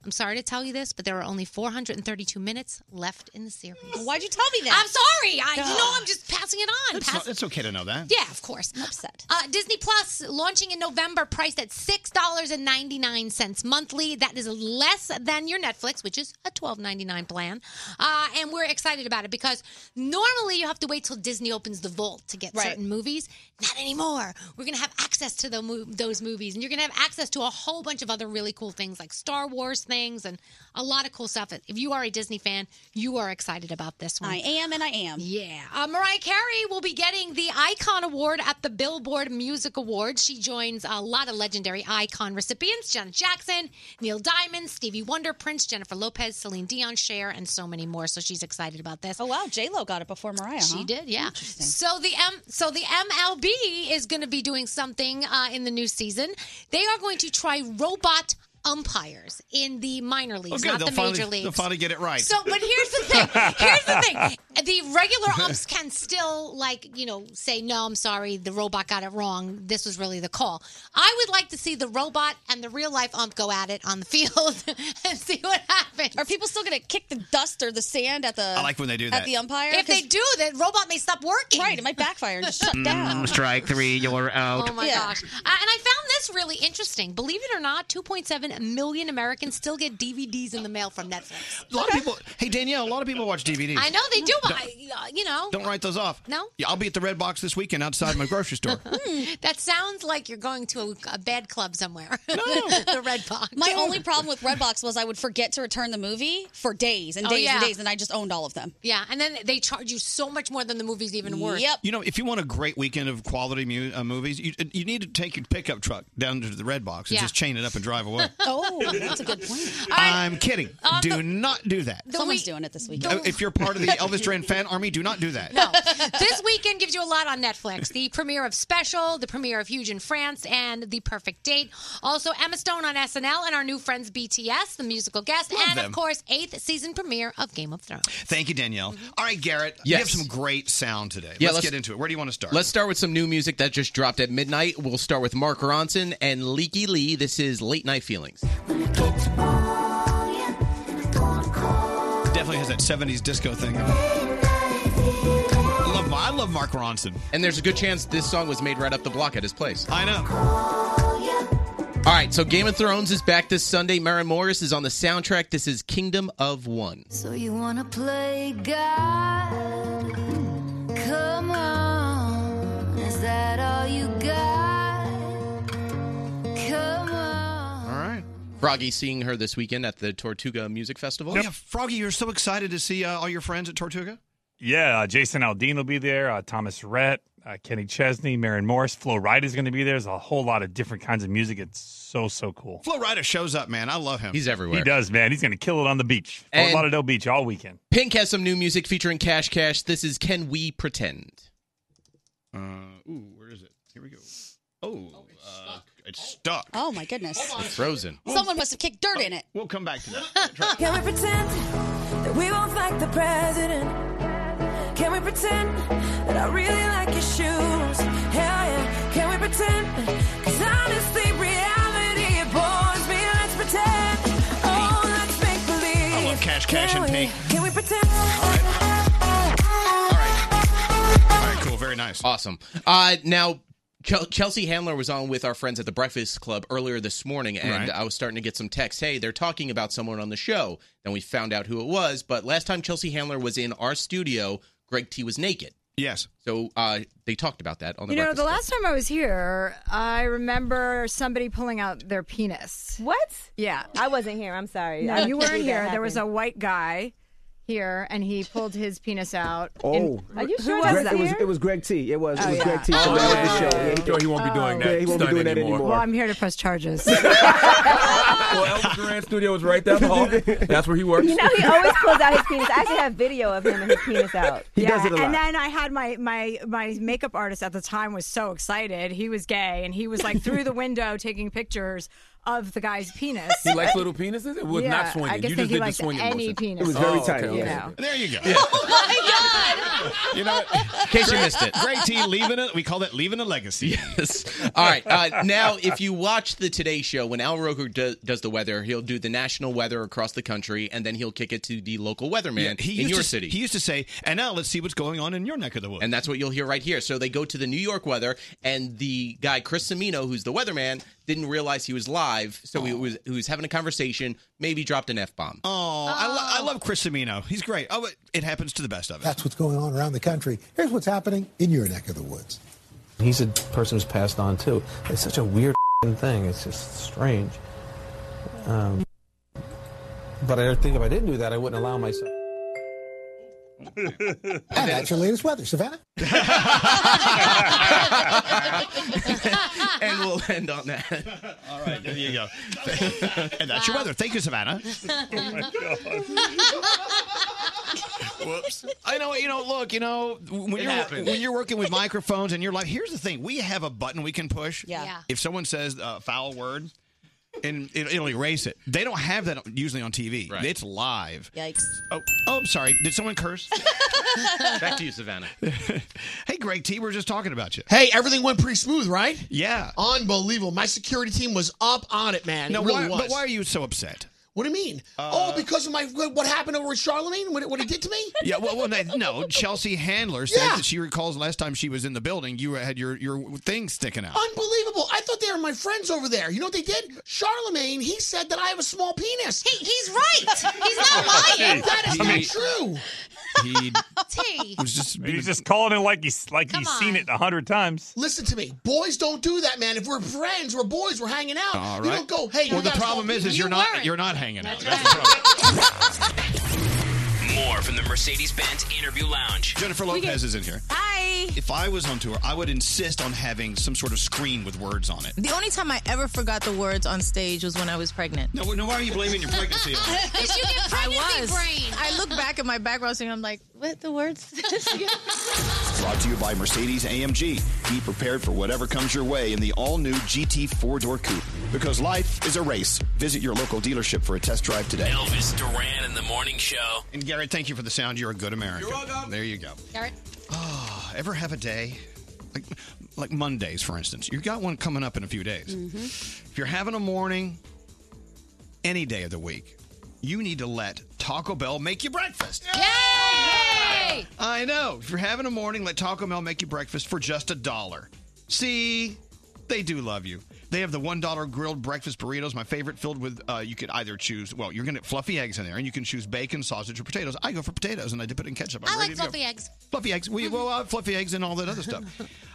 I'm sorry to tell you this, but there are only 432 minutes left in the series. Why'd you tell me that? I'm sorry. I, you know, I'm just passing it on. It's, Pass- not- it's okay to know that. yeah, of course. I'm upset. Uh, Disney Plus launching in November, priced at six dollars and ninety nine cents monthly. That is less than your Netflix, which is a twelve ninety nine plan. Uh, and we're excited about it because normally you have to wait till Disney opens the vault to get Right. certain movies. Not anymore. We're gonna have access access to the mo- those movies, and you're gonna have access to a whole bunch of other really cool things like Star Wars things and a lot of cool stuff. If you are a Disney fan, you are excited about this one. I am and I am. Yeah. Uh, Mariah Carey will be getting the Icon Award at the Billboard Music Awards. She joins a lot of legendary icon recipients Janet Jackson, Neil Diamond, Stevie Wonder, Prince, Jennifer Lopez, Celine Dion, Cher, and so many more. So she's excited about this. Oh, wow. J-Lo got it before Mariah. She huh? did, yeah. Interesting. So the M, so the MLB is going to be doing something uh, in the new season. They are going to try robot umpires in the minor leagues, not Oh, they'll the finally, major leagues. They'll finally get it right. So, but here's the thing. Here's the thing. The regular umps can still, like, you know, say, no, I'm sorry, the robot got it wrong. This was really the call. I would like to see the robot and the real life ump go at it on the field and see what happens. Are people still going to kick the dust or the sand at the I like when they do that. at the umpire? If they do, that robot may stop working. Right, it might backfire and just shut Mm, down. strike three, you're out. Oh my gosh. Uh, and I found this really interesting. Believe it or not, 2.7 million Americans still get DVDs in the mail from Netflix. a lot of people. Hey Danielle, a lot of people watch DVDs. I know they do, but, Don't- I, uh, you know. Don't write those off. No? Yeah, I'll be at the Red Box this weekend outside my grocery store. that sounds like you're going to a, a bad club somewhere. the Red Box. My only problem with Redbox was I would forget to return the movie for days and Oh, days yeah. and days, and I just owned all of them. Yeah, and then they charge you so much more than the movie's even worth. You know, if you want a great weekend of quality mu- uh, movies, you you need to take your pickup truck down to the Red Box and Yeah. just chain it up and drive away. Oh, that's a good point. I'm kidding. Um, do the- not do that. The Someone's week- doing it this week. Uh, if you're part of the Elvis Duran fan army, do not do that. No. this weekend gives you a lot on Netflix. The premiere of Special, the premiere of Huge in France, and The Perfect Date. Also, Emma Stone on SNL and our new friends BTS, the musical guest, Love and them. of course, eighth season premiere of Game of Thrones. Thank you, Danielle. All right, Garrett, you Yes. have some great sound today. Yeah, let's, let's- get into it. Where do you want to start? Let's start with some new music that just dropped at midnight. We'll start with Mark Ronson and Leaky Lee. This is Late Night Feelings. Definitely has that 70s disco thing. I love, I love Mark Ronson. And there's a good chance this song was made right up the block at his place. I know. All right, so Game of Thrones is back this Sunday. Maren Morris is on the soundtrack. This is Kingdom of One. So you wanna play God? Come on, is that all you got? Come on. All right. Froggy seeing her this weekend at the Tortuga Music Festival. Oh, Yeah, Froggy, you're so excited to see uh, all your friends at Tortuga. Yeah, uh, Jason Aldean will be there, uh, Thomas Rhett, uh, Kenny Chesney, Marin Morris, Flo Rida is going to be there. There's a whole lot of different kinds of music. It's so, so cool. Flo Rida shows up, man. I love him. He's everywhere. He does, man. He's going to kill it on the beach. Fort And- Lauderdale Beach all weekend. Pink has some new music featuring Cash Cash. This is Can We Pretend? Uh, ooh, where is it? Here we go. Oh, uh, it's stuck. Oh my goodness! Frozen. Someone must have kicked dirt in it. We'll come back to that. Can we pretend that we won't fight the president? Can we pretend that I really like your shoes? Hell yeah. Can we pretend? Cause honestly, reality it bores me. Let's pretend. Oh, let's make believe. I love Cash Cash Can and we- Pink. Can we pretend? All right, cool. Very nice. Awesome. Uh, now, Chel- Chelsea Handler was on with our friends at the Breakfast Club earlier this morning, and Right. I was starting to get some texts. Hey, they're talking about someone on the show. Then we found out who it was. But last time Chelsea Handler was in our studio, Greg T was naked. Yes. So uh, they talked about that on the You know, Breakfast the last time I was here, I remember somebody pulling out their penis. What? Yeah. I wasn't here. I'm sorry. No, I you weren't believe that here. There was a happened. white guy here, and he pulled his penis out. Oh, And- Are you who sure was Greg, that? it was it was Greg T. It was it Oh, was yeah. Greg T. Oh, from the yeah. show. Yeah, he, Sure, he won't be Oh. doing Yeah, he won't be doing that anymore. Well, I'm here to press charges. Well, Elvis Duran Studio is right down the hall. That's where he works. You know, he always pulls out his penis. I actually have video of him and his penis out. He yeah, does it a lot. and then I had my my my makeup artist at the time was so excited. He was gay, and he was like through the window taking pictures of the guy's penis. He likes little penises. It was Yeah, not swinging. I guess you that just he did the likes swinging any motion. Oh, penis. It was very tight, okay, you okay. know. There you go. Oh You know, In case you missed it. Great T leaving it. We call that leaving a legacy. Yes. All right. Uh, now, if you watch the Today Show, when Al Roker do, does the weather, he'll do the national weather across the country, and then he'll kick it to the local weatherman he in used your to- city. He used to say, and now let's see what's going on in your neck of the woods. And that's what you'll hear right here. So they go to the New York weather, and the guy Chris Semino, who's the weatherman, didn't realize he was live, so he was he was having a conversation, maybe dropped an f bomb. Oh, I, lo- I love Chris Semino. He's great. Oh, it, it happens to the best of us. That's what's going on around the country. Here's what's happening in your neck of the woods. He's a person who's passed on too. It's such a weird thing. It's just strange. Um, but I think if I didn't do that, I wouldn't allow myself. And that's your latest weather, Savannah. and we'll end on that. All right, there you go. and that's your weather. Thank you, Savannah. Whoops. I know. You know. Look. You know. When It you're happens. when you're working with microphones and you're like, here's the thing. We have a button we can push. Yeah. Yeah. If someone says a foul word, and it, it'll erase it. They don't have that usually on TV. It's live. Yikes. Oh, oh, I'm sorry. Did someone curse? Back to you, Savannah. hey, Greg T. We were just talking about you. Hey, everything went pretty smooth, right? Yeah. Unbelievable. My security team was up on it, man. Now, it really why, was. but why are you Uh, so upset? What do you mean? oh, because of my what happened over with Charlemagne? What, what he did to me? Yeah, well, well no, no, Chelsea Handler says Yeah. that she recalls last time she was in the building, you had your, your thing sticking Oh, out. Unbelievable. I thought they were my friends over there. You know what they did? Charlemagne, he said that I have a small penis. He, he's right. He's not lying. that is I not mean- true. He T. was just he's just calling it like he's like he's seen it a hundred times. Listen to me. Boys don't do that, man. If we're friends, we're boys, we're hanging out. All You right. don't go, hey, well, you the got a small problem is, penis. is You you're not weren't. you're not hanging out. More from the Mercedes Benz Interview Lounge. Jennifer Lopez is in here. Hi. If I was on tour, I would insist on having some sort of screen with words on it. The only time I ever forgot the words on stage was when I was pregnant. No, no, why are you blaming your pregnancy? on it? Did you get pregnancy I was. brain? I look back at my background and I'm like, what the words? Brought to you by Mercedes AMG. Be prepared for whatever comes your way in the all new GT four door coupe because life is a race. Visit your local dealership for a test drive today. Elvis Duran in the Morning Show. And Garrett, thank you for the sound. You're a good American. You're welcome. There you go. Garrett. Oh, ever have a day like like Mondays, for instance? You got one coming up in a few days. Mm. If you're having a morning, any day of the week, you need to let Taco Bell make you breakfast. Yay! I know. If you're having a morning, let Taco Bell make you breakfast for just a dollar. See, they do love you. They have the $1 grilled breakfast burritos, my favorite, filled with, uh, you could either choose, well, you're going to get fluffy eggs in there, and you can choose bacon, sausage, or potatoes. I go for potatoes, and I dip it in ketchup. I'm ready I like to go. fluffy eggs. Fluffy eggs. We well, uh, fluffy eggs and all that other stuff.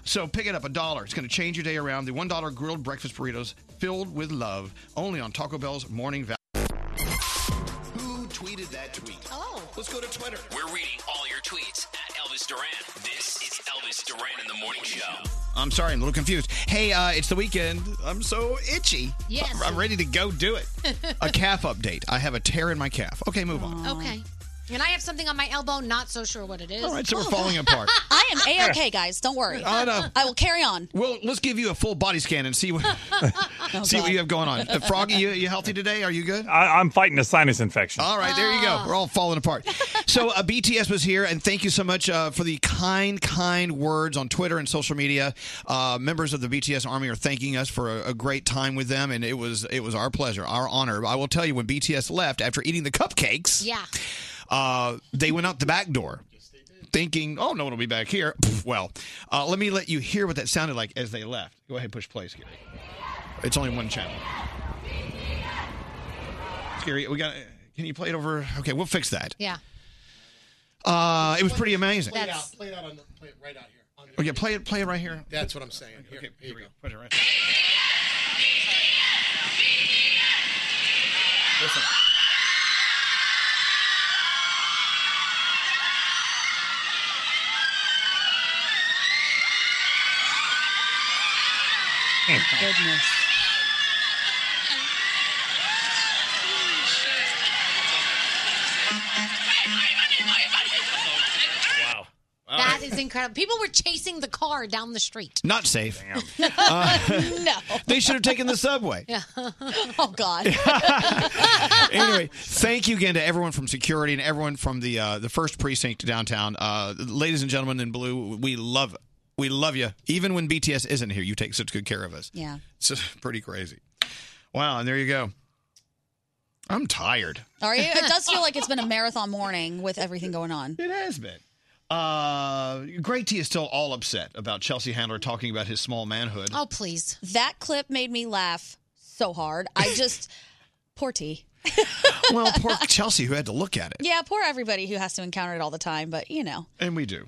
So pick it up a dollar. It's going to change your day around. The one dollar grilled breakfast burritos filled with love, only on Taco Bell's morning value. Who tweeted that tweet? Oh. Let's go to Twitter. We're reading all your tweets at Elvis Duran. This is Elvis Duran in the Morning Show. I'm sorry, I'm a little confused. Hey, uh, it's the weekend. I'm so itchy. Yes. I'm, I'm ready to go do it. a calf update. I have a tear in my calf. Okay, move on. Oh. Okay. And I have something on my elbow, not so sure what it is. All right, so we're falling apart. I am a okay, guys. Don't worry. Oh, no. I will carry on. Well, let's give you a full body scan and see what Oh, see what you have going on. Uh, Froggy, you, you healthy today? Are you good? I, I'm fighting a sinus infection. All right, there you go. We're all falling apart. So uh, BTS was here, and thank you so much uh, for the kind, kind words on Twitter and social media. Uh, members of the BTS Army are thanking us for a, a great time with them, and it was it was our pleasure, our honor. I will tell you, when BTS left after eating the cupcakes, Yeah. uh, they went out the back door. Thinking, oh, no one will be back here. Pff, Well, uh, let me let you hear what that sounded like as they left. Go ahead, push play, Scary. It's only one channel. Scary, we got. Can you play it over? Okay, we'll fix that. Yeah. Uh, it was pretty amazing. Play it out. Play it out on the. Play it right out here. On Okay, play it. Play it right here. the- That's what I'm saying. Here, here you go. Put it right. Listen. Goodness. Wow. That is incredible. People were chasing the car down the street. Not safe. Uh. no. They should have taken the subway. Yeah. Oh God. anyway, thank you again to everyone from security and everyone from the uh, the first precinct downtown. Uh, ladies and gentlemen in blue, we love we love you. Even when BTS isn't here, you take such good care of us. Yeah. It's just pretty crazy. Wow, and there you go. I'm tired. Are you? It does feel like it's been a marathon morning with everything going on. It has been. Uh, Great T is still all upset about Chelsea Handler talking about his small manhood. Oh please. That clip made me laugh so hard. I just poor T. well, poor Chelsea who had to look at it. Yeah, poor everybody who has to encounter it all the time, but you know. And we do.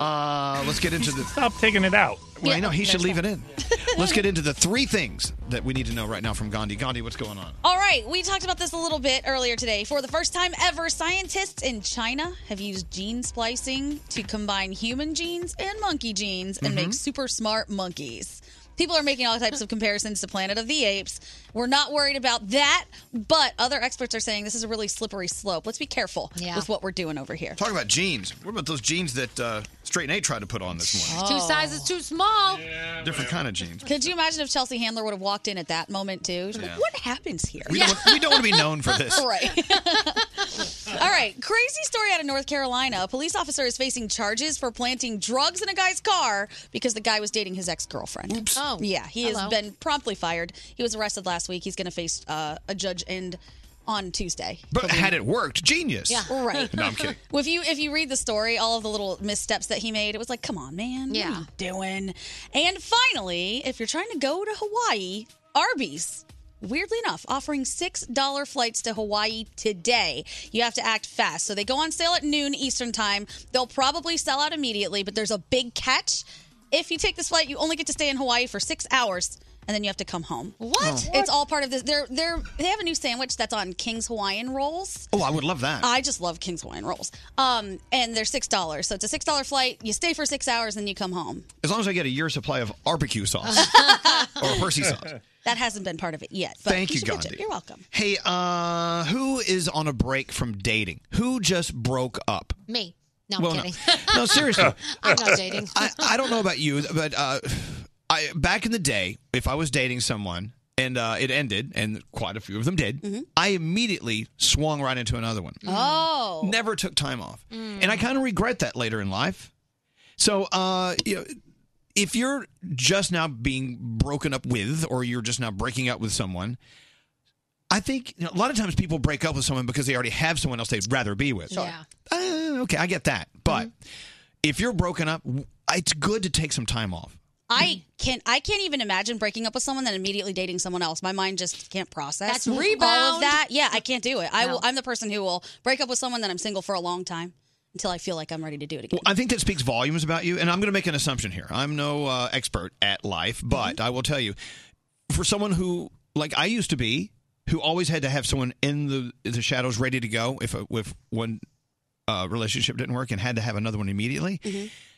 Uh, let's get into the. Stop taking it out. Well, I know he should leave it in. Let's get into the three things that we need to know right now from Gandhi. Gandhi, what's going on? All right, we talked about this a little bit earlier today. For the first time ever, scientists in China have used gene splicing to combine human genes and monkey genes and make super smart monkeys. People are making all types of comparisons to Planet of the Apes. We're not worried about that, but other experts are saying this is a really slippery slope. Let's be careful with what we're doing over here. Talk about jeans. What about those jeans that uh, Straight Nate tried to put on this morning? Two sizes too small. Different kind of jeans. Could you imagine if Chelsea Handler would have walked in at that moment too? She's like, Yeah. what happens here? We, don't, we don't want to be known for this. Right. All right. Crazy story out of North Carolina. A police officer is facing charges for planting drugs in a guy's car because the guy was dating his ex girlfriend. Oh. Yeah. He Hello. has been promptly fired. He was arrested last week. He's going to face uh, a judge end on Tuesday. But had it worked, genius. Yeah. Right. No, I'm kidding. Well, if you if you read the story, all of the little missteps that he made, it was like, come on, man, yeah. what are you doing? And finally, if you're trying to go to Hawaii, Arby's. Weirdly enough, offering $6 flights to Hawaii today. You have to act fast. So they go on sale at noon Eastern time. They'll probably sell out immediately, but there's a big catch. If you take this flight, you only get to stay in Hawaii for six hours and then you have to come home. What? It's all part of this. They're they're they have a new sandwich that's on King's Hawaiian rolls. Oh, I would love that. I just love King's Hawaiian rolls. Um, and they're six dollars, so it's a six dollar flight. You stay for six hours and you come home. as long as I get a year's supply of barbecue sauce or Hershey sauce. That hasn't been part of it yet. But Thank you, should get Gandhi. it. You're welcome. Hey, uh, who is on a break from dating? Who just broke up? Me. No, I'm Well, no. kidding. No, seriously. I'm not dating. I, I don't know about you, but uh, I back in the day, if I was dating someone and uh, it ended, and quite a few of them did, Mm-hmm. I immediately swung right into another one. Oh. Never took time off, and I kind of regret that later in life. So, uh, you know, if you're just now being broken up with, or you're just now breaking up with someone. I think you know, a lot of times people break up with someone because they already have someone else they'd rather be with. Yeah. Uh, okay, I get that. But if you're broken up, w- it's good to take some time off. I can I can't even imagine breaking up with someone and immediately dating someone else. My mind just can't process That's all rebound. of that. Yeah, I can't do it. I will, I'm the person who will break up with someone that I'm single for a long time until I feel like I'm ready to do it again. Well, I think that speaks volumes about you, and I'm going to make an assumption here. I'm no uh, expert at life, but I will tell you, for someone who like I used to be, who always had to have someone in the the shadows ready to go if a, if one uh, relationship didn't work and had to have another one immediately.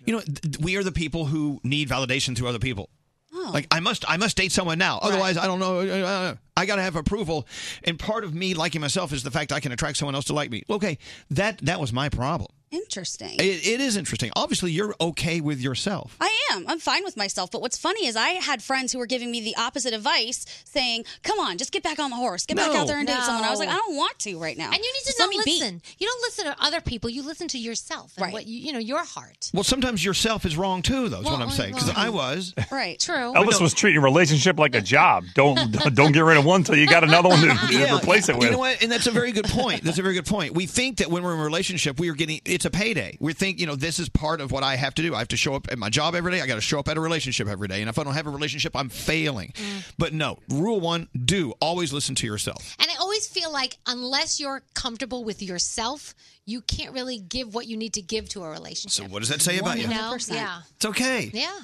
You know, th- th- we are the people who need validation through other people. Like I must, I must date someone now. Otherwise, I don't know. uh, I got to have approval, and part of me liking myself is the fact I can attract someone else to like me. Okay, that that was my problem. Interesting. It, it is interesting. Obviously, you're okay with yourself. I am. I'm fine with myself. But what's funny is I had friends who were giving me the opposite advice, saying, "Come on, just get back on the horse, get back No. out there and date someone." I was like, No. "I don't want to right now." And you need to Just not let me be. listen. You don't listen to other people. You listen to yourself and what you, you know, your heart. Well, sometimes yourself is wrong too, though. Is what I'm saying. Because I Oh, was. Right. True. Elvis was treating relationship like a job. Don't don't get rid of one till you got another one to, to replace it with. You know what? And that's a very good point. That's a very good point. We think that when we're in a relationship, we are getting it's a payday. We think, you know, this is part of what I have to do. I have to show up at my job every day. I got to show up at a relationship every day. And if I don't have a relationship, I'm failing. Mm. But no, rule one: do always listen to yourself. And I always feel like unless you're comfortable with yourself, you can't really give what you need to give to a So relationship. what does that say about you? You know? Yeah. It's okay. Yeah.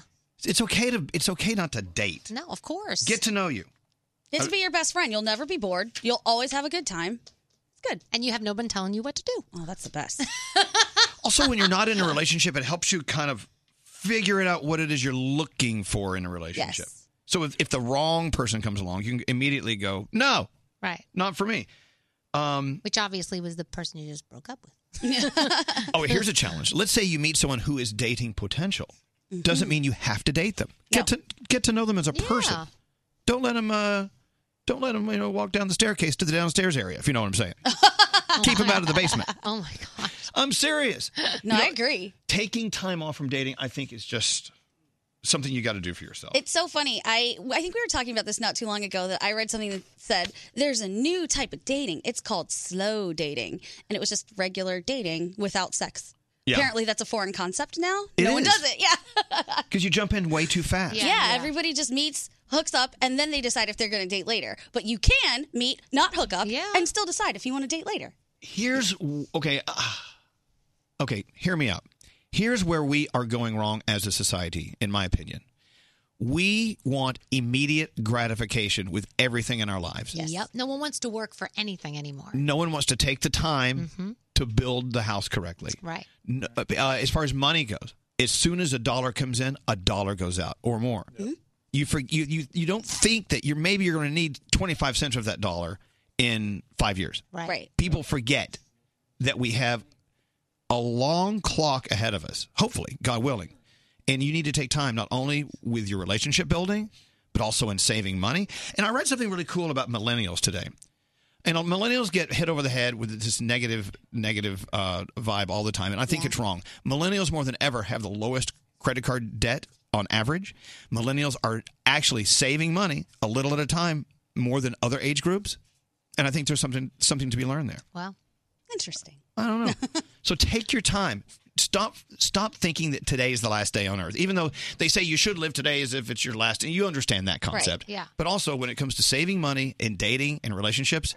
It's okay to. It's okay not to date. No, of course. Get to know you. This would be your best friend. You'll never be bored. You'll always have a good time. It's good. And you have no one telling you what to do. Oh, that's the best. Also, when you're not in a relationship, it helps you kind of figure it out what it is you're looking for in a relationship. Yes. So if, if the wrong person comes along, you can immediately go, no, Right. not for me. Um, Which obviously was the person you just broke up with. oh, here's a challenge. Let's say you meet someone who is dating potential. Doesn't mean you have to date them. Get to get to know them as a person. Don't let them. Uh, don't let them. You know, walk down the staircase to the downstairs area. If you know what I'm saying. Keep them out of the basement. Oh my god. I'm serious. No, I agree. Taking time off from dating, I think, is just something you got to do for yourself. It's so funny. I I think we were talking about this not too long ago that I read something that said there's a new type of dating. It's called slow dating, and it was just regular dating without sex. Yeah. Apparently, that's a foreign concept now. It no one is. does it. Yeah. Because you jump in way too fast. Yeah, everybody just meets, hooks up, and then they decide if they're going to date later. But you can meet, not hook up, and still decide if you want to date later. Here's okay. ah, okay, hear me out. Here's where we are going wrong as a society, in my opinion. We want immediate gratification with everything in our lives. Yep. No one wants to work for anything anymore. No one wants to take the time Mm-hmm. to build the house correctly. Right. N- uh, as far as money goes, as soon as a dollar comes in, a dollar goes out or more. You, for, you you you don't think that you're maybe you're going to need 25 cents of that dollar in 5 years. Right. Right. People forget that we have a long clock ahead of us, hopefully, God willing. And you need to take time not only with your relationship building, but also in saving money. And I read something really cool about millennials today. And millennials get hit over the head with this negative, negative uh, vibe all the time. And I think it's wrong. Millennials, more than ever, have the lowest credit card debt on average. Millennials are actually saving money a little at a time more than other age groups. And I think there's something something to be learned there. Well, interesting. I don't know. so take your time. Stop stop thinking that today is the last day on earth. Even though they say you should live today as if it's your last and you understand that concept. yeah. But also when it comes to saving money and dating and relationships,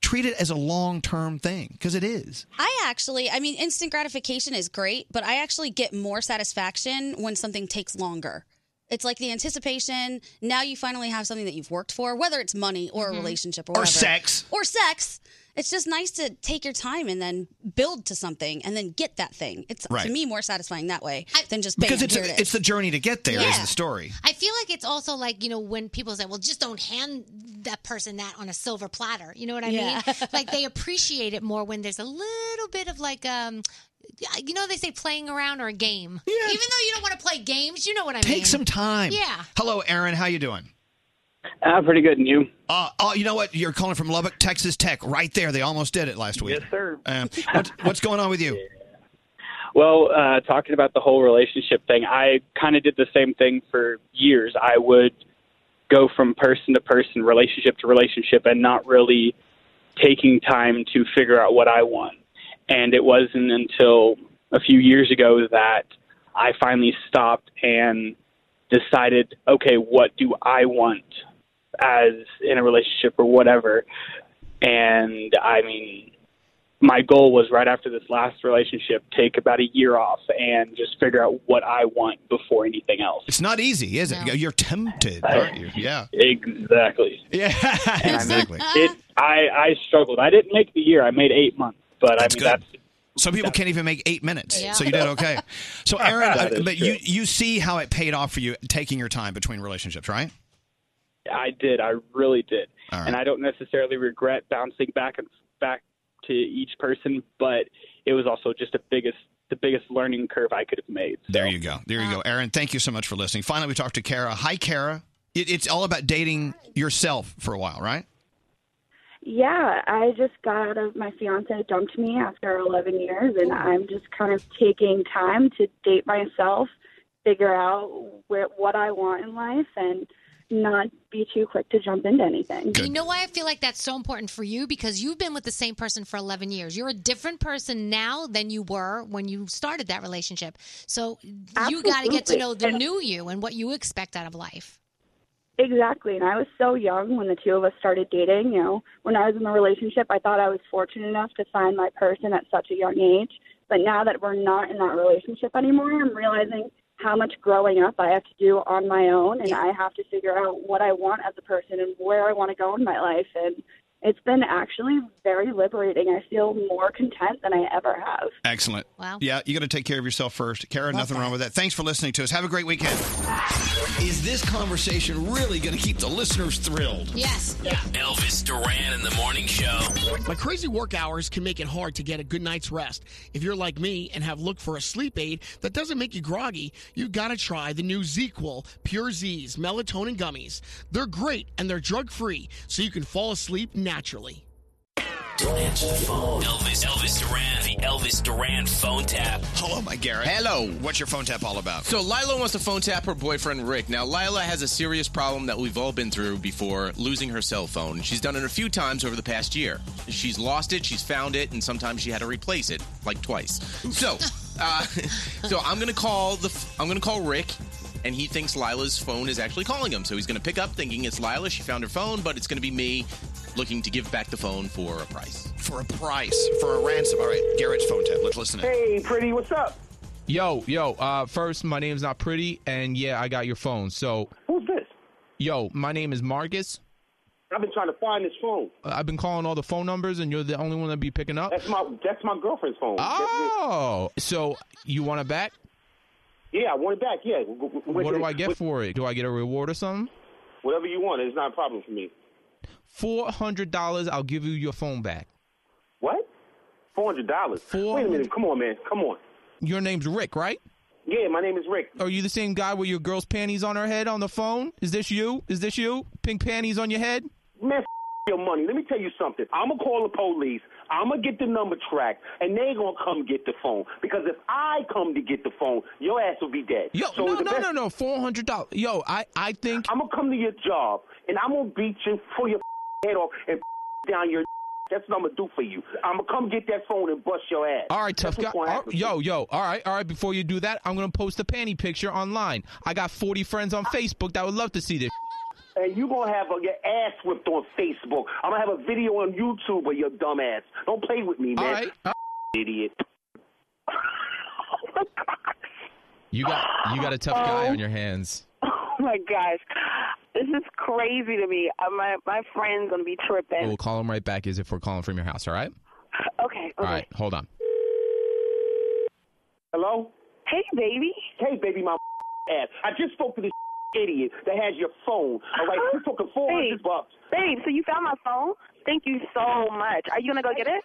treat it as a long-term thing because it is. I actually, I mean, instant gratification is great, but I actually get more satisfaction when something takes longer. It's like the anticipation. Now you finally have something that you've worked for, whether it's money or a relationship or, Or whatever. sex. Or sex. It's just nice to take your time and then build to something and then get that thing. It's Right. to me more satisfying that way than just bam, Because it's here it is. it's the journey to get there is Yeah. the story. I feel like it's also like, you know, when people say, well, just don't hand that person that on a silver platter. You know what I Yeah. mean? like they appreciate it more when there's a little bit of like, um, you know, they say playing around or a game. Even though you don't want to play games, you know what I mean? Take some time. Yeah. Hello, Aaron. How you doing? I'm pretty good, and you? Uh, oh, you know what? You're calling from Lubbock, Texas Tech, right there. They almost did it last week. Yes, sir. Um, what's, what's going on with you? Well, uh, talking about the whole relationship thing, I kind of did the same thing for years. I would go from person to person, relationship to relationship, and not really taking time to figure out what I want. And it wasn't until a few years ago that I finally stopped and decided, okay, what do I want as in a relationship or whatever? And I mean, my goal was right after this last relationship, take about a year off and just figure out what I want before anything else. It's not easy, is it? You're tempted, aren't you? Yeah. Exactly. Yeah. Exactly. It, I, I struggled. I didn't make the year. I made eight months, but I mean that's Some people can't even make eight minutes, so you did okay. So, Aaron, That uh, is but you you see how it paid off for you taking your time between relationships, right? I did. I really did. All right. And I don't necessarily regret bouncing back and back to each person, but it was also just the biggest the biggest learning curve I could have made. There you go. There you go, Aaron. Thank you so much for listening. Finally, we talked to Kara. Hi, Kara. It, it's all about dating yourself for a while, right? Yeah, I just got out of my fiance dumped me after 11 years, and I'm just kind of taking time to date myself, figure out where, what I want in life, and not be too quick to jump into anything. You know why I feel like that's so important for you? Because you've been with the same person for 11 years. You're a different person now than you were when you started that relationship. So you got to get to Absolutely. know the new you and what you expect out of life. Exactly. And I was so young when the two of us started dating. You know, when I was in the relationship, I thought I was fortunate enough to find my person at such a young age. But now that we're not in that relationship anymore, I'm realizing how much growing up I have to do on my own and I have to figure out what I want as a person and where I want to go in my life. And it's been actually very liberating. I feel more content than I ever have. Excellent. Wow. Yeah, you got to take care of yourself first. Kara, nothing wrong with that. Thanks for listening to us. Have a great weekend. Is this conversation really going to keep the listeners thrilled? Yes. Elvis Duran in the morning show. My crazy work hours can make it hard to get a good night's rest. If you're like me and have looked for a sleep aid that doesn't make you groggy, you've got to try the new ZQL Pure Z's melatonin gummies. They're great and they're drug free, so you can fall asleep naturally. Don't answer the phone. Elvis, Elvis Duran, the Elvis Duran phone tap. Hello, my Garrett. Hello. What's your phone tap all about? So Lila wants to phone tap her boyfriend Rick. Now Lila has a serious problem that we've all been through before losing her cell phone. She's done it a few times over the past year. She's lost it, she's found it, and sometimes she had to replace it, like twice. So, uh, so I'm gonna call the f- I'm gonna call Rick, and he thinks Lila's phone is actually calling him. So he's gonna pick up, thinking it's Lila. She found her phone, but it's gonna be me, looking to give back the phone for a price. For a price, for a ransom. All right, Garrett's phone tap. Let's listen in. Hey, pretty, what's up? Yo, yo. Uh, first, my name's not pretty, and yeah, I got your phone. So who's this? Yo, my name is Marcus. I've been trying to find this phone. Uh, I've been calling all the phone numbers, and you're the only one that be picking up. Oh. That's my that's my girlfriend's phone. Oh, so you want it back? Yeah, I want it back. Yeah. W- w- What do I get w- for it? Do I get a reward or something? Whatever you want, it's not a problem for me. Four hundred dollars. I'll give you your phone back. What? Four hundred dollars. Wait a minute. Come on, man. Come on. Your name's Rick, right? Yeah, my name is Rick. Are you the same guy with your girl's panties on her head on the phone? Is this you? Is this you? Pink panties on your head? Man, f- your money. Let me tell you something. I'm gonna call the police. I'm gonna get the number tracked, and they gonna come get the phone. Because if I come to get the phone, your ass will be dead. Yo, so no, the no, best- no, no, four hundred dollars. Yo, I, I think I'm gonna come to your job, and I'm gonna beat you, pull your f- head off, and f- down your. That's what I'm gonna do for you. I'm gonna come get that phone and bust your ass. All right, tough That's guy. what's gonna All- happen. yo, yo. All right, all right. Before you do that, I'm gonna post a panty picture online. I got 40 friends on Facebook that would love to see this. And you gonna have uh, your ass whipped on Facebook. I'm gonna have a video on YouTube of your dumb ass. Don't play with me, man. Idiot. You got, you got a tough guy on your hands. Oh my gosh, this is crazy to me. Uh, my my friend's gonna be tripping. We'll call him right back as if we're calling from your house. All right. Okay. All right. Hold on. Hello? Hey, baby. Hey, baby, my ass. I just spoke to this idiot that has your phone. All right, you're talking 400 bucks. Babe, so you found my phone? Thank you so much. Are you gonna go get it?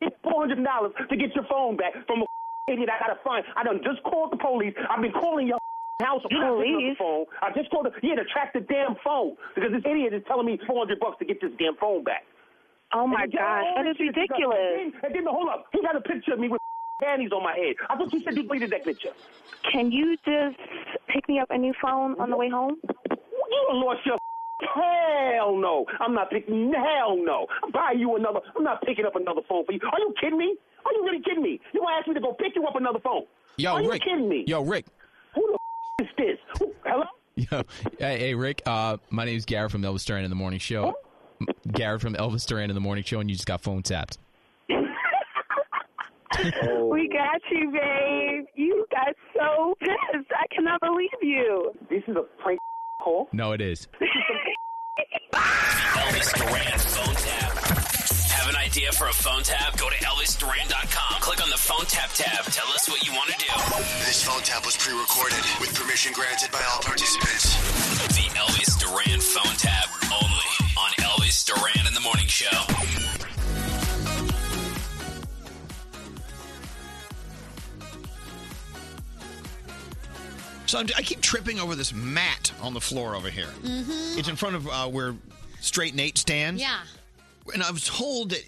It's $400 to get your phone back from a idiot I gotta find. I done just called the police. I've been calling your house. You're not picking up the phone. I just called the, yeah, to track the damn phone because this idiot is telling me 400 bucks to get this damn phone back. Oh And my he gosh, got all that this is shit. He got- ridiculous. And then, and then, hold up, he got a picture of me with panties on my head. I thought you said you deleted that picture. Can you just pick me up a new phone on the way home? You done lost your hell no. I'm not picking hell no. I'm buying you another. I'm not picking up another phone for you. Are you kidding me? Are you really kidding me? You gonna ask me to go pick you up another phone? Yo, Are you Rick. kidding me? Yo, Rick. Who the f- is this? Who- Hello? Yo, hey, hey, Rick. Uh, my name's Garrett from Elvis Duran in the Morning Show. Garrett from Elvis Duran in the Morning Show, and you just got phone tapped. Oh. We got you, babe. You got so pissed. I cannot believe you. This is a prank call. No, it is. Elvis Duran phone tap. Have an idea for a phone tap? Go to ElvisDuran.com. Click on the phone tap tab. Tell us what you want to do. This phone tap was pre-recorded with permission granted by all participants. The Elvis Duran phone tap only on Elvis Duran in the Morning Show. So I'm, I keep tripping over this mat on the floor over here. Mm-hmm. Mhm. It's in front of uh, where Straight Nate stands. Yeah. And I was told that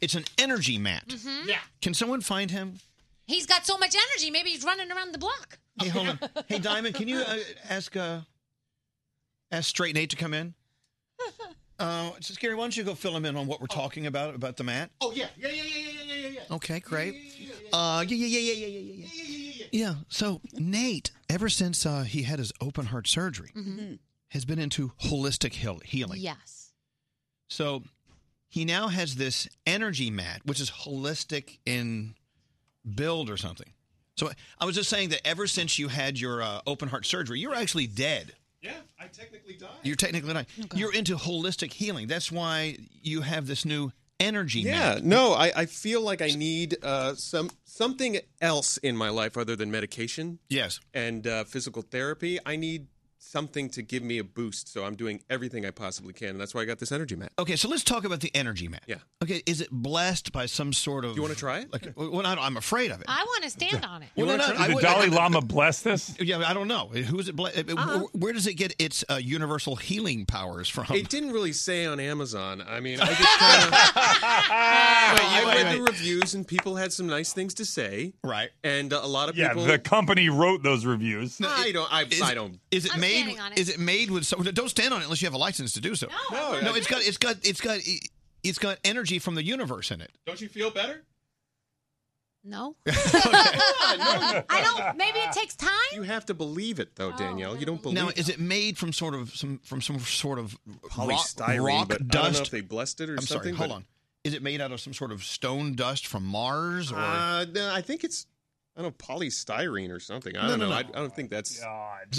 it's an energy mat. Mhm. Yeah. Can someone find him? He's got so much energy. Maybe he's running around the block. Hey, hold on. hey, Diamond, can you uh, ask uh, ask Straight Nate to come in? Uh, so Gary, why don't you go fill him in on what we're talking about about the mat? Oh yeah, yeah, yeah, yeah, yeah, yeah, yeah, yeah. Okay, great. Uh, yeah, yeah, yeah, yeah, yeah, yeah, yeah, yeah, yeah. So Nate, ever since uh, he had his open heart surgery, Mm-hmm. has been into holistic heal- healing. Mm-hmm. Yes. So he now has this energy mat, which is holistic in build or something. So I was just saying that ever since you had your uh, open heart surgery, you're actually dead. Yeah, I technically died. You're technically not. Oh, You're into holistic healing. That's why you have this new energy Yeah, mat. no, I, I feel like I need uh, some something else in my life other than medication. Yes, and uh, physical therapy. I need something to give me a boost, so I'm doing everything I possibly can, and that's why I got this energy mat. Okay, so let's talk about the energy mat. Yeah. Okay, is it blessed by some sort of? You want to try it? Like, well, I don't- I'm afraid of it. I want to stand on it. Well, no, no, I Did the would- Dalai I- I- Lama bless this? Yeah, I don't know. Who is it? Ble- Uh-huh. where, where does it get its uh, universal healing powers from? It didn't really say on Amazon. I mean, I just kind of. I wait, read the reviews, and people had some nice things to say. Right. And uh, a lot of Yeah, people. the company wrote those reviews. I don't. I, I don't. Is it I'm made? standing on it. Is it made with? So, don't stand on it unless you have a license to do so. No, no, I it's got, it's got, it's got, it's got energy from the universe in it. Don't you feel better? No. I don't. Maybe it takes time. Oh, You have to believe it, though, Danielle. you don't believe. Now, is it made from sort of some from some sort of rock, Polystyrene, rock but I don't know dust? if they blessed it or I'm something, Sorry, hold but- Uh, on. Is it made out of some sort of stone dust from Mars? Or Uh, no, I think it's. I don't know, polystyrene or something. I No, don't no, know. no. I, I don't think that's. So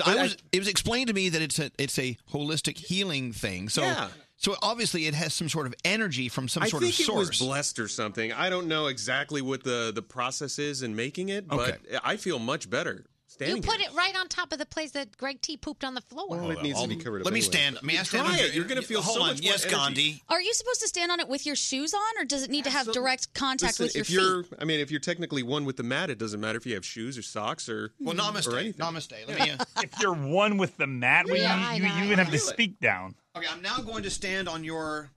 I was, it was explained to me that it's a it's a holistic healing thing. So Yeah. so obviously it has some sort of energy from some I sort think of source. it was blessed or something. I don't know exactly what the the process is in making it, but I feel much better You standing. put it right on top of the place that Greg T pooped on the floor. Well, it needs to be covered up. Let me anyway. stand- may I stand Try under- it. You're going to feel Hold so on. much more Yes, energy. Gandhi. Are you supposed to stand on it with your shoes on, or does it need to have direct contact Listen, with your if you're, feet? I mean, if you're technically one with the mat, it doesn't matter if you have shoes or socks or Well, namaste. or anything. Namaste. Let me. Uh, If you're one with the mat, well, you- Yeah, I you, know, you, I even have know. to speak down. okay, I'm now going to stand on your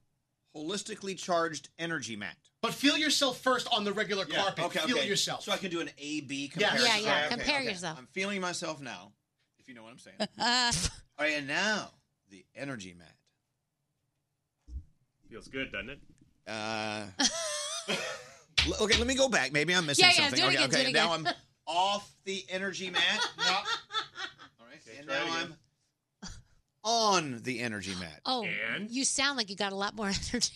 holistically charged energy mat. But feel yourself first on the regular Yeah, carpet. okay, feel okay. yourself. So I can do an A B Yes. comparison. Yeah, yeah, Okay, okay, compare okay. yourself. I'm feeling myself now, if you know what I'm saying. All right, and now the energy mat. Feels good, doesn't it? Uh, l- okay, let me go back. Maybe I'm missing Yeah, yeah, something. do it okay, again, do okay. it now again. I'm off the energy mat. Yep. All right, and now I'm on the energy mat. Oh, you sound like you got a lot more energy.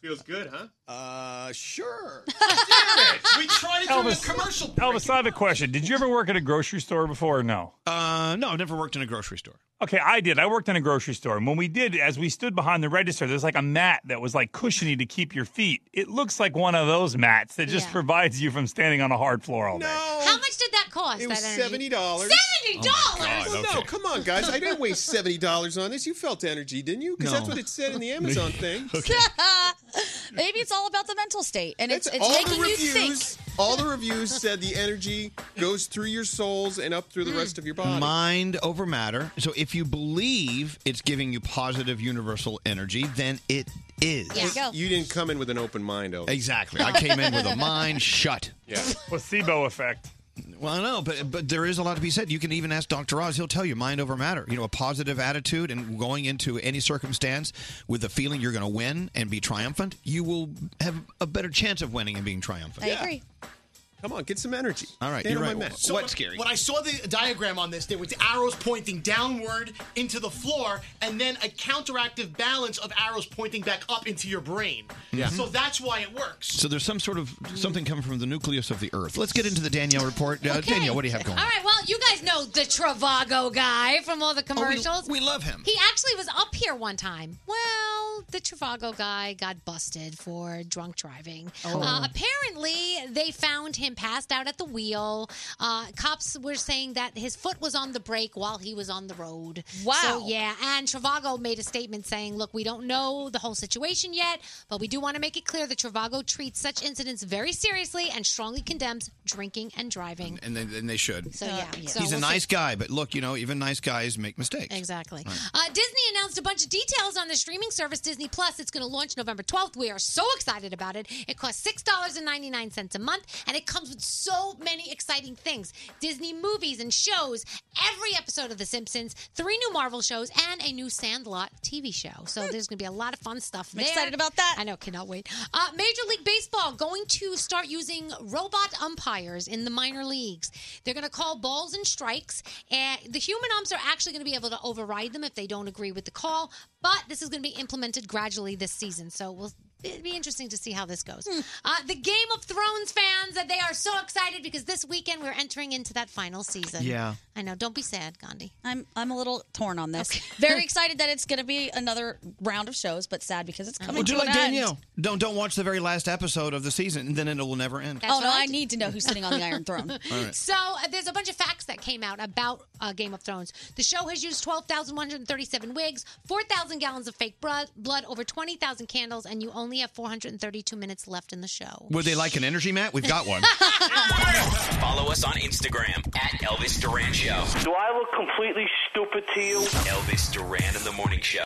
Feels good, huh? Uh, sure. We tried it during the commercial break. Elvis, I have a question. Did you ever work at a grocery store before or no? Uh, no, I've never worked in a grocery store. Okay, I did. I worked in a grocery store. And when we did, as we stood behind the register, there's like a mat that was like cushiony to keep your feet. It looks like one of those mats that just Yeah. provides you from standing on a hard floor all day. How much did that cost? It was that energy? seventy dollars. Oh, Seventy dollars. Well, no, come on, guys. I didn't waste seventy dollars on this. You felt energy, didn't you? Because that's No. what it said in the Amazon thing. Maybe it's all about the mental state, and it's, it's all making the you think. reviews, all the reviews said the energy goes through your souls and up through the Hmm. rest of your body. Mind over matter. So if you believe it's giving you positive universal energy, then it is. There you go. You didn't come in with an open mind, Elvis. Exactly. I came in with a mind shut. Yeah. Placebo effect. Well, I know, but but there is a lot to be said. You can even ask Dr. Oz; he'll tell you mind over matter. You know, a positive attitude and going into any circumstance with the feeling you're going to win and be triumphant, you will have a better chance of winning and being triumphant. agree. Come on, get some energy. All right, Stand you're on right. my mat. So when- When I saw the diagram on this, there was arrows pointing downward into the floor, and then a counteractive balance of arrows pointing back up into your brain. Yeah. So that's why it works. So there's some sort of something coming from the nucleus of the Earth. Let's get into the Danielle report. Uh, Danielle, what do you have All going? on? right, well, you guys know the Travago guy from all the Oh, commercials. Oh, we love him. He actually was up here one time. Well, the Travago guy got busted for drunk driving. Oh. Uh, apparently, they found him passed out at the wheel. Uh, cops were saying that his foot was on the brake while he was on the road. Wow. So, yeah, and Travago made a statement saying, look, we don't know the whole situation yet, but we do want to make it clear that Travago treats such incidents very seriously and strongly condemns drinking and driving. And they, and they should. So, yeah. So He's a we'll nice see. guy, but look, you know, even nice guys make mistakes. Exactly. Uh, Disney announced a bunch of details on the streaming service Disney Plus. It's going to launch November 12th. We are so excited about it. It costs $6.99 a month, and it comes with so many exciting things Disney movies and shows, every episode of The Simpsons, three new Marvel shows, and a new Sandlot TV show. So there's going to be a lot of fun stuff Hmm. I'm there. excited about that. I know, cannot wait. Uh, Major League Baseball going to start using robot umpires in the minor leagues. They're going to call balls and strikes, and the human umps are actually going to be able to override them if they don't agree with the call. But this is going to be implemented gradually this season, so we'll. It'd be interesting to see how this goes. Uh, the Game of Thrones fans, uh, they are so excited because this weekend we're entering into that final season. Yeah. I know. Don't be sad, Gandhi. I'm I'm a little torn on this. Very excited that it's going to be another round of shows, but sad because it's Uh-huh. coming Well, to do an like end. Danielle. Don't don't watch the very last episode of the season, and then it will never end. oh no, I, need to know who's sitting on the Iron Throne. All right. So uh, there's a bunch of facts that came out about uh, Game of Thrones. The show has used 12,137 wigs, 4,000 gallons of fake blood, blood, over 20,000 candles, and you only have 432 minutes left in the show. Would they like an energy mat? We've got one. Follow us on Instagram at Elvis Duran Show. Do I look completely stupid to you? Elvis Duran in the Morning Show.